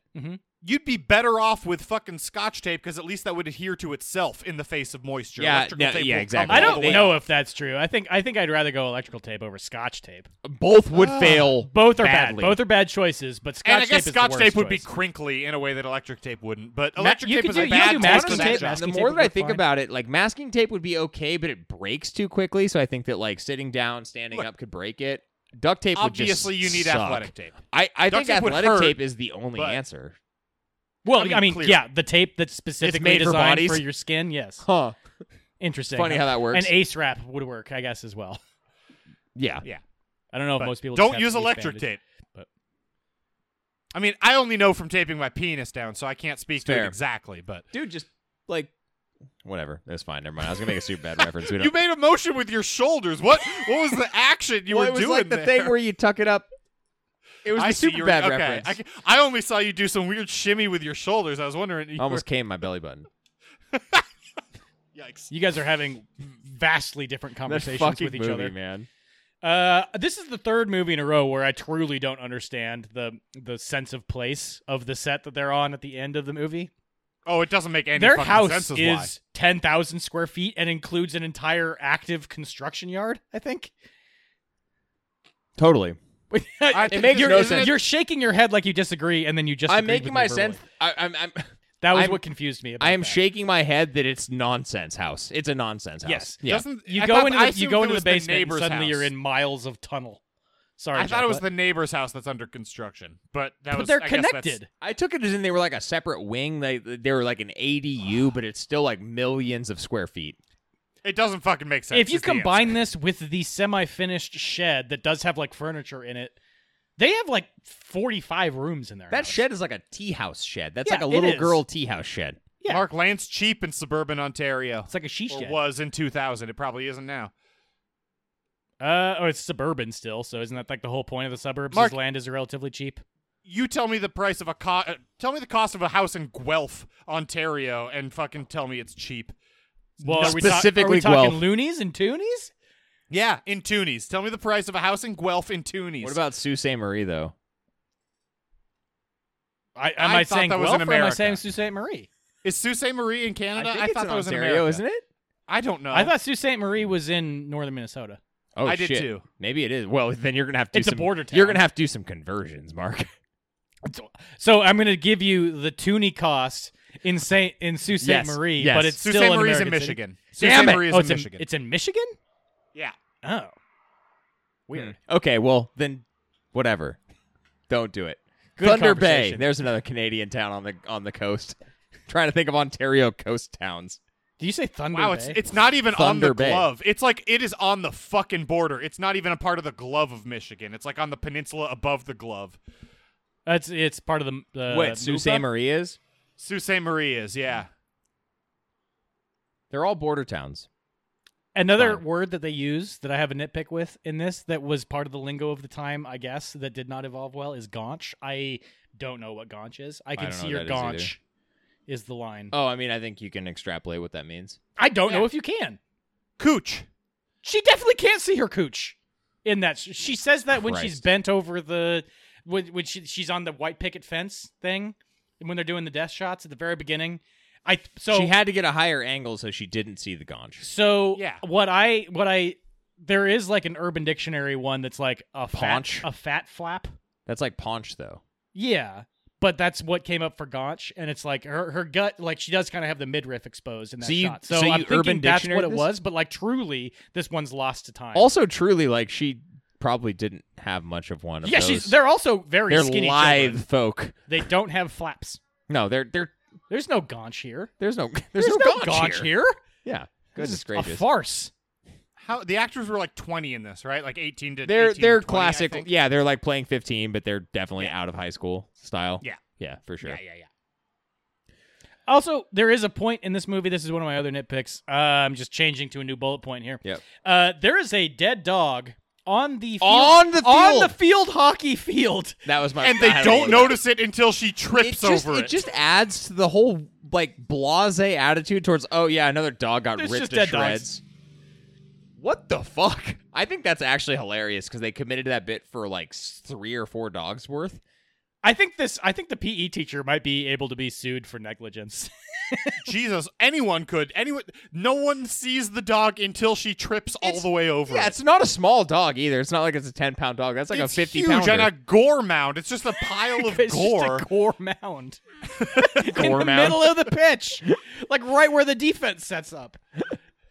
A: You'd be better off with fucking scotch tape because at least that would adhere to itself in the face of moisture.
C: Yeah,
A: Electrical
C: yeah,
A: tape
C: yeah,
A: will come
C: exactly.
B: I
A: all
B: don't
A: the way
B: know
A: off.
B: if that's true. I think I think I'd rather go electrical tape over Scotch tape.
C: Both would
A: Ah,
C: fail.
B: Both are
C: badly.
B: bad. Both are bad choices. But Scotch
A: And I
B: tape
A: guess
B: is
A: scotch
B: the
A: tape
B: worst
A: would be
B: choice.
A: crinkly in a way that electric tape wouldn't. But electric
B: you
A: tape
B: could
A: is
B: do-
A: a
B: you don't
A: bad
B: do
A: test
B: masking
A: for
B: tape,
A: that job.
B: masking-
C: the
B: tape
C: more
B: would
C: that I
B: work
C: think
B: fine.
C: about it, like masking tape would be okay, but it breaks too quickly. So I think that like sitting down, standing
A: Look.
C: up could break it. Duct tape
A: Obviously,
C: would
A: you
C: just
A: need
C: suck.
A: athletic tape.
C: I, I
A: Duct
C: think
A: tape would
C: athletic
A: hurt,
C: tape is the only
A: but-
C: answer.
B: Well,
A: I mean,
B: I mean,
A: clear.
B: yeah, the tape that's specifically
C: made for
B: designed
C: bodies.
B: for your skin. Yes,
C: Huh.
B: interesting.
C: Funny how that works.
B: An ace wrap would work, I guess, as well.
C: yeah.
B: I don't know if
A: But
B: Oh, most people just
A: don't
B: have
A: use
B: ace
A: electric tape.
B: bandage. but-
A: I mean, I only know from taping my penis down, so I can't speak
C: It's
A: to
C: fair.
A: it exactly. But
C: Dude, just like Whatever. That's fine. Never mind. I was gonna make a super bad reference. We don't.
A: You made a motion with your shoulders. What what was the action you
C: Well,
A: were
C: it was
A: doing
C: like the
A: there?
C: thing where you tuck it up. It was
A: I
C: the
A: see
C: super
A: you were-
C: bad
A: okay.
C: reference.
A: I, ca- I only saw you do some weird shimmy with your shoulders. I was wondering. You
C: Almost came my belly button.
A: were- yikes.
B: You guys are having vastly different
C: That
B: conversations
C: fucking
B: with each
C: movie,
B: other.
C: man.
B: Uh, this is the third movie in a row where I truly don't understand the the sense of place of the set that they're on at the end of the movie.
A: Oh, it doesn't make any
B: Their
A: fucking
B: house
A: sense
B: is,
A: is why.
B: ten thousand square feet and includes an entire active construction yard. I think.
C: Totally. It makes
B: you're,
C: no
B: isn't
C: sense.
B: You're shaking your head like you disagree, and then you just.
C: I'm making my sense. I, I'm. I'm.
B: That was
C: I'm-
B: what confused me. About
C: I am
B: that.
C: shaking my head that it's nonsense house. It's a nonsense house.
B: Yes.
C: Yeah.
A: Doesn't-
B: You
A: I
B: go
A: thought-
B: into
A: I
B: the, you
A: assumed
B: go
A: it
B: into the
A: was
B: basement. and
A: neighbor's
B: suddenly, you're
A: house.
B: in miles of tunnel. Sorry,
A: I thought it was
B: Jack,
A: the neighbor's house that's under construction, but that
B: but,
A: was.
B: but they're
A: I guess that's-
B: connected.
C: I took it as in they were like a separate wing. They they were like an ADU, but it's still like millions of square feet.
A: It doesn't fucking make sense.
B: If you
A: is the answer.
B: combine this with the semi-finished shed that does have like furniture in it, they have like 45 rooms in there.
C: That shed is like a tea house shed. That's
B: Yeah,
C: like a
B: it
C: little
B: is.
C: girl tea house shed.
B: yeah.
A: Mark Lance cheap in suburban Ontario,
B: It's like a she
A: or
B: shed.
A: was in 2000. It probably isn't now.
B: Uh, oh, it's suburban still, so isn't that like the whole point of the suburbs?
A: Mark-
B: is land is relatively cheap.
A: You tell me the price of a co- uh, tell me the cost of a house in Guelph, Ontario, and fucking tell me it's cheap.
B: Well, are we, ta- are
C: Specifically
B: we talking
C: Guelph.
B: loonies and toonies?
A: Yeah, in Toonies. Tell me the price of a house in Guelph in Toonies.
C: What about Sault Ste. Marie though?
B: I, am
A: I
B: I,
A: thought
B: saying
A: that was
B: Guelph
A: in
B: or am I
A: America.
B: saying Sault Ste. Marie?
A: is Sault Ste. Marie in Canada? I,
C: think it's
A: thought
C: in
A: that was in
C: Ontario,
A: America.
C: isn't it?
A: I don't know.
B: I thought Sault Ste. Marie was in northern Minnesota.
C: Oh,
A: I did
C: shit.
A: too.
C: Maybe it is. Well, then you're gonna have to. do
B: It's a
C: some-
B: border
C: You're
B: town.
C: gonna have to do some conversions, Mark.
B: So I'm going to give you the toonie cost in Saint in Sault Ste.
C: Yes,
B: Marie,
C: yes.
B: but it's
A: Sault
B: still
A: Ste.
B: in
A: Marie's in
B: American City.
A: Michigan.
B: Damn
A: Sault Ste.
B: it!
A: Marie's
B: oh,
A: in
B: it's in
A: Michigan.
B: It's in Michigan.
A: yeah.
B: Oh,
A: Weird.
C: Okay, well then, whatever. Don't do it.
B: Good
C: Thunder Bay.
B: conversation.
C: There's another Canadian town on the on the coast. Trying to think of Ontario coast towns.
B: do you say Thunder
A: Wow,
B: Bay?
A: it's it's not even on
C: Thunder
A: the
C: Bay.
A: glove. It's like it is on the fucking border. It's not even a part of the glove of Michigan. It's like on the peninsula above the glove.
B: Uh, it's it's part of the uh,
C: Wait, Sault Ste.
B: Mupa?
C: Marie is?
A: Sault Ste. Marie is, yeah.
C: They're all border towns.
B: Another
C: Fine.
B: word that they use that I have a nitpick with in this that was part of the lingo of the time, I guess, that did not evolve well is gaunch. I don't know what gaunch is. I can
C: don't
B: see
C: know
B: your
C: what that is
B: gaunch is, the line.
C: Oh, I mean, I think you can extrapolate what that means.
B: I don't know
A: yeah.
B: if you can.
A: Cooch.
B: She definitely can't see her cooch in that. She- She says that when she's
C: Christ.
B: bent over the when, when she, she's on the white picket fence thing and when they're doing the death shots at the very beginning. I so
C: she had to get a higher angle so she didn't see the ganj.
B: So
A: Yeah.
B: what I what I there is like an Urban Dictionary one that's like a
C: Paunch?
B: fat a fat flap.
C: That's like paunch, though.
B: Yeah, but that's what came up for Gaunch, and it's like her her gut like she does kind of have the midriff exposed in that
C: So you-
B: shot. So,
C: so
B: I'm
C: you
B: thinking
C: Urban
B: that's
C: Dictionary
B: what it
C: this?
B: was, but like truly, this one's lost to time.
C: Also, truly, like she probably didn't have much of one. Of
B: yeah,
C: those.
B: she's they're also very
C: they're
B: skinny.
C: lithe
B: children.
C: folk.
B: They don't have flaps.
C: No, they're they're
B: There's no Gaunch here.
C: there's no there's, no, ganj, here. Yeah,
B: This
C: goodness
B: is a
C: gracious.
B: farce.
A: How the actors were like 20 in this, right? Like 18 to
C: they're
A: 18 to
C: they're
A: 20, I
C: classic.
A: think.
C: Yeah, they're like playing 15, but they're definitely out of high school style.
A: Yeah.
C: yeah, for sure.
A: Yeah, yeah, yeah.
B: Also, there is a point in this movie. This is one of my other nitpicks. Uh, I'm just changing to a new bullet point here.
C: Yep.
B: Uh, there is a dead dog on the field,
C: On the
B: on the
C: field!
B: field hockey field.
C: That was my.
A: And they
C: Uh, I had a
A: don't
C: little-
A: notice it until she
C: It
A: trips
C: just,
A: over it.
C: it just adds to the whole like blase attitude towards. Oh yeah, another dog got
B: There's
C: ripped
B: just
C: to
B: dead
C: shreds.
B: dogs.
C: What the fuck? I think that's actually hilarious because they committed to that bit for like s- three or four dogs worth.
B: I think this. I think the PE teacher might be able to be sued for negligence.
A: Jesus, anyone could. Anyone no one sees the dog until she trips all
C: It's-
A: the way over
C: Yeah,
A: it.
C: it's not a small dog either. It's not like it's a ten pound dog. That's like
A: It's
C: a fifty
A: huge
C: pounder.
A: and a gore mound. It's just a pile of
B: it's
A: gore.
B: just a gore mound in
C: Gore
B: the
C: mound.
B: middle of the pitch, like right where the defense sets up.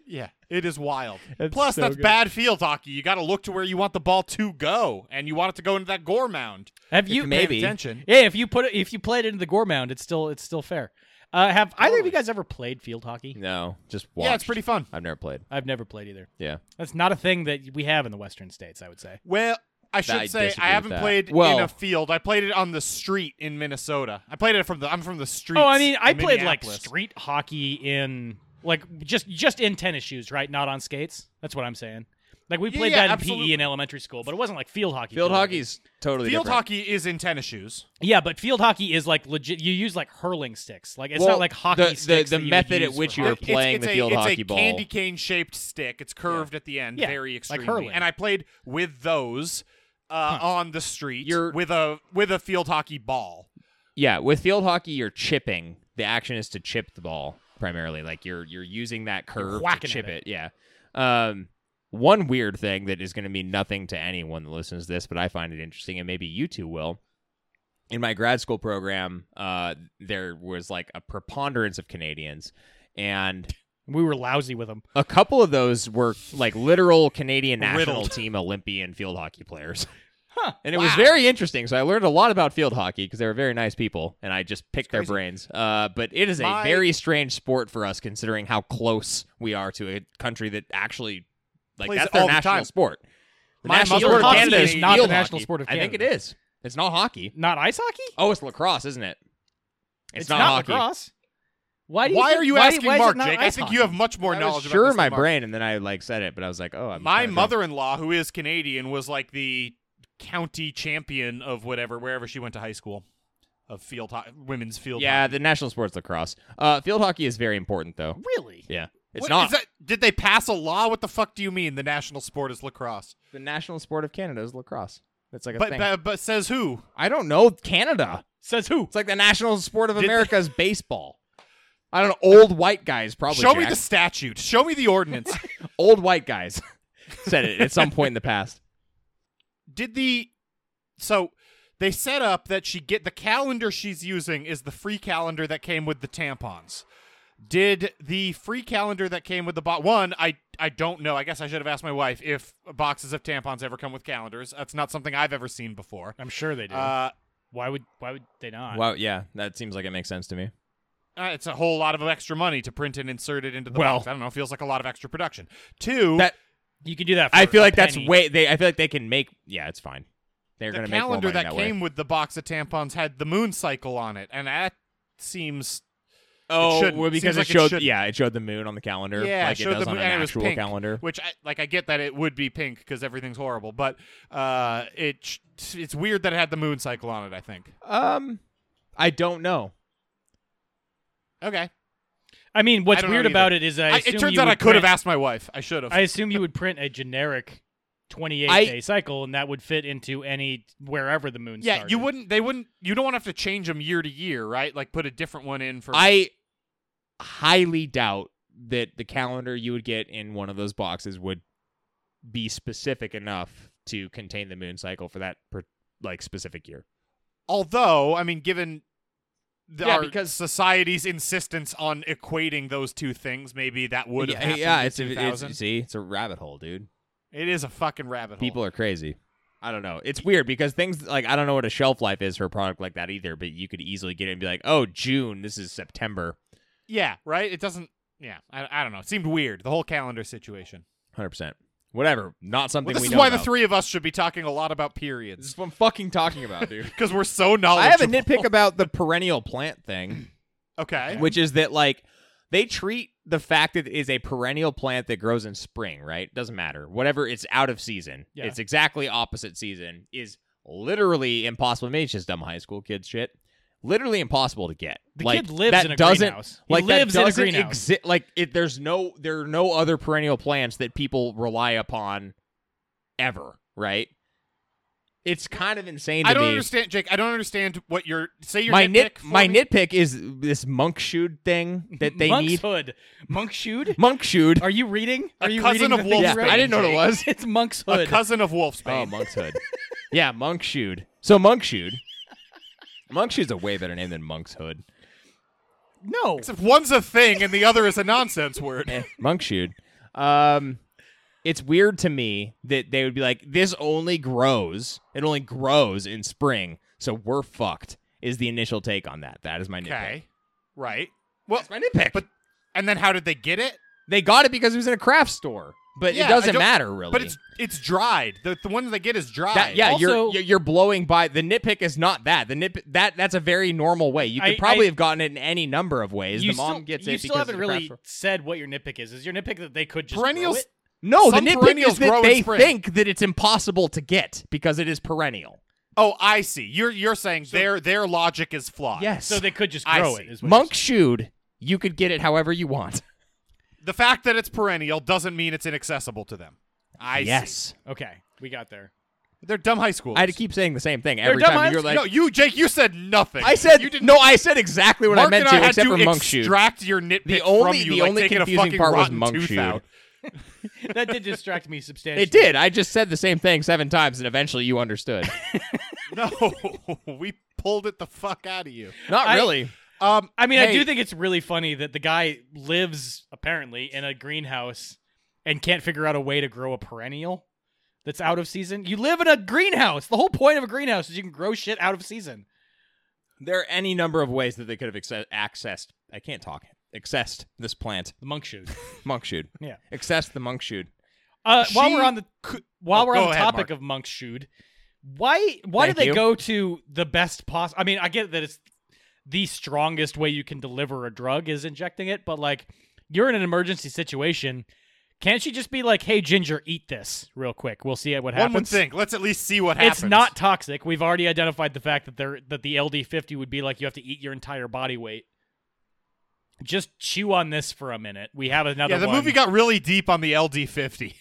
A: Yeah, it is wild.
C: That's
A: Plus,
C: so
A: that's
C: good.
A: bad field hockey. You got to look to where you want the ball to go, and you want it to go into that gore mound.
B: Have
C: If
B: you
C: maybe-
A: Paying attention.
B: Yeah, if you put it, if you played into the gore mound, it's still it's still fair. Uh, have either of you
A: Totally.
B: guys ever played field hockey?
C: No, just watched.
A: Yeah, it's pretty fun.
C: I've never played.
B: I've never played either.
C: Yeah,
B: That's not a thing that we have in the Western states. I would say.
A: Well, I should
C: I
A: say
C: disagree
A: I
C: with
A: haven't
C: that.
A: played
C: Well-
A: in a field. I played it on the street in Minnesota. I played it from the. I'm from the street.
B: Oh, I mean, I played like street hockey in Like just just in tennis shoes, right? Not on skates. That's what I'm saying. Like we
A: Yeah,
B: played
A: yeah,
B: that in
A: absolutely.
B: PE in elementary school, but it wasn't like field hockey.
C: Field hockey's totally
A: Field
C: different.
A: hockey is in tennis shoes.
B: Yeah, but field hockey is like legit. You use like hurling sticks. Like it's
C: Well,
B: not like hockey
C: the- the-
B: sticks.
C: the
B: that you would
C: method
B: use
C: at which
B: for
C: you're-
B: hockey.
A: It-
C: playing
A: it's,
C: the
A: it's
C: field
A: a,
C: hockey
A: it's
C: ball.
A: a candy cane shaped stick. It's curved at the end,
B: Yeah,
A: very
B: like
A: extremely.
B: hurling.
A: and I played with those uh, on the street
C: You're-
A: with a with a field hockey ball.
C: Yeah, with field hockey, you're chipping. The action is to chip the ball primarily. Like you're you're using that curve to
B: whacking at
C: chip
B: it.
C: it. Yeah. Um, one weird thing that is going to mean nothing to anyone that listens to this, but I find it interesting, and maybe you two will. In my grad school program, uh, there was like a preponderance of Canadians, and
B: we were lousy with them.
C: a couple of those were like literal Canadian national
A: Riddled.
C: team Olympian field hockey players.
B: Huh.
C: And it was
A: Wow.
C: very interesting. So I learned a lot about field hockey because they were very nice people and I just picked their
A: crazy.
C: brains. Uh, but it is
A: My-
C: a very strange sport for us considering how close we are to a country that actually, like,
A: Plays
C: that's
A: all
C: their
A: the
C: national
A: time.
C: sport. The
A: My
C: national
A: mother-
C: sport of
A: hockey
C: Canada
A: is not
B: the
C: field
B: national
C: hockey.
B: sport of
C: I think it
B: Canada.
C: is. It's not hockey.
B: Not ice hockey.
C: Oh, it's lacrosse, isn't it? It's, not, hockey.
B: lacrosse. Why? Do you
A: Why
B: think-
A: are you
B: why-
A: asking
B: why is it
A: Mark,
B: not
A: Jake? I
B: ice
A: think
B: hockey?
A: you have much more
C: I was
A: knowledge. about
C: sure
A: this
C: my
A: than Mark.
C: brain, and then I like said it, but I was like, oh, I'm
A: My
C: kinda drunk.
A: mother-in-law, who is Canadian, was like the county champion of whatever wherever she went to high school of field ho- women's field.
C: Yeah,
A: hockey.
C: the national sport's lacrosse. Uh, field hockey is very important, though.
B: Really?
C: Yeah, it's
A: What
C: not
A: is that- did they pass a law? What the fuck do you mean? The national sport is lacrosse.
C: the national sport of Canada is lacrosse. That's like a
A: But,
C: thing.
A: but but says who?
C: I don't know Canada.
B: Says who?
C: It's like the national sport of
A: Did they-
C: America is baseball. I don't know. Old white guys probably.
A: Show me
C: Jack.
A: the statute. Show me the ordinance.
C: old white guys said it at some point in the past.
A: did the so they set up that she get the calendar she's using is the free calendar that came with the tampons did the free calendar that came with the box one i i don't know i guess i should have asked my wife if boxes of tampons ever come with calendars that's not something i've ever seen before
B: I'm sure they do.
A: uh
B: why would? Why would they not?
C: Wow, yeah, that seems like it makes sense to me.
A: uh, it's a whole lot of extra money to print and insert it into the
B: Well-
A: box. I don't know. Feels like a lot of extra production. Two,
C: That
B: you can do that. For
C: I feel
B: a
C: like that's
B: penny.
C: way. They I feel like they can make. Yeah, it's fine. They're
A: the
C: gonna make more
A: calendar
C: money
A: that,
C: that way.
A: came with the box of tampons had the moon cycle on it, and that seems
C: Oh,
A: shouldn't.
C: well,
A: Seems
C: because
A: like it
C: it showed.
A: shouldn't.
C: yeah, it showed the moon on the calendar.
A: Yeah,
C: like
A: it showed
C: it does
A: the
C: on
A: moon,
C: an
A: and it was
C: actual
A: pink.
C: calendar.
A: which I, like I get that it would be pink because everything's horrible, but uh, it sh- it's weird that it had the moon cycle on it. I think.
C: Um, I don't know.
A: Okay.
B: I mean, what's
A: I don't know
B: weird
A: either.
B: about it is I.
A: I,
B: assume
A: it turns
B: you
A: out I
B: would
A: could have
B: print-
A: asked my wife. I should have.
B: I assume you would print a generic 28
C: I-
B: day cycle, and that would fit into any wherever the moon.
A: Yeah, you
B: started.
A: wouldn't. They wouldn't. You don't want to have to change them year to year, right? Like put a different one in for.
C: I highly doubt that the calendar you would get in one of those boxes would be specific enough to contain the moon cycle for that per, like specific year.
A: although, I mean, given the,
C: Yeah,
A: our
C: because-
A: society's insistence on equating those two things, maybe that would have happened. in 2000.
C: see, it's a rabbit hole, dude.
A: It is a fucking rabbit hole.
C: People are crazy. I don't know. It's weird because things like I don't know what a shelf life is for a product like that either, but you could easily get it and be like, "Oh, June, this is September."
A: Yeah, right. It doesn't. Yeah, I, I don't know. It seemed weird. The whole calendar situation.
C: 100%. Whatever. Not something
A: Well, this
C: we
A: is
C: know
A: why the
C: about.
A: three of us should be talking a lot about periods.
C: This is what I'm fucking talking about, dude.
A: because we're so knowledgeable.
C: I have a nitpick about the perennial plant thing.
A: Okay.
C: which is that like they treat the fact that it is a perennial plant that grows in spring, right? Doesn't matter. Whatever it's out of season.
B: Yeah.
C: It's exactly opposite season is literally impossible. Maybe it's just dumb high school kid shit. Literally impossible to get.
B: The
C: like,
B: kid lives
C: that
B: in a
C: doesn't,
B: greenhouse. He
C: Like
B: lives in
C: that
B: a
C: doesn't
B: greenhouse.
C: exi- like it, there's no there are no other perennial plants that people rely upon ever, right? It's kind of insane to
A: I don't
C: me.
A: understand, Jake. I don't understand what you're say. Your
C: my
A: nitpick. for
C: my
A: me.
C: nitpick is this monk shoed thing that they
B: Monk's
C: need.
B: hood. Monk's shoed?
C: Monk shoed.
B: Are you reading?
A: A
B: Are you
A: cousin
B: reading
A: of
B: the thing you
A: Wolfsbane.
B: wrote?
A: I didn't know what it
C: was.
B: it's monk's
A: A
B: hood.
A: cousin of Wolfsbane.
C: Oh, monk's hood. yeah, monk shoed. So monk shoed. Monk shoed's a way better name than monk's hood.
B: no.
C: Oh,
A: Except one's a thing and the other is a nonsense word.
C: Eh, monk shoed. Um, it's weird to me that they would be like, this only grows. It only grows in spring, so we're fucked. Is the initial take on that? That is my nitpick.
A: Okay. Right. Well,
C: That's my nitpick.
A: But- and then how did they get it?
C: they got it because it was in a craft store. But
A: Yeah, I
C: it doesn't
A: don't-
C: matter really.
A: But it's it's dried. The, the ones they get is dried.
C: That- yeah,
B: Also-
C: you're you're blowing by. The nitpick is not that. The nit that that's a very normal way. You could
B: I-
C: probably
B: I-
C: have gotten it in any number of ways.
B: you
C: the mom
B: still,
C: gets
B: you
C: it
B: still
C: because
B: haven't
C: of the craft
B: really
C: store.
B: said what your nitpick is. Is your nitpick that they could just grow
A: perennials.
B: it?
C: No, the
A: Some
C: nitpick
A: perennials
C: is that
A: grow in
C: they
A: spring.
C: think that it's impossible to get because it is perennial.
A: Oh, I see. You're you're saying their their logic is flawed.
C: Yes.
B: So they could just
A: I
B: grow
A: see.
B: it. Is what you're
C: monk shoed, you could get it however you want.
A: The fact that it's perennial doesn't mean it's inaccessible to them. I see.
C: yes,
B: saying. Okay, we got there.
A: They're dumb high schoolers.
C: I had to keep saying the same thing every
B: dumb
C: time. You're
B: eyes-
C: like,
A: no, you Jake, you said nothing.
C: I said
A: you didn't.
C: no. I said exactly what
A: Mark
C: I meant
A: and
C: to,
A: I had
C: except
A: to
C: for monk shoed.
A: extract your nitpick
C: The only-
A: from you,
C: the
A: like
C: only
A: taking a
C: confusing
A: fucking
C: part was
A: rotten
C: monk
A: tooth
C: shoot.
A: out.
B: That did distract me substantially.
C: It did. I just said the same thing seven times, and eventually you understood.
A: No, we pulled it the fuck out of you.
C: Not
B: I-
C: really.
A: Um,
B: I mean, I
C: Hey.
B: do think it's really funny that the guy lives apparently in a greenhouse and can't figure out a way to grow a perennial that's out of season. You live in a greenhouse. The whole point of a greenhouse is you can grow shit out of season.
C: There are any number of ways that they could have acce- accessed. I can't talk. Accessed this plant,
B: The monk shoot.
C: monk shoot.
B: Yeah.
C: Accessed the monk shoot.
B: Uh, while
A: She
B: we're on the
A: could-
B: while
A: Oh,
B: we're
A: go
B: on the
A: ahead,
B: topic of monk shoot, why why
C: Thank
B: do they
C: you.
B: go to the best possible? I mean, I get that it's the strongest way you can deliver a drug is injecting it, but like you're in an emergency situation. Can't you just be like, "Hey, Ginger, eat this real quick. We'll see what
A: one would
B: happens."
A: think. Let's at least see what happens.
B: It's not toxic. We've already identified the fact that there that the LD50 would be like you have to eat your entire body weight. Just chew on this for a minute. We have another
A: Yeah, the
B: one.
A: movie got really deep on the LD fifty.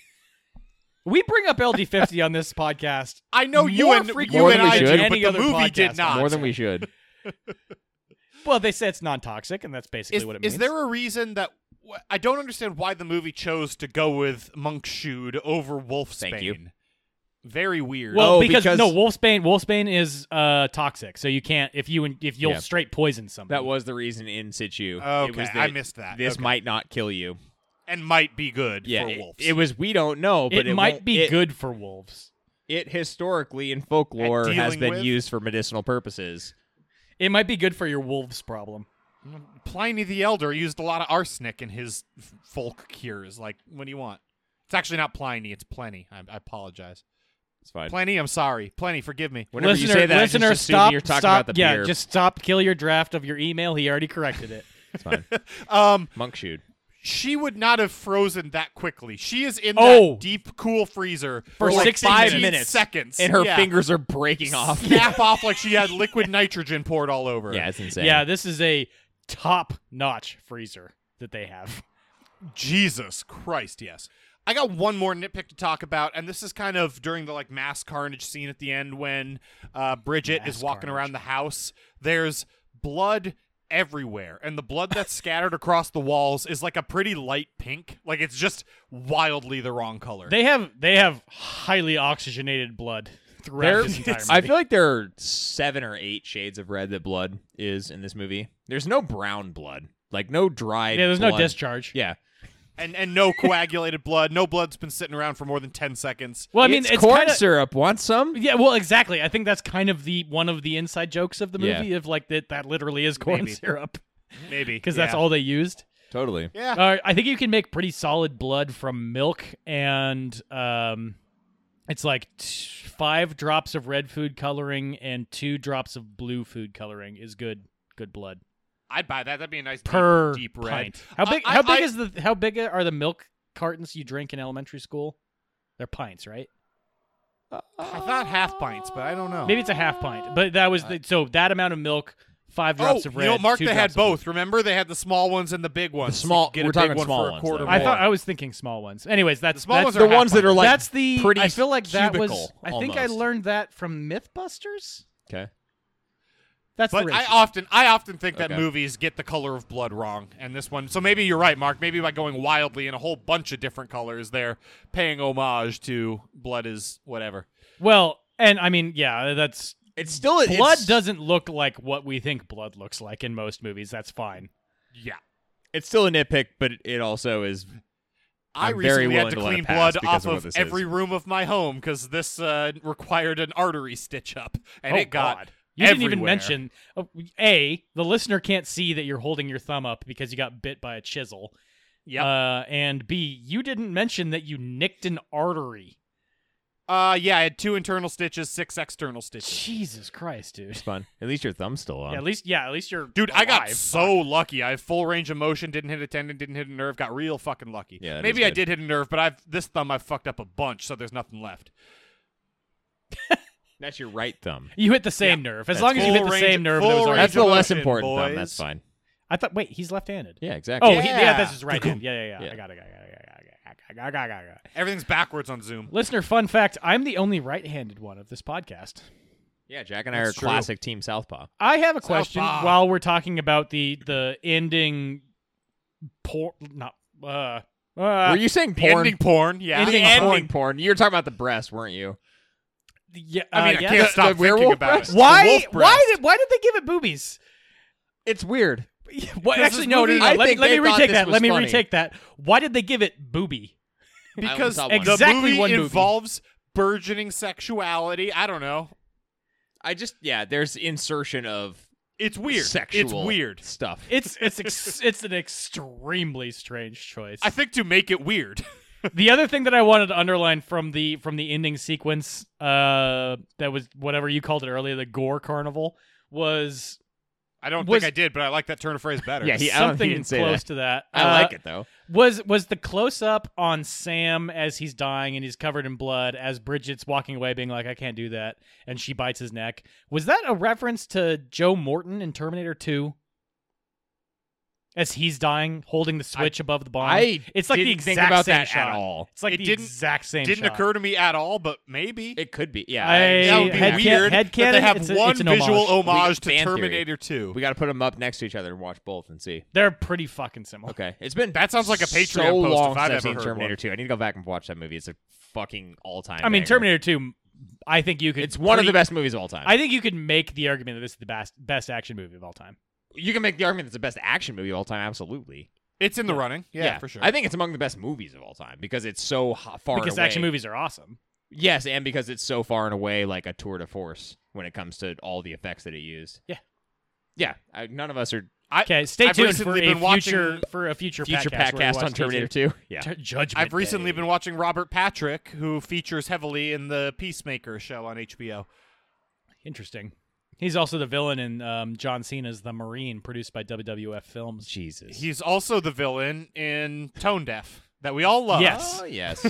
B: we bring up LD50 on this podcast
A: I know you
B: More
A: and you
B: frequently
C: than
A: and
C: we
A: I
C: should.
A: do, but
B: Any
A: the
B: other
A: movie did
B: podcast.
A: not.
C: More than we should.
B: Well, they say it's non-toxic, and that's basically
A: is,
B: what it means.
A: is there a reason that wh- I don't understand why the movie chose to go with Monk Shoot over Wolfsbane?
C: Thank you.
A: Very weird.
B: Well,
C: Oh,
B: because,
C: because-
B: no, wolfsbane, wolfsbane is uh, toxic, so you can't if you if you'll
C: Yeah.
B: straight poison somebody.
C: That was the reason in situ.
A: okay,
C: it was
A: I
C: that
A: missed that.
C: This
A: Okay.
C: might not kill you.
A: and might be good
C: Yeah,
A: for
C: it,
A: wolves.
C: it was. We don't know, but
B: it,
C: it,
B: might
C: won't-
B: be
C: it-
B: good for wolves.
C: It historically in folklore
A: At
C: has
A: dealing
C: been
A: with?
C: used for medicinal purposes.
B: It might be good for your wolves problem.
A: Pliny the Elder used a lot of arsenic in his f- folk cures. Like, what do you want? It's actually not Pliny; it's Plenty. I, I apologize.
C: It's fine.
A: Plenty, I'm sorry. Plenty, forgive me.
C: Whenever
B: listener,
C: you say that, I just
B: listener,
C: assume
B: stop,
C: you're talking
B: stop,
C: about the
B: yeah,
C: beer.
B: just stop. Kill your draft of your email. He already corrected it.
C: It's fine.
A: Um,
C: Monk shoot.
A: she would not have frozen that quickly. She is in
B: Oh.
A: that deep, cool freezer
B: For
A: like
B: 16
A: five
B: minutes.
A: seconds,
C: And her
A: Yeah.
C: fingers are breaking off.
A: snap off like she had liquid nitrogen poured all over. her.
C: Yeah, it's insane.
B: Yeah, this is a top-notch freezer that they have.
A: Jesus Christ, yes. I got one more nitpick to talk about, and this is kind of during the like mass carnage scene at the end when uh, Bridget
B: Mass
A: is walking
B: carnage.
A: around the house. There's blood everywhere, and the blood that's scattered across the walls is like a pretty light pink. Like it's just wildly the wrong color.
B: They have they have highly oxygenated blood throughout
C: There-
B: this entire movie.
C: I feel like there are seven or eight shades of red that blood is in this movie. There's no brown blood, like no dried.
B: yeah, there's no
C: blood.
B: discharge.
C: Yeah,
A: and and no coagulated blood. No blood's been sitting around for more than ten seconds.
B: Well, I mean, it's,
C: corn
B: kinda,
C: syrup. Want some?
B: Yeah, well, exactly. I think that's kind of the one of the inside jokes of the
C: Yeah.
B: movie of like that that literally is corn
A: Maybe.
B: syrup
A: Maybe
B: because that's
A: Yeah.
B: all they used.
C: Totally.
A: Yeah,
B: Uh, I think you can make pretty solid blood from milk and um, it's like t- five drops of red food coloring and two drops of blue food coloring is good good blood
A: I'd buy that. That'd be a nice deep-
B: per
A: deep, red.
B: pint. How
A: I-
B: big?
A: I-
B: how big
A: I-
B: is the? How big are the milk cartons you drink in elementary school? They're pints, right?
A: I thought half pints, but I don't know.
B: Maybe it's a half pint, but that was the, so that amount of milk, five drops
A: oh,
B: of red.
A: you know, Mark,
B: two
A: they had
B: drops of blue.
A: both. Remember, they had the small ones and the big ones. You
C: small-
A: could get
C: we're
A: a big
C: talking
A: one
C: small
A: for a
C: ones,
A: quarter.
C: though.
B: I
A: more.
B: thought I was thinking small ones. Anyways, that's
A: small
B: that's,
A: ones
C: The
A: half
C: ones that
A: pint.
C: are like
B: that's the.
C: pretty
B: I feel like that was.
C: cubical,
B: I think I
C: almost.
B: learned that from MythBusters.
C: Okay.
B: That's the
A: But I
B: ratio.
A: often, I often think that
C: Okay.
A: movies get the color of blood wrong, and this one. So maybe you're right, Mark. Maybe by going wildly in a whole bunch of different colors, they're paying homage to blood is whatever.
B: well, and I mean, yeah, that's
C: It's still it's-
B: blood doesn't look like what we think blood looks like in most movies. That's fine.
A: Yeah,
C: It's still a nitpick, but it also is.
A: I
C: I'm very
A: recently had
C: willing
A: to
C: to let it
A: clean
C: pass
A: blood
C: because
A: off
C: of what
A: of
C: this is.
A: every room of my home because this uh, required an artery stitch up, and
B: oh
A: it got
B: God. You didn't even
A: everywhere.
B: mention oh, uh, a the listener can't see that you're holding your thumb up because you got bit by a chisel,
A: Yep.
B: Uh, and B, you didn't mention that you nicked an artery.
A: Uh, yeah, I had two internal stitches, six external stitches.
B: Jesus Christ, dude.
C: It's fun. At least your thumb's still on.
B: Yeah, at least yeah, at least you're
A: Dude, I got
B: alive.
A: so lucky. I have full range of motion, didn't hit a tendon, didn't hit a nerve, got real fucking lucky.
C: Yeah, that
A: Maybe
C: is
A: I
C: good.
A: did hit a nerve, but I've this thumb I fucked up a bunch, so there's nothing left.
C: That's your right thumb.
B: You hit the same nerve. As
C: That's
B: long as you hit
A: full
B: the
A: range-
B: same nerve,
A: full
B: that was already-
C: That's
A: range
C: the
A: of
C: less
A: motion,
C: important thumb. That's
A: boys.
C: fine.
B: I thought. Wait, he's left-handed.
C: Yeah, exactly.
B: Oh, yeah, he, yeah
A: Yeah.
B: that's his right hand. Yeah, yeah, yeah.
C: Yeah.
B: I got it. I got it. I got it. I got it. I got it. I got it. I got it.
A: Everything's backwards on Zoom.
B: Listener, fun fact: I'm the only right-handed one of this podcast.
C: yeah. Jack and I
A: That's
C: are
A: true.
C: classic team southpaw.
B: I have a question
A: Southpaw.
B: while we're talking about the the ending. Por- not uh. uh
C: Were you saying
A: The
C: porn?
A: ending porn, yeah.
B: Ending
A: The
B: porn.
C: Ending porn. You were talking about the breast, weren't you?
B: yeah,
A: I mean,
B: uh,
A: I
B: yeah.
A: can't
C: The-
A: stop
C: the
A: thinking
C: werewolf
A: about
C: breast?
A: it.
B: Why?
A: The wolf
B: why
A: breast.
B: did? Why did they give it boobies?
C: It's weird.
A: Because
B: What, actually,
A: this
B: no, no,
A: movie-
B: no.
C: I
B: Let me,
C: think
B: let me
C: they thought
B: retake
C: this
B: that.
C: was
B: Let me
C: funny.
B: retake that. Why did they give it booby?
C: only
A: Because
C: saw
A: the
C: one.
B: Exactly
A: movie
B: one movie.
A: involves burgeoning sexuality. I don't know.
C: I just yeah. There's insertion of
A: It's weird.
C: Sexual
A: It's weird.
C: stuff.
B: It's it's ex- it's an extremely strange choice.
A: I think to make it weird.
B: the other thing that I wanted to underline from the from the ending sequence, uh, that was whatever you called it earlier, the gore carnival, was
A: I don't
B: Was-
A: think I did, but I like that turn of phrase better.
C: Yeah, he- I don't-
B: something
C: he didn't say
B: close
C: that.
B: to that.
C: I
B: Uh,
C: like it though.
B: Was was the close up on Sam as he's dying and he's covered in blood as Bridget's walking away, being like, "I can't do that," and she bites his neck. Was that a reference to Joe Morton in Terminator Two? As he's dying, holding the switch above the bomb.
C: I
B: it's like the
C: didn't
B: exact
C: think about
B: same
C: that
B: shot.
C: at all.
B: It's like
A: It
B: the
A: didn't-
B: exact same.
A: Didn't
B: shot.
A: occur to me at all, but maybe.
C: It could be. Yeah.
B: I-
A: that would be
B: head can-
A: weird.
B: head
A: but they
B: canon,
A: have
B: it's a-
A: one
B: it's an
A: visual
B: homage.
A: homage
C: We-
A: to
C: fan theory.
A: Terminator 2.
C: We got to put them up next to each other and watch both and see.
B: They're pretty fucking similar.
C: Okay, it's been
A: That sounds like a Patreon
C: so
A: post if
C: long
A: I've
C: since
A: ever
C: seen
A: heard
C: Terminator
A: one.
C: Two. I need to go back and watch that movie. It's a fucking all time.
B: I mean, Terminator Two. I think you could.
C: It's one of the
B: pretty-
C: best movies of all time.
B: I think you could make the argument that this is the best best action movie of all time.
C: you can make the argument it's the best action movie of all time. Absolutely.
A: It's in the running. Yeah, for sure.
C: I think it's among the best movies of all time because it's so ho- far and
B: because
C: away.
B: action movies are awesome.
C: Yes, and because it's so far and away like a tour de force when it comes to all the effects that it used.
B: Yeah.
C: Yeah. I, none of us are
B: Okay, stay
A: I've
B: tuned for
A: recently
B: a
A: been watching-
B: future for a future
C: future
B: podcast, where we
C: podcast
B: watch
C: on Terminator
B: Day
C: Two. Yeah.
B: Two. T- Judgment.
A: I've recently
B: Day.
A: been watching Robert Patrick, who features heavily in the Peacemaker show on HBO.
B: interesting. He's also the villain in um, John Cena's The Marine, produced by WWF Films.
C: Jesus.
A: He's also the villain in Tone Deaf that we all love.
B: Yes.
C: Oh yes.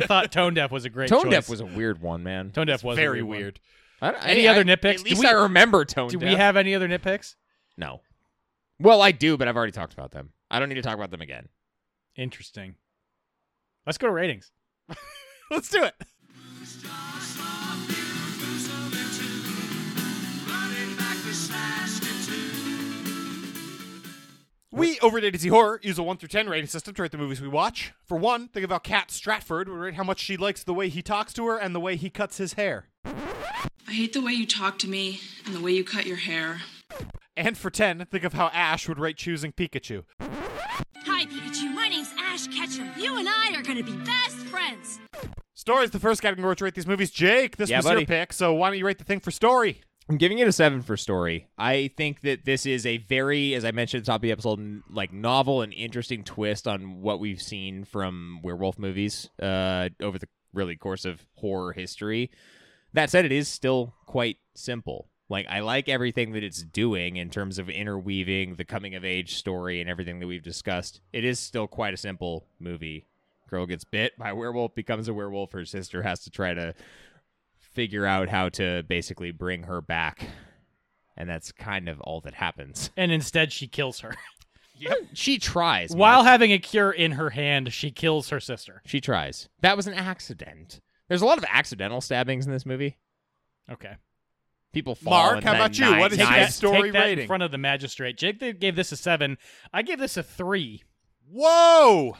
B: thought Tone Deaf was a great
C: Tone
B: choice.
C: Deaf was a weird one, man.
B: Tone Deaf was a
A: Very
B: one.
A: weird.
C: I don't-
B: Any
C: I-
B: other
C: I-
B: nitpicks?
C: At
B: Do
C: least
B: we-
C: I remember Tone
B: Do
C: Deaf.
B: we have any other nitpicks?
C: No. Well, I do, but I've already talked about them. I don't need to talk about them again.
B: Interesting. Let's go to ratings.
A: Let's do it. We over at A to Z Horror use a 1 through 10 rating system to rate the movies we watch. For one, think about Kat Stratford. We rate how much she likes the way he talks to her and the way he cuts his hair.
D: I hate the way you talk to me and the way you cut your hair.
A: And for 10, think of how Ash would rate choosing Pikachu.
E: Hi, Pikachu. My name's Ash Ketchum. You and I are going to be best friends.
A: Story's the first category to rate these movies. Jake, this
C: Yeah,
A: was
C: buddy.
A: your pick, so why don't you rate the thing for story?
C: I'm giving it a seven for story. I think that this is a very, as I mentioned at the top of the episode, n- like novel and interesting twist on what we've seen from werewolf movies uh, over the really course of horror history. That said, it is still quite simple. Like I like everything that it's doing in terms of interweaving the coming of age story and everything that we've discussed. It is still quite a simple movie. Girl gets bit by a werewolf, becomes a werewolf. Her sister has to try to figure out how to basically bring her back. And that's kind of all that happens.
B: And instead, she kills her.
C: She tries.
B: While
C: Mark.
B: having a cure in her hand, she kills her sister.
C: she tries. That was an accident. There's a lot of accidental stabbings in this movie.
B: Okay.
C: People fall.
A: Mark,
C: and
A: how
C: then
A: about you?
C: knives-
A: What is
B: Take
A: Nice
B: that,
C: knives-
A: story
B: take that in
A: rating.
B: front of the magistrate. Jake th- gave this a seven. I gave this a three.
A: Whoa!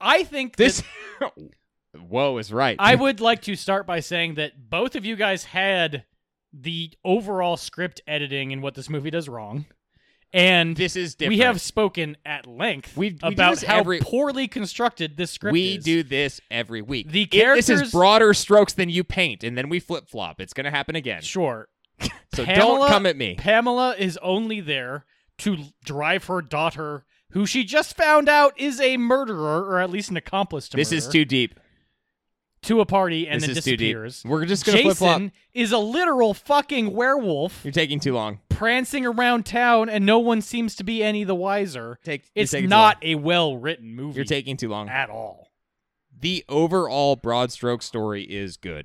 B: I think that-
C: This. Whoa is right.
B: I would like to start by saying that both of you guys had the overall script editing and what this movie does wrong. And
C: This is different.
B: we have spoken at length
C: We- we do
B: about
C: this
B: how
C: every-
B: poorly constructed this script
C: We
B: is.
C: do this every week.
B: The
C: It- this
B: characters-
C: is broader strokes than you paint, and then we flip flop. It's gonna happen again.
B: Sure.
C: So
B: Pamela-
C: don't come at me.
B: Pamela is only there to drive her daughter who she just found out is a murderer or at least an accomplice to
C: This is
B: murder,
C: too deep.
B: to a party and
C: this
B: then
C: is too deep.
B: disappears.
C: We're just gonna flip flop.
B: Jason is a literal fucking werewolf
C: You're taking too long.
B: prancing around town and no one seems to be any the wiser.
C: Take. you're
B: It's
C: taking too
B: not
C: long.
B: a well-written movie
C: You're taking too long.
B: at all.
C: The overall broad stroke story is good.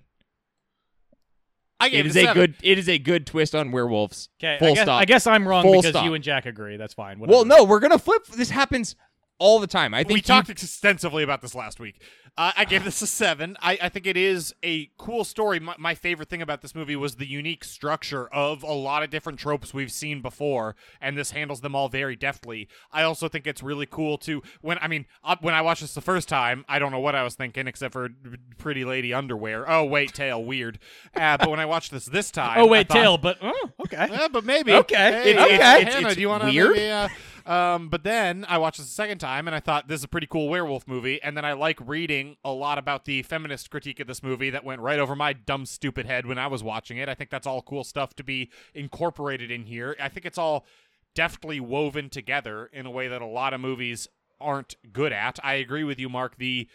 A: I
C: It
A: gave
C: is
A: it
C: a
A: seven.
C: good. It is a good twist on werewolves.
B: Okay,
C: Full
B: I guess,
C: stop.
B: I guess I'm wrong
C: Full
B: because
C: stop.
B: you and Jack agree. That's fine.
C: Well,
B: whatever.
C: no, we're gonna flip. This happens all the time. I think
A: we
C: you-
A: talked extensively about this last week. Uh, I gave this a seven. I, I think it is a cool story. My, my favorite thing about this movie was the unique structure of a lot of different tropes we've seen before, and this handles them all very deftly. I also think it's really cool to when I mean uh, when I watched this the first time, I don't know what I was thinking except for pretty lady underwear. Oh wait, tail weird. Uh, but when I watched this this time,
B: Oh
A: I
B: wait,
A: thought-
B: tail. But oh, okay.
A: Yeah, but maybe.
B: Okay.
A: Hey,
B: It's-
A: hey,
B: okay.
A: Hannah,
C: It's-
A: do you want to
C: it's weird.
A: Maybe, uh, um, but then I watched this a second time, and I thought this is a pretty cool werewolf movie. And then I like reading a lot about the feminist critique of this movie that went right over my dumb, stupid head when I was watching it. I think that's all cool stuff to be incorporated in here. I think it's all deftly woven together in a way that a lot of movies aren't good at. I agree with you, Mark. The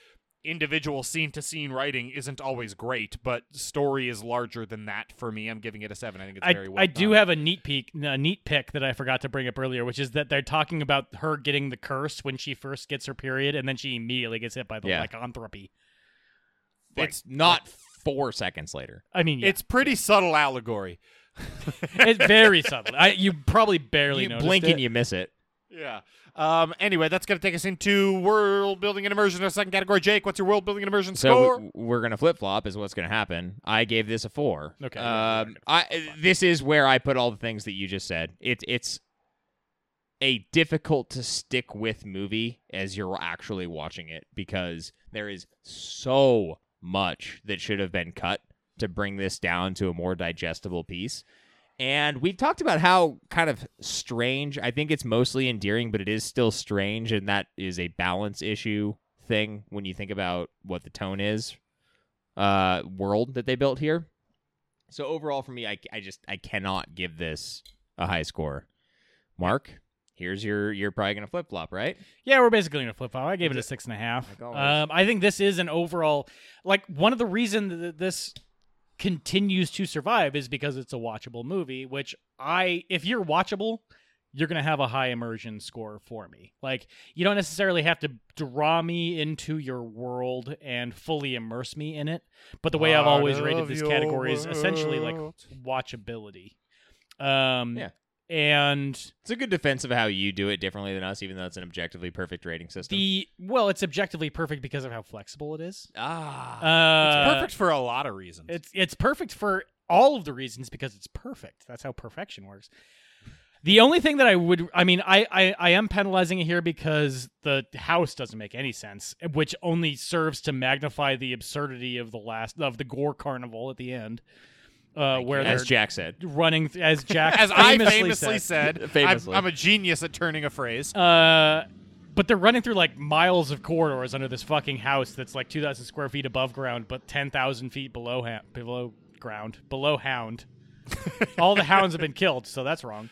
A: individual scene to scene writing isn't always great, but story is larger than that for me. I'm giving it a seven. I think it's
B: I,
A: very well.
B: I do
A: done.
B: have a neat peek, a neat pick that I forgot to bring up earlier, which is that they're talking about her getting the curse when she first gets her period, and then she immediately gets hit by the
C: Yeah.
B: lycanthropy.
C: It's not four seconds later.
B: I mean, yeah,
A: It's pretty subtle allegory.
B: it's very subtle. I, you probably barely
C: You
B: noticed
C: blink
B: it.
C: and you miss it.
A: Yeah. Um. Anyway, that's gonna take us into world building and immersion. Our second category, Jake. What's your world building and immersion
C: So
A: score?
C: w- we're gonna flip flop is what's gonna happen. I gave this a four.
B: Okay.
C: Um, I this is where I put all the things that you just said. It it's a difficult to stick with movie as you're actually watching it because there is so much that should have been cut to bring this down to a more digestible piece. And we've talked about how kind of strange, I think it's mostly endearing, but it is still strange. And that is a balance issue thing when you think about what the tone is, uh, world that they built here. So overall, for me, I, I just, I cannot give this a high score. Mark, here's your, you're probably going to flip flop, right?
B: Yeah, we're basically gonna flip flop. I gave it a six and a half.
C: Like always.
B: Um, I think this is an overall like one of the reasons that this continues to survive is because it's a watchable movie. Which I, if you're watchable, you're gonna have a high immersion score for me. Like you don't necessarily have to draw me into your world and fully immerse me in it. But the way I've
A: Part
B: always rated
A: of
B: this
A: your
B: category is essentially like
A: world.
B: watchability. Um,
C: Yeah.
B: And
C: It's a good defense of how you do it differently than us, even though it's an objectively perfect rating system.
B: the well, it's objectively perfect because of how flexible it is.
C: ah,
B: Uh,
A: it's perfect for a lot of reasons.
B: It's it's perfect for all of the reasons because it's perfect. That's how perfection works. The only thing that I would, I mean, I, I, I am penalizing it here because the house doesn't make any sense, which only serves to magnify the absurdity of the last of the gore carnival at the end, uh, where
C: as
B: they're
C: Jack said.
B: running th- as Jack
A: As
B: famously
A: I famously
B: said.
A: said,
C: Famously.
A: I'm, I'm a genius at turning a phrase.
B: Uh, but they're running through like miles of corridors under this fucking house that's like 2,000 square feet above ground, but 10,000 feet below ha- below ground, below hound. All the hounds have been killed, so that's wrong.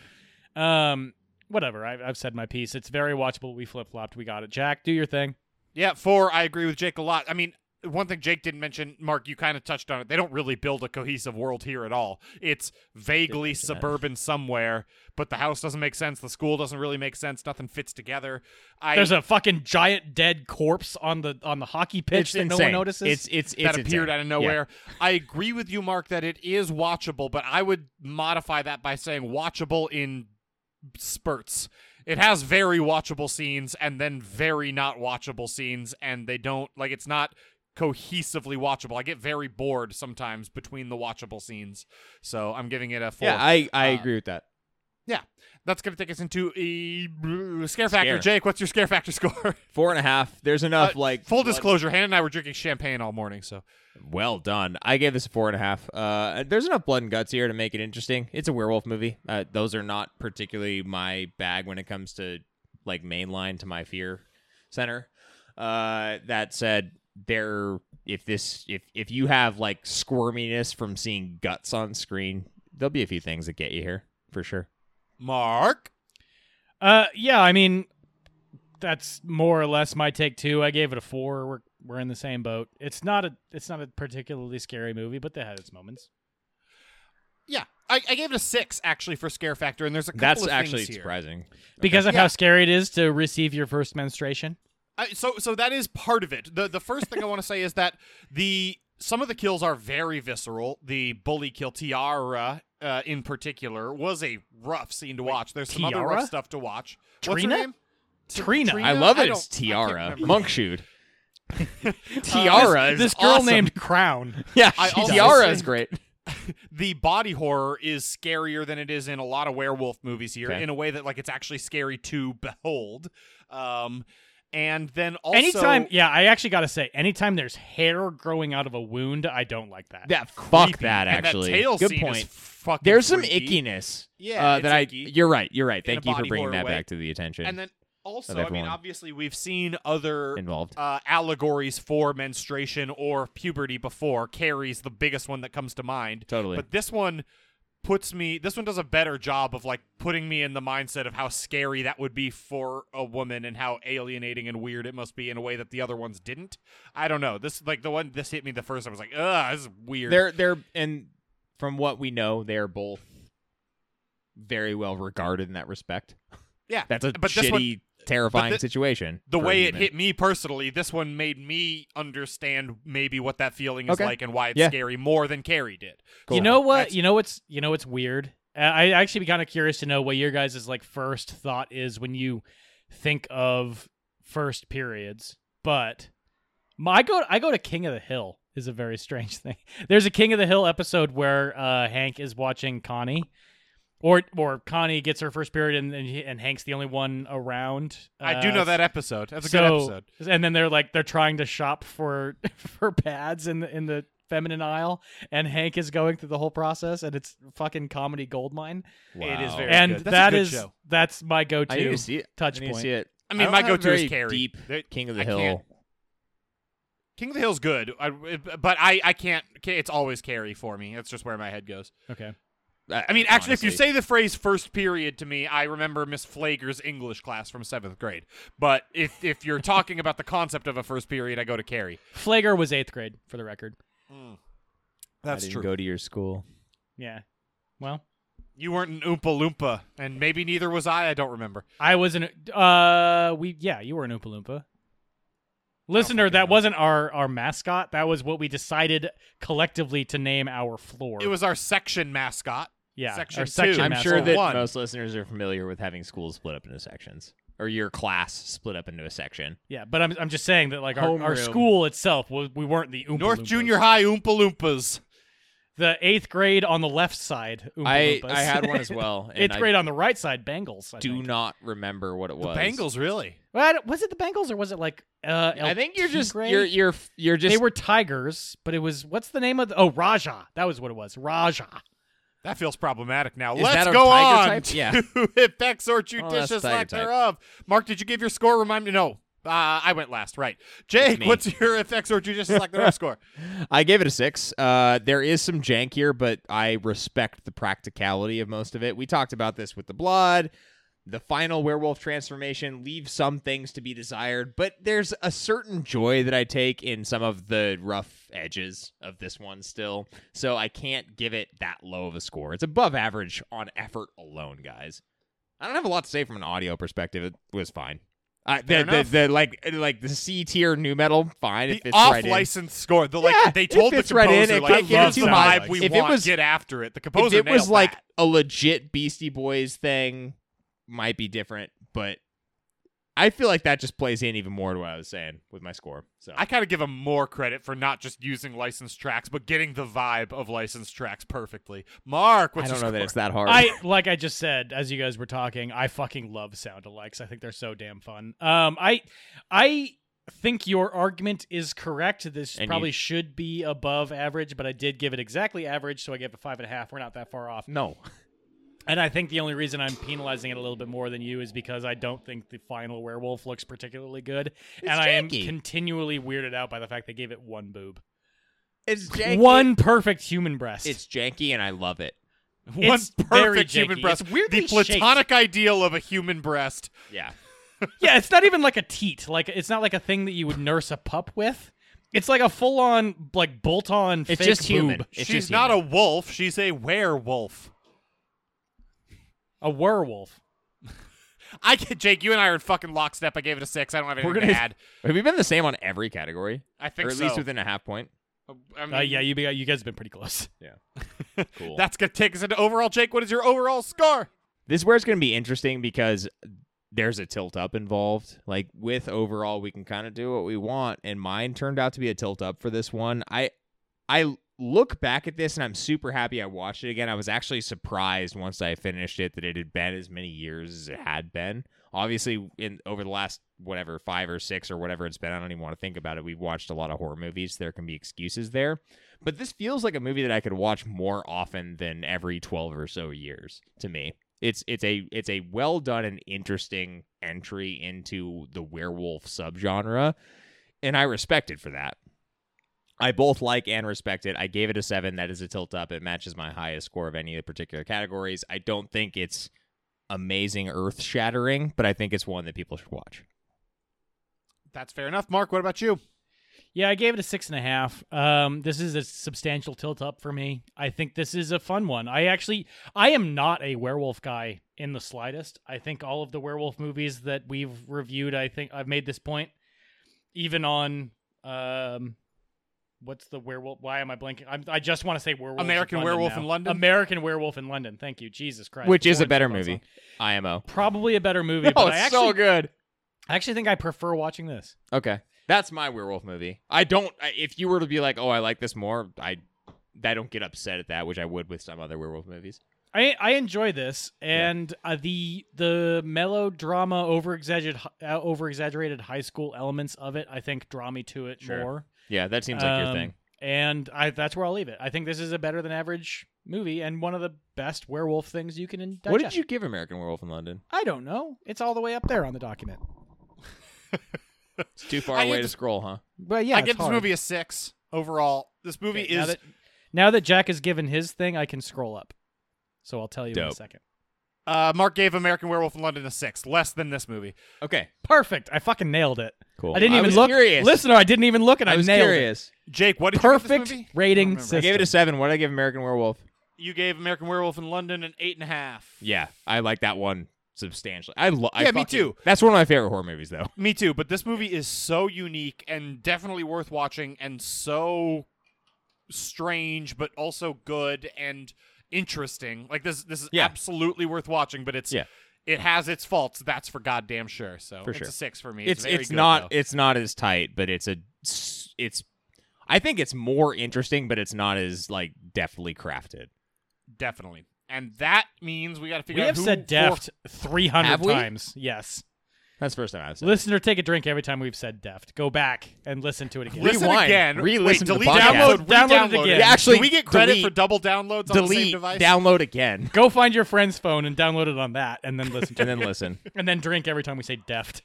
B: Um, whatever. I've, I've said my piece. It's very watchable. We flip flopped. We got it. Jack, do your thing.
A: Yeah, four. I agree with Jake a lot. I mean, one thing Jake didn't mention, Mark, you kind of touched on it. They don't really build a cohesive world here at all. It's vaguely suburban somewhere, but the house doesn't make sense. The school doesn't really make sense. Nothing fits together. I
B: There's a fucking giant dead corpse on the on the hockey pitch that no one
C: insane.
B: notices.
C: It's it's, it's
A: that appeared
C: insane.
A: out of
C: Yeah.
A: nowhere. I agree with you, Mark, that it is watchable, but I would modify that by saying watchable in spurts. It has very watchable scenes and then very not watchable scenes, and they don't like it's not cohesively watchable. I get very bored sometimes between the watchable scenes, so I'm giving it a four.
C: Yeah, I, I
A: Uh,
C: agree with that.
A: Yeah. that's gonna take us into a scare factor.
C: Scare.
A: Jake, what's your scare factor score?
C: Four and a half. There's enough
A: Uh,
C: like
A: full
C: blood-
A: disclosure, Hannah and I were drinking champagne all morning, so
C: Well done. I gave this a four and a half. Uh, there's enough blood and guts here to make it interesting. It's a werewolf movie. Uh, those are not particularly my bag when it comes to like mainline to my fear center. Uh, that said, there if this if if you have like squirminess from seeing guts on screen, there'll be a few things that get you here for sure.
A: Mark.
B: Uh, yeah, I mean, that's more or less my take too. I gave it a four. We're we're in the same boat. It's not a it's not a particularly scary movie, but it had its moments.
A: Yeah, I, I gave it a six actually for scare factor, and there's a couple
C: That's
A: of
C: actually
A: things here.
C: surprising.
B: Because of
A: Yeah.
B: how scary it is to receive your first menstruation.
A: I, so so that is part of it. The the first thing I want to say is that the some of the kills are very visceral. The bully kill Tiara uh, in particular was a rough scene to watch. There's some other
B: Tiara?
A: rough stuff to watch. What's her
B: Trina?
A: name? T-
B: Trina.
C: I love
A: I
C: it.
A: don't-
C: It's
A: I can't
C: Tiara.
A: remember. Uh,
C: Monk shoot. Tiara is
B: this girl
C: awesome.
B: named Crown.
C: Yeah,
A: I
C: she-
A: also-
C: Tiara is great.
A: the body horror is scarier than it is in a lot of werewolf movies here
C: Okay.
A: in a way that like it's actually scary to behold um and then also
B: anytime, yeah, I actually got to say, anytime there's hair growing out of a wound, I don't like that.
C: That fuck
A: creepy.
C: that
A: And
C: actually.
A: that tail
C: Good
A: scene
C: point.
A: is fucking
C: There's some
A: freaky.
C: ickiness.
A: Yeah,
C: uh,
A: it's
C: that I.
A: icky.
C: You're right. You're right.
A: In a
C: Thank you for
A: body
C: bringing
A: horror
C: that
A: way.
C: back to the attention.
A: and then also
C: Of
A: i mean
C: everyone.
A: obviously we've seen other
C: Involved.
A: uh, allegories for menstruation or puberty before carrie's the biggest one that comes to mind
C: Totally.
A: but this one puts me this one does a better job of like putting me in the mindset of how scary that would be for a woman and how alienating and weird it must be in a way that the other ones didn't i don't know this like the one this hit me the first i was like ugh this is weird
C: They're they're and from what we know, they're both very well regarded in that respect.
A: yeah
C: That's a
A: but
C: shitty,
A: this one
C: terrifying
A: thi-
C: situation.
A: the
C: for a
A: way it
C: human.
A: hit me personally this one made me understand maybe what that feeling is
C: Okay.
A: like and why it's
C: Yeah.
A: scary more than carrie did
C: Cool.
B: You know what?
A: That's-
B: you know what's you know what's weird. Uh, I I'd actually be kind of curious to know what your guys' like first thought is when you think of first periods. But my, I go I go to King of the Hill is a very strange thing. There's a King of the Hill episode where uh, Hank is watching Connie, or or Connie gets her first period and and, he- and Hank's the only one around.
A: i do
B: Uh,
A: know that episode that's a
B: so,
A: good episode
B: And then they're like they're trying to shop for for pads in the in the feminine aisle, and Hank is going through the whole process, and it's fucking comedy goldmine.
A: It is
C: Wow.
A: very
B: and
A: good. That's a
B: that
A: good
B: is-
A: show.
B: that's my go
C: I need
B: to.
C: to see it.
B: touch
C: I need to
B: point.
C: see it.
A: I mean,
C: don't
A: my
C: have a
A: go-to is
C: very
A: Carrie.
C: Deep
A: There-
C: King of the
A: I
C: Hill.
A: can't- King of the Hill's good, I, but I, I can't. It's always Carrie for me. That's just where my head goes.
B: Okay,
A: I mean, actually, if you
C: honestly.
A: say the phrase first period to me, I remember Miss Flager's English class from seventh grade. But if, if you're talking about the concept of a first period, I go to Carrie.
B: Flager was eighth grade for the record.
C: Hmm. I didn't go to your school.
B: Yeah, well,
A: You weren't an Oompa Loompa, and maybe neither was I. I don't remember.
B: I was an uh we yeah you were an Oompa Loompa. Listener, that wasn't our our mascot. That was what we decided collectively to name our floor.
A: It was our section mascot.
B: yeah,
A: section
B: our
A: two.
B: section
C: I'm
B: mascot.
C: sure that
A: One.
C: most listeners are familiar with having schools split up into sections or your class split up into a section.
B: Yeah, but I'm I'm just saying that like our, our
C: Homeroom.
B: school itself was we weren't the Oompa
A: North
B: Loompas.
A: Junior High Oompa Loompas.
B: the eighth grade on the left side. Oompa
C: I,
B: Loompas.
C: I had one as well. and
B: eighth
C: I
B: grade on the right side, Bengals. I
C: do
B: think.
C: not remember what it
A: The
C: was.
A: Bengals, really?
B: Well, I don't- was it the Bengals or was it like uh?
C: I think you're
B: LT
C: just
B: grade?
C: you're you're you're just
B: they were Tigers, but it was what's the name of the, oh Raja? That was what it was. Raja.
A: That feels problematic now.
C: Is
A: Let's
C: that our
A: go
C: tiger
A: on
C: type?
A: to
C: Yeah. Oh,
A: effects or judicious
C: that's tiger
A: lack
C: type.
A: thereof. Mark, did you give your score? Remind me. No, uh, I went last. Right. Jake,
C: me.
A: what's your effects or judicious lack thereof score?
C: I gave it a six. Uh, there is some jank here, but I respect the practicality of most of it. We talked about this with the blood. The final werewolf transformation leaves some things to be desired, but there's a certain joy that I take in some of the rough edges of this one still. So I can't give it that low of a score. It's above average on effort alone, guys. I don't have a lot to say from an audio perspective. It was fine. I
A: Fair
C: the, the,
A: enough.
C: the like like the C tier new metal fine.
A: The
C: it fits
A: off
C: right in.
A: license score. The like
C: Yeah,
A: they
C: it
A: told the
C: fits right in.
A: composer
C: It
A: like
C: can't
B: get
A: "Love
B: too
A: the
B: much."
A: vibe we
C: If it
A: want.
C: was-
A: get after it. The
C: if
A: composer
C: it was
A: nailed
C: like
A: that.
C: a legit Beastie Boys thing, might be different, but I feel like that just plays in even more to what I was saying with my score. So
A: I kind of give them more credit for not just using licensed tracks, but getting the vibe of licensed tracks perfectly. Mark,
C: I
A: what's
C: don't
A: your
C: know that
A: score?
C: it's that hard.
B: I like I just said as you guys were talking, I fucking love sound alikes. I think they're so damn fun. Um, I I think your argument is correct. This
C: And you-
B: probably should be above average, but I did give it exactly average, so I gave it five and a half. We're not that far off.
C: no.
B: And I think the only reason I'm penalizing it a little bit more than you is because I don't think the final werewolf looks particularly good, and I am
C: janky.
B: continually weirded out by the fact they gave it one boob,
C: It's janky.
B: one perfect human breast.
C: It's janky and I love it.
A: one
B: it's very
A: perfect human
B: janky.
A: breast.
B: It's weirdly
A: the platonic ideal of a human breast.
C: Yeah.
B: yeah, it's not even like a teat. Like it's not like a thing that you would nurse a pup with. It's like a full on like bolt on.
C: It's just human. It's
A: she's
C: just
A: not
C: human.
A: a wolf. She's a werewolf.
B: a werewolf.
A: I get Jake. You and I are in fucking lockstep. I gave it a six. I don't have anything
C: gonna-
A: to add.
C: Have we been the same on every category?
A: I think
C: or at least
A: so.
C: within a half point.
A: I mean,
B: Uh, yeah, you be- you guys have been pretty close.
C: Cool.
A: That's gonna take us into overall. Jake, what is your overall score?
C: this is where it's going to be interesting because there's a tilt up involved. Like with overall, we can kind of do what we want, and mine turned out to be a tilt up for this one. I, I look back at this and I'm super happy I watched it again. I was actually surprised once I finished it that it had been as many years as it had been. Obviously, in over the last whatever five or six or whatever it's been, I don't even want to think about it. We've watched a lot of horror movies. There can be excuses there, but this feels like a movie that I could watch more often than every twelve or so years to me it's it's a it's a well done and interesting entry into the werewolf subgenre and i respect it for that i both like and respect it i gave it a seven that is a tilt up it matches my highest score of any of the particular categories i don't think it's amazing earth shattering but i think it's one that people should watch
A: That's fair enough. Mark, what about you?
B: Yeah, I gave it a six and a half. Um, this is a substantial tilt up for me. I think this is a fun one. I actually, I am not a werewolf guy in the slightest. I think all of the werewolf movies that we've reviewed, I think I've made this point, even on, um, what's the werewolf? Why am I blanking? I'm, I just want to say werewolf.
A: American Werewolf in London?
B: American Werewolf in London. Thank you, Jesus Christ.
C: which is
B: Before
C: a
B: I
C: better
B: jump on
C: movie
B: something.
C: imo
B: Probably a better movie.
C: oh
B: but I
C: it's
B: actually,
C: so good
B: I actually think I prefer watching this.
C: okay that's my werewolf movie i don't I- if you were to be like oh i like this more i i don't get upset at that which i would with some other werewolf movies
B: I I enjoy this, and uh, the the melodrama over exaggerated uh, over exaggerated high school elements of it, I think, draw me to it
C: Sure.
B: more.
C: Yeah, that seems like your
B: Um,
C: thing.
B: and I that's where I'll leave it. I think this is a better than average movie and one of the best werewolf things you can in- Um, digest.
C: What did you give American Werewolf in London?
B: I don't know. It's all the way up there on the document.
C: It's too far
A: I
C: away
A: give
C: to
A: this-
C: scroll, huh?
B: But yeah,
A: I
B: it's
A: give this
B: hard.
A: movie a six overall. This movie
B: Okay, now
A: is
B: that, now that Jack has given his thing, I can scroll up. So I'll tell you in a
C: Dope.
B: second.
A: uh, Mark gave American Werewolf in London a six, less than this movie.
C: Okay,
B: Perfect. I fucking nailed it.
C: cool.
B: I didn't even
C: was
B: look.
C: Curious.
B: Listener, I didn't even look, and I,
C: I was
B: nailed it.
C: curious.
A: Jake, what did you give this
B: perfect
A: movie? I
B: rating
A: don't remember.
B: system.
C: I gave it a seven. What did I give American Werewolf?
A: You gave American Werewolf in London an eight and a half.
C: Yeah, I like that one substantially. I lo- I
A: Yeah, me
C: fucking-
A: too.
C: That's one of my favorite horror movies, though.
A: Me too, but this movie is so unique and definitely worth watching and so strange but also good and interesting. Like this this is
C: Yeah.
A: absolutely worth watching, but it's
C: Yeah.
A: it has its faults, that's for goddamn sure. So
C: For
A: it's
C: sure.
A: a 6 for me.
C: It's
A: very
C: it's
A: good,
C: not
A: though.
C: it's not as tight, but it's a it's. I think it's more interesting, but it's not as like deftly crafted.
A: definitely. And that means we got to
B: We
A: figure out
B: have
A: who
B: said deft 300
C: Have we?
B: times. Yes.
C: That's the first time I've said.
B: Listener, take a drink every time we've said deft. Go back and listen to it again.
A: for- listen
C: Rewind.
A: again.
C: Re-listen
A: Wait,
C: to the
A: delete
C: podcast.
A: download,
B: Download- download it
A: re-download
B: again.
C: Yeah, actually,
A: Do we get credit
C: delete-
A: for double downloads on the same
C: Delete,
A: device?
C: download again,
B: Go find your friend's phone and download it on that and then listen to
C: and
B: it.
C: then listen.
B: And then drink every time we say deft.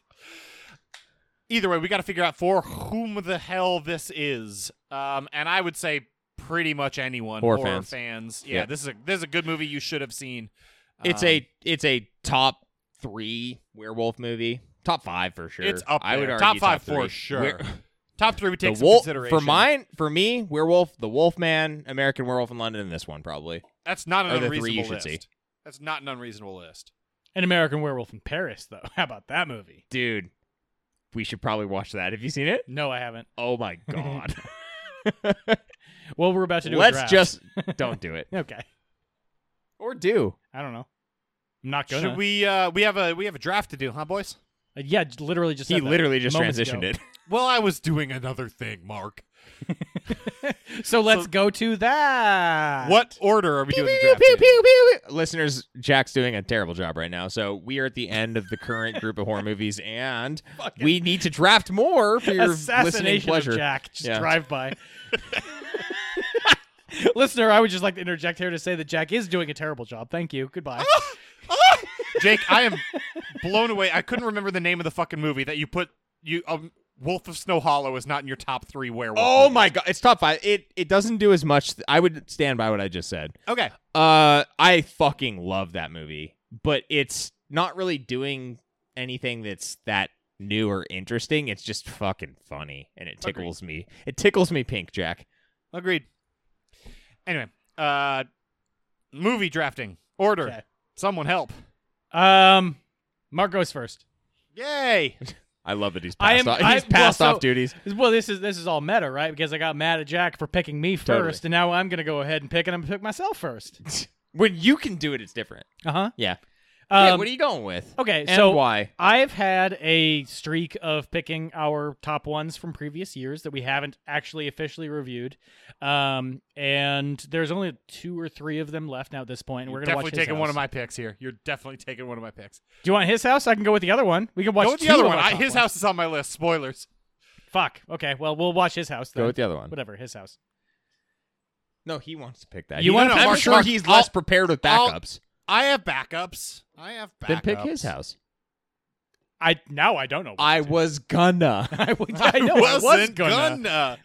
A: either way, we got to figure out for whom the hell this is. Um, and I would say pretty much anyone
C: Horror
A: horror
C: fans.
A: Yeah,
C: Yeah.
A: this is a this is a good movie you should have seen.
C: It's
A: Um,
C: a it's a top three werewolf movie. Top five for sure.
A: It's up
C: I would
A: there.
C: argue
A: Top five for
C: three.
A: sure.
C: Were-
A: top three we
C: the
A: take some
C: wolf
A: consideration
C: for mine for me werewolf the Wolfman American Werewolf in London and this one probably.
A: That's not
C: are
A: an
C: the three you
A: unreasonable
C: should
A: list.
C: see.
A: That's not an unreasonable list.
B: An American Werewolf in Paris, though. How about that movie?
C: Dude, we should probably watch that. Have you seen it?
B: No, I haven't.
C: Oh my god.
B: Well, we're about to do a
C: Let's
B: draft.
C: just don't do it
B: Okay.
C: or do.
B: I don't know. I'm not gonna.
A: Should we? Uh, we have a we have a draft to do, huh, boys?
B: Uh, Yeah, j- literally just
C: He
B: said that
C: literally just
B: moments
C: transitioned
B: ago.
C: it.
A: Well, I was doing another thing, Mark.
B: So let's go to that.
A: What order are we doing the draft? in?
C: Listeners, Jack's doing a terrible job right now. So we are at the end of the current group of horror movies, and we need to draft more for your listening
B: assassination
C: pleasure.
B: of Jack. Just
C: Yeah.
B: drive by. Listener, I would just like to interject here to say that Jack is doing a terrible job. Thank you. Goodbye.
A: Jake, I am blown away. I couldn't remember the name of the fucking movie that you put. You um, Wolf of Snow Hollow is not in your top three werewolf.
C: Oh
A: movies.
C: my god, it's top five. It it doesn't do as much. I would stand by what I just said.
A: Okay,
C: Uh, I fucking love that movie, but it's not really doing anything that's that new or interesting. It's just fucking funny, and it tickles me. It tickles me pink, Jack.
A: Agreed. Anyway, uh movie drafting. Order.
B: Okay.
A: Someone help.
B: Um, Mark goes first.
A: Yay.
C: I love that he's
B: I
C: passed
B: am-
C: off.
B: I-
C: He's passed
B: well,
C: off
B: so-
C: duties.
B: Well, this is this is all meta, right? Because I got mad at Jack for picking me first,
C: Totally.
B: and now I'm gonna go ahead and pick, and I'm gonna pick myself first.
C: When you can do it, it's different.
B: Uh huh.
C: Yeah.
B: Um,
C: what are you going with?
B: okay,
C: and
B: so
C: why?
B: I've had a streak of picking our top ones from previous years that we haven't actually officially reviewed, um, and there's only two or three of them left now at this point. And we're
A: You're
B: gonna
A: definitely
B: watch his
A: taking one of
B: house.
A: my picks here. You're definitely taking one of my picks.
B: Do you want his house? I can go with the other one. We can watch
A: Go with the
B: two
A: other
B: of
A: one.
B: our
A: I,
B: top
A: his
B: ones.
A: house is on my list. Spoilers.
B: Fuck. Okay. Well, we'll watch his house. Then.
C: Go with the other one.
B: Whatever. His house.
C: No, he wants to pick that.
B: You
C: He-
B: want-
C: I'm
A: Mark-
C: sure
A: Mark,
C: he's
A: I'll-
C: less prepared with
A: I'll-
C: backups.
A: I have backups. I have backups.
C: Then pick his house.
B: I now I don't know. what
C: I
B: to do.
C: was gonna.
B: I, would-
A: I,
B: I know. I
A: wasn't
B: was
A: gonna.
B: gonna.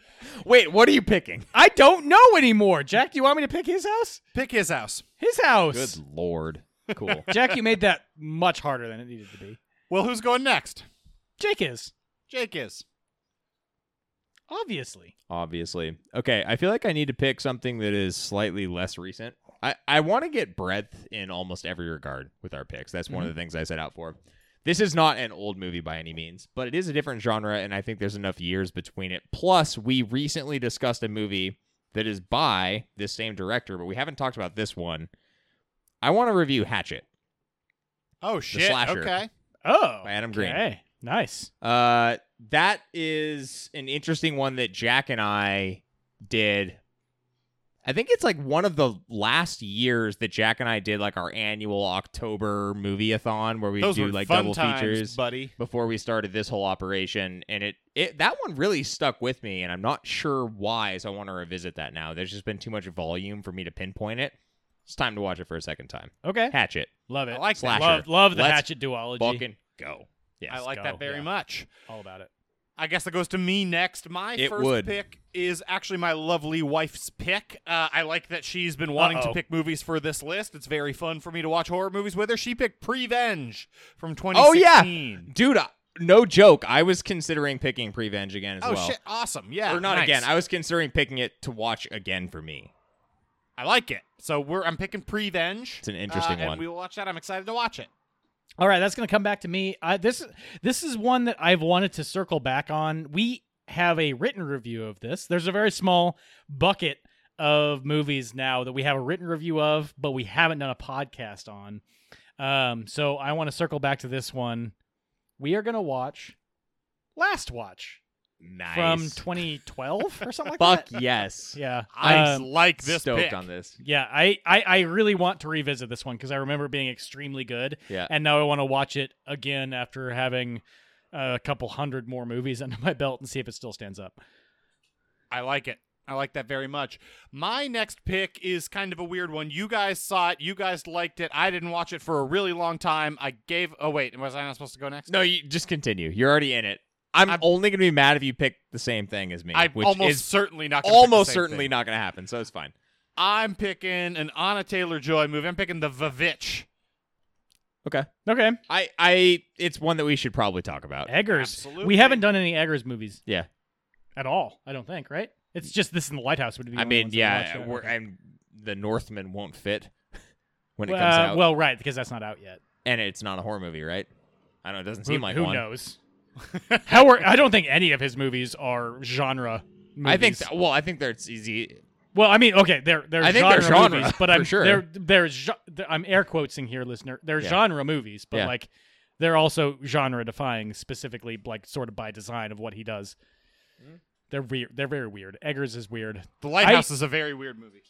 C: Wait, what are you picking?
B: I don't know anymore. Jack, do you want me to pick his house?
A: pick his house.
B: His house.
C: Good lord. Cool.
B: Jack, you made that much harder than it needed to be.
A: Well, who's going next?
B: Jake is
A: Jake is.
B: obviously.
C: Obviously. Okay, I feel like I need to pick something that is slightly less recent. I, I want to get breadth in almost every regard with our picks. That's one of the things I set out for. This is not an old movie by any means, but it is a different genre, and I think there's enough years between it. Plus, we recently discussed a movie that is by this same director, but we haven't talked about this one. I want to review Hatchet.
A: Oh shit.
C: slasher.
A: Okay.
B: Oh,
C: By Adam Green.
B: Okay. Nice.
C: Uh, that is an interesting one that Jack and I did. I think it's like one of the last years that Jack and I did like our annual October movie-a-thon where we
A: Those
C: do
A: were
C: like
A: fun
C: double
A: times,
C: features
A: buddy.
C: before we started this whole operation and it, it that one really stuck with me and I'm not sure why so I want to revisit that now. There's just been too much volume for me to pinpoint it. It's time to watch it for a second time.
B: Okay.
C: Hatchet.
B: Love it.
A: I like that.
C: Slasher.
B: Love, love the
C: Let's
B: hatchet duology.
C: Fucking go. Yes.
A: I like
B: go,
A: that very
B: yeah.
A: much.
B: All about it.
A: I guess that goes to me next. My
C: It
A: first
C: would.
A: pick is actually my lovely wife's pick. Uh, I like that she's been wanting
B: Uh-oh.
A: to pick movies for this list. It's very fun for me to watch horror movies with her. She picked Prevenge from
C: Oh yeah,
A: 2016.
C: dude. I- No joke. I was considering picking Prevenge again as
A: Oh
C: well.
A: shit! Awesome. Yeah.
C: Or not
A: nice.
C: again. I was considering picking it to watch again for me.
A: I like it. So we're I'm picking Prevenge.
C: It's an interesting
A: uh,
C: one.
A: And we will watch that. I'm excited to watch it.
B: All right, that's going to come back to me. I, this this is one that I've wanted to circle back on. We have a written review of this. There's a very small bucket of movies now that we have a written review of, but we haven't done a podcast on. Um, so I want to circle back to this one. We are going to watch Last Watch
C: Nice.
B: from 2012 or something like
C: Fuck
B: that.
C: yes.
B: Yeah,
A: I
B: Um,
A: like this
C: Stoked
A: pick.
C: on this.
B: yeah. I, I I really want to revisit this one because I remember it being extremely good.
C: Yeah.
B: and now I want to watch it again after having uh, a couple hundred more movies under my belt and see if it still stands up.
A: I like it. I like that very much. My next pick is kind of a weird one. You guys saw it. You guys liked it. I didn't watch it for a really long time. I gave. Oh wait, was I not supposed to go next?
C: no, you just continue. You're already in it. I'm,
A: I'm-
C: only gonna be mad if you pick the same thing as me,
A: I'm
C: which
A: almost
C: is
A: certainly not. Gonna pick the
C: almost
A: same
C: certainly
A: thing.
C: not gonna happen. So it's fine.
A: I'm picking an Anna Taylor Joy movie. I'm picking the Vavitch.
C: Okay.
B: Okay,
C: I I it's one that we should probably talk about.
B: Eggers.
A: Absolutely.
B: We haven't done any Eggers movies
C: Yeah.
B: at all. I don't think, right? It's just this in the lighthouse would be. the
C: I
B: only
C: mean,
B: ones that we watched,
C: yeah,
B: right?
C: we're,
B: Okay.
C: and the Northman won't fit when it
B: well,
C: comes
B: uh,
C: out.
B: well, right, because that's not out yet.
C: and it's not a horror movie, right? I don't know. It doesn't
B: Who,
C: seem like
B: who
C: one.
B: knows? How are? I don't think any of his movies are genre. Movies.
C: I think. th- well, I think that's easy.
B: Well, I mean, okay, they're they're
C: I think
B: genre,
C: they're genre,
B: movies, but
C: for
B: I'm
C: sure.
B: they're they're ge- I'm air quotesing here, listener. They're
C: Yeah.
B: genre movies, but
C: Yeah.
B: like they're also genre defying, specifically like sort of by design of what he does. They're weird. They're very weird. Eggers is weird.
A: The Lighthouse is a very weird movie.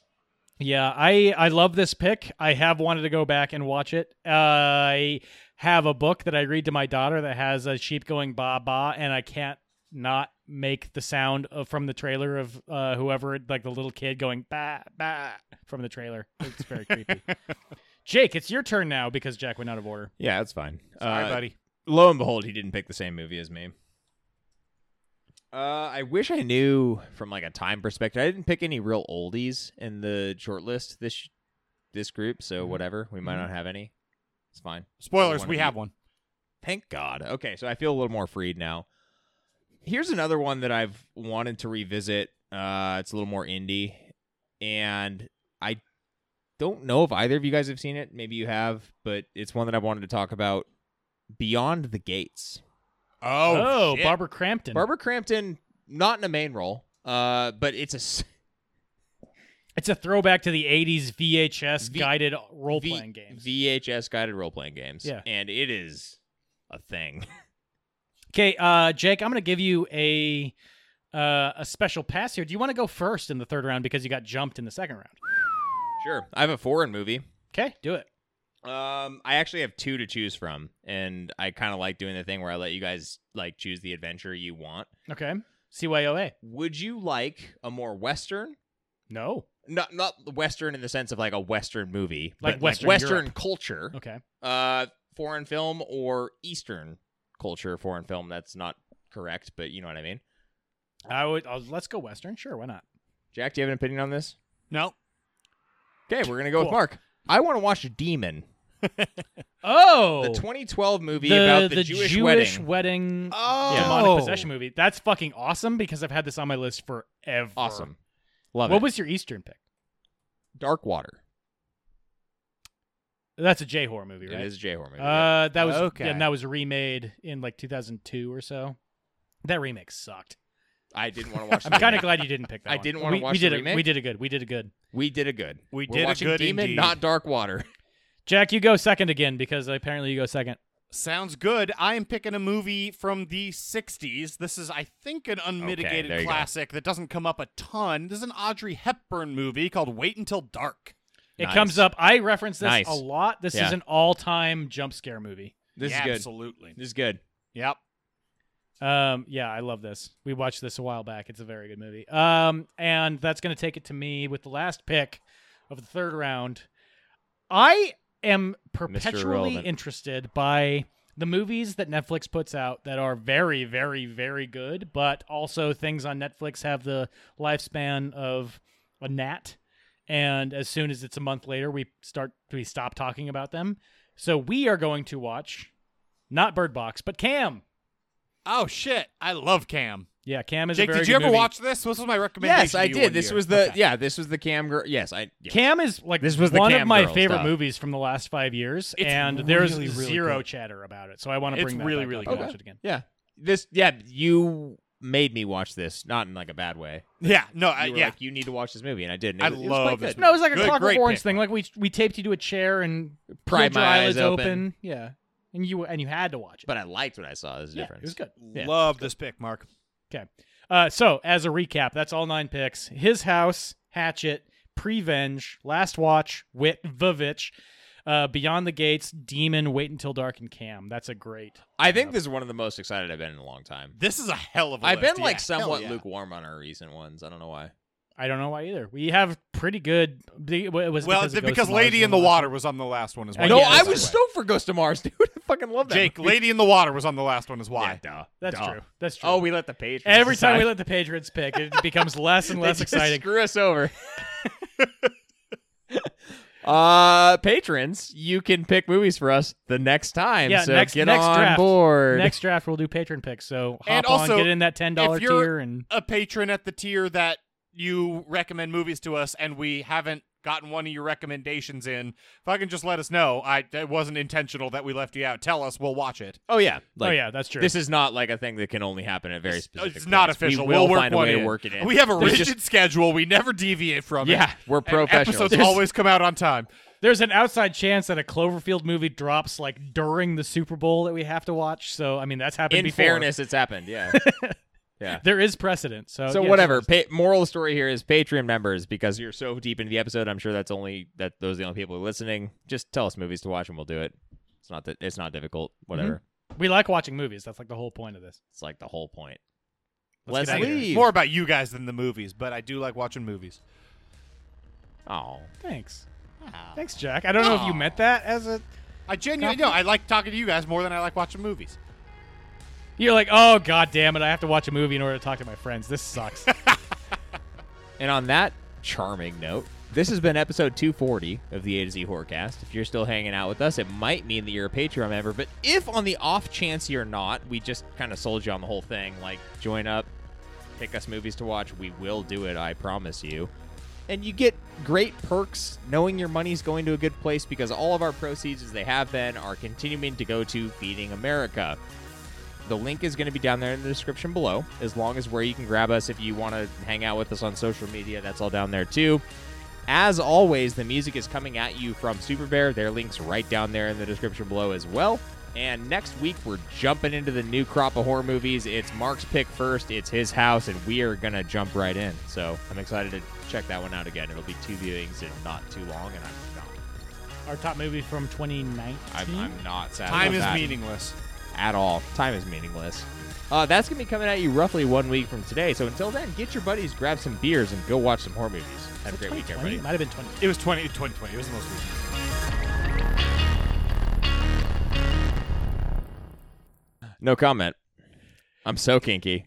B: Yeah, I I love this pick. I have wanted to go back and watch it. Uh, I have a book that I read to my daughter that has a sheep going ba ba, and I can't not make the sound of, from the trailer of uh, whoever, like the little kid going ba ba from the trailer. It's very creepy. Jake, it's your turn now because Jack went out of order.
C: Yeah, that's fine.
A: Sorry,
C: Uh,
A: buddy.
C: Lo and behold, he didn't pick the same movie as me. Uh, I wish I knew from like a time perspective. I didn't pick any real oldies in the short list this
B: Mm-hmm.
C: this group, so whatever. We might not have any. It's fine.
A: Spoilers.
C: one
A: We
C: of
A: have
C: you-
A: one.
C: Thank God. Okay, so I feel a little more freed now. Here's another one that I've wanted to revisit. Uh, it's a little more indie, and I don't know if either of you guys have seen it. Maybe you have, but it's one that I wanted to talk about. Beyond the Gates.
A: Oh, shit.
B: Barbara Crampton.
C: Barbara Crampton, not in a main role, uh, but it's a s-
B: It's a throwback to the 80s VHS
C: V-
B: guided role
C: V-
B: playing games.
C: VHS guided role playing games.
B: Yeah.
C: and it is a thing.
B: Okay, uh, Jake, I'm going to give you a uh, a special pass here. Do you want to go first in the third round because you got jumped in the second round?
C: sure, I have a foreign movie.
B: Okay, do it.
C: Um, I actually have two to choose from, and I kind of like doing the thing where I let you guys like choose the adventure you want.
B: Okay. CYOA.
C: Would you like a more western?
B: No.
C: Not not western in the sense of like a western movie,
B: Like
C: but
B: Western
C: western
B: Europe.
C: culture,
B: Okay.
C: uh, foreign film or eastern culture, foreign film. That's not correct, but you know what I mean.
B: I would. I'll, let's go Western. Sure, why not?
C: Jack, do you have an opinion on this?
A: no.
C: Okay, we're gonna go
B: Cool.
C: with Mark. I want to watch Demon,
B: Oh,
C: the 2012 movie about the, Jewish, wedding.
B: wedding
A: Oh,
B: demonic possession movie. That's fucking awesome because I've had this on my list forever.
C: Awesome, love
B: what
C: it.
B: was your Eastern pick?
C: Dark Water?
B: That's a J horror movie, right?
C: It is a J horror movie. yeah.
B: Uh, that was
A: Okay.
B: and that was remade in like 2002 or so. That remake sucked.
C: I didn't want to watch. the
B: I'm kind of
C: remake.
B: glad you didn't pick that.
C: I
B: one.
C: didn't wanna
B: We-
C: watch
B: We
C: the
B: did it.
C: remake?
B: We did it good. We did it good.
C: we did a good.
A: We
C: We're
A: did a
C: watching
A: good
C: Demon,
A: indeed.
C: not Dark Water.
B: Jack, you go second again because apparently you go second.
A: Sounds good. I am picking a movie from the 60s. This is, I think, an unmitigated
C: there you go.
A: classic that doesn't come up a ton. This is an Audrey Hepburn movie called Wait Until Dark.
B: It
C: Nice.
B: comes up. I reference this
C: Nice.
B: a lot. This is
C: Yeah.
B: an all-time jump scare movie.
C: This
A: Yeah,
C: is good.
A: Absolutely.
C: This is good.
A: Yep.
B: Um, yeah, I love this. We watched this a while back. It's a very good movie. Um, and that's going to take it to me with the last pick of the third round. I am perpetually
C: Irrelevant.
B: interested by the movies that Netflix puts out that are very, very, very good, but also things on Netflix have the lifespan of a gnat. And as soon as it's a month later, we start we stop talking about them. So we are going to watch not Bird Box, but Cam.
A: Oh, shit. I love Cam.
B: Yeah, Cam is
A: Jake,
B: a very
A: did you
B: good
A: ever
B: movie.
A: watch this? This was my recommendation.
C: Yes, I
A: to you one
C: did. This
A: year.
C: was the
A: Okay.
C: yeah. This was the cam girl. Yes, I. yeah.
B: Cam is like
C: This was the
B: one of
C: Cam
B: my
C: Girl
B: favorite
C: stuff.
B: movies from the last five years,
A: It's
B: and there's
A: really, really
B: zero
A: good.
B: chatter about it. So I want to
A: It's
B: bring that
A: really,
B: back
A: really
B: up and
A: good.
B: watch it again.
C: Yeah. This yeah. You made me watch this, not in like a bad way.
A: Yeah, no,
C: You
A: I,
C: were
A: Uh, yeah.
C: like, you need to watch this movie, and I did. And it
A: I
C: was- it was
A: love
C: quite
A: this
C: good.
A: movie.
B: No, it was like a
A: Good-
B: Clockwork
A: great pick,
B: Orange thing. Like we we taped you to a chair and
C: Pried
B: pulled your
C: my eyes
B: eyelids
C: open.
B: Yeah, and you and you had to watch it.
C: But I liked what I saw. There's a
B: yeah,
C: difference.
B: it was good.
C: Yeah.
A: Love this pick, Mark.
B: Uh, so as a recap, that's all nine picks: His House, Hatchet, Prevenge, Last Watch, Wit, Vivitch, uh, Beyond the Gates, Demon, Wait Until Dark, and Cam. That's a great.
C: I think this is one of the most excited I've been in a long time.
A: This is a hell of a
C: I've
A: list.
C: been like
A: Yeah,
C: somewhat
A: hell yeah.
C: lukewarm on our recent ones. I don't know why.
B: I don't know why either. We have pretty good. It was
A: Well, because,
B: because, it goes to Mars
A: Lady in the
B: One Last
A: Water was on the last one as well.
B: I
C: No,
B: guess.
C: I was
B: Right.
C: stoked for Ghost of Mars, dude. I fucking love that.
A: Jake,
C: movie.
A: Lady in the Water was on the last one as
C: Yeah,
A: why.
C: duh,
B: That's
C: duh.
B: true. That's true.
C: Oh, we let the page.
B: every time we let the Patriots pick, it becomes less and
C: They
B: less
C: just
B: exciting.
C: Screw us over. uh patrons, you can pick movies for us the next time.
B: Yeah,
C: so
B: next-
C: get
B: next
C: on
B: draft.
C: board.
B: Next draft, we'll do patron picks. So hop
A: And
B: on,
A: also,
B: get in that ten dollar
A: if you're-
B: tier, and
A: a patron at the tier that you recommend movies to us and we haven't gotten one of your recommendations in, if I can just let us know. I it wasn't intentional that we left you out. Tell us, we'll watch it.
C: oh yeah. Like,
B: oh yeah, that's true.
C: This is not like a thing that can only happen at very specific.
A: It's not
C: points.
A: official.
C: We will
A: will work
C: find
A: one
C: a way
A: in.
C: to work it in.
A: We have a
C: There's
A: rigid
C: just-
A: schedule. We never deviate from it.
C: yeah, we're
A: And
C: professionals.
A: Episodes always come out on time.
B: There's an outside chance that a Cloverfield movie drops like during the Super Bowl that we have to watch. So I mean, that's happened
C: in
B: before.
C: fairness, it's happened. Yeah. yeah.
B: there is precedent. So
C: So
B: Oh, yeah,
C: whatever.
B: just-
C: Pa- moral story here is Patreon members because you're so deep into the episode. I'm sure that's only that those are the only people who are listening. Just tell us movies to watch and we'll do it. It's not that it's not difficult. Whatever.
B: We like watching movies. That's like the whole point of this.
C: It's like the whole point.
B: Let's
C: Let's,
B: get outta here.
C: leave.
A: More about you guys than the movies, but I do like watching movies.
C: Oh,
B: Thanks. Thanks, Jack. I don't know if you meant that as a.
A: I genuinely no, I like talking to you guys more than I like watching movies.
B: You're like, oh god damn it! I have to watch a movie in order to talk to my friends. This sucks.
C: and on that charming note, This has been episode 240 of the A to Z Horrorcast. If you're still hanging out with us, it might mean that you're a Patreon member, but if on the off chance you're not, we just kind of sold you on the whole thing. Like, join up, pick us movies to watch. We will do it, I promise you. And you get great perks knowing your money's going to a good place because all of our proceeds, as they have been, are continuing to go to Feeding America. The link is going to be down there in the description below, as long as where you can grab us if you want to hang out with us on social media. That's all down there too. As always, the music is coming at you from Super Bear. Their link's right down there in the description below as well. And next week, we're jumping into the new crop of horror movies. It's Mark's pick first, it's his house, and we are going to jump right in. So I'm excited to check that one out again. It'll be two viewings in not too long, and I'm not.
B: Our top movie from 2019.
C: I'm, I'm not sad.
A: Time
C: about
A: is
C: that
A: meaningless.
C: at all. Time is meaningless. Uh, that's going to be coming at you roughly one week from today. So until then, get your buddies, grab some beers, and go watch some horror movies. Have a great week, everybody.
B: Might have been 20.
A: It was 20, 2020. It was the most recent.
C: No comment. I'm so kinky.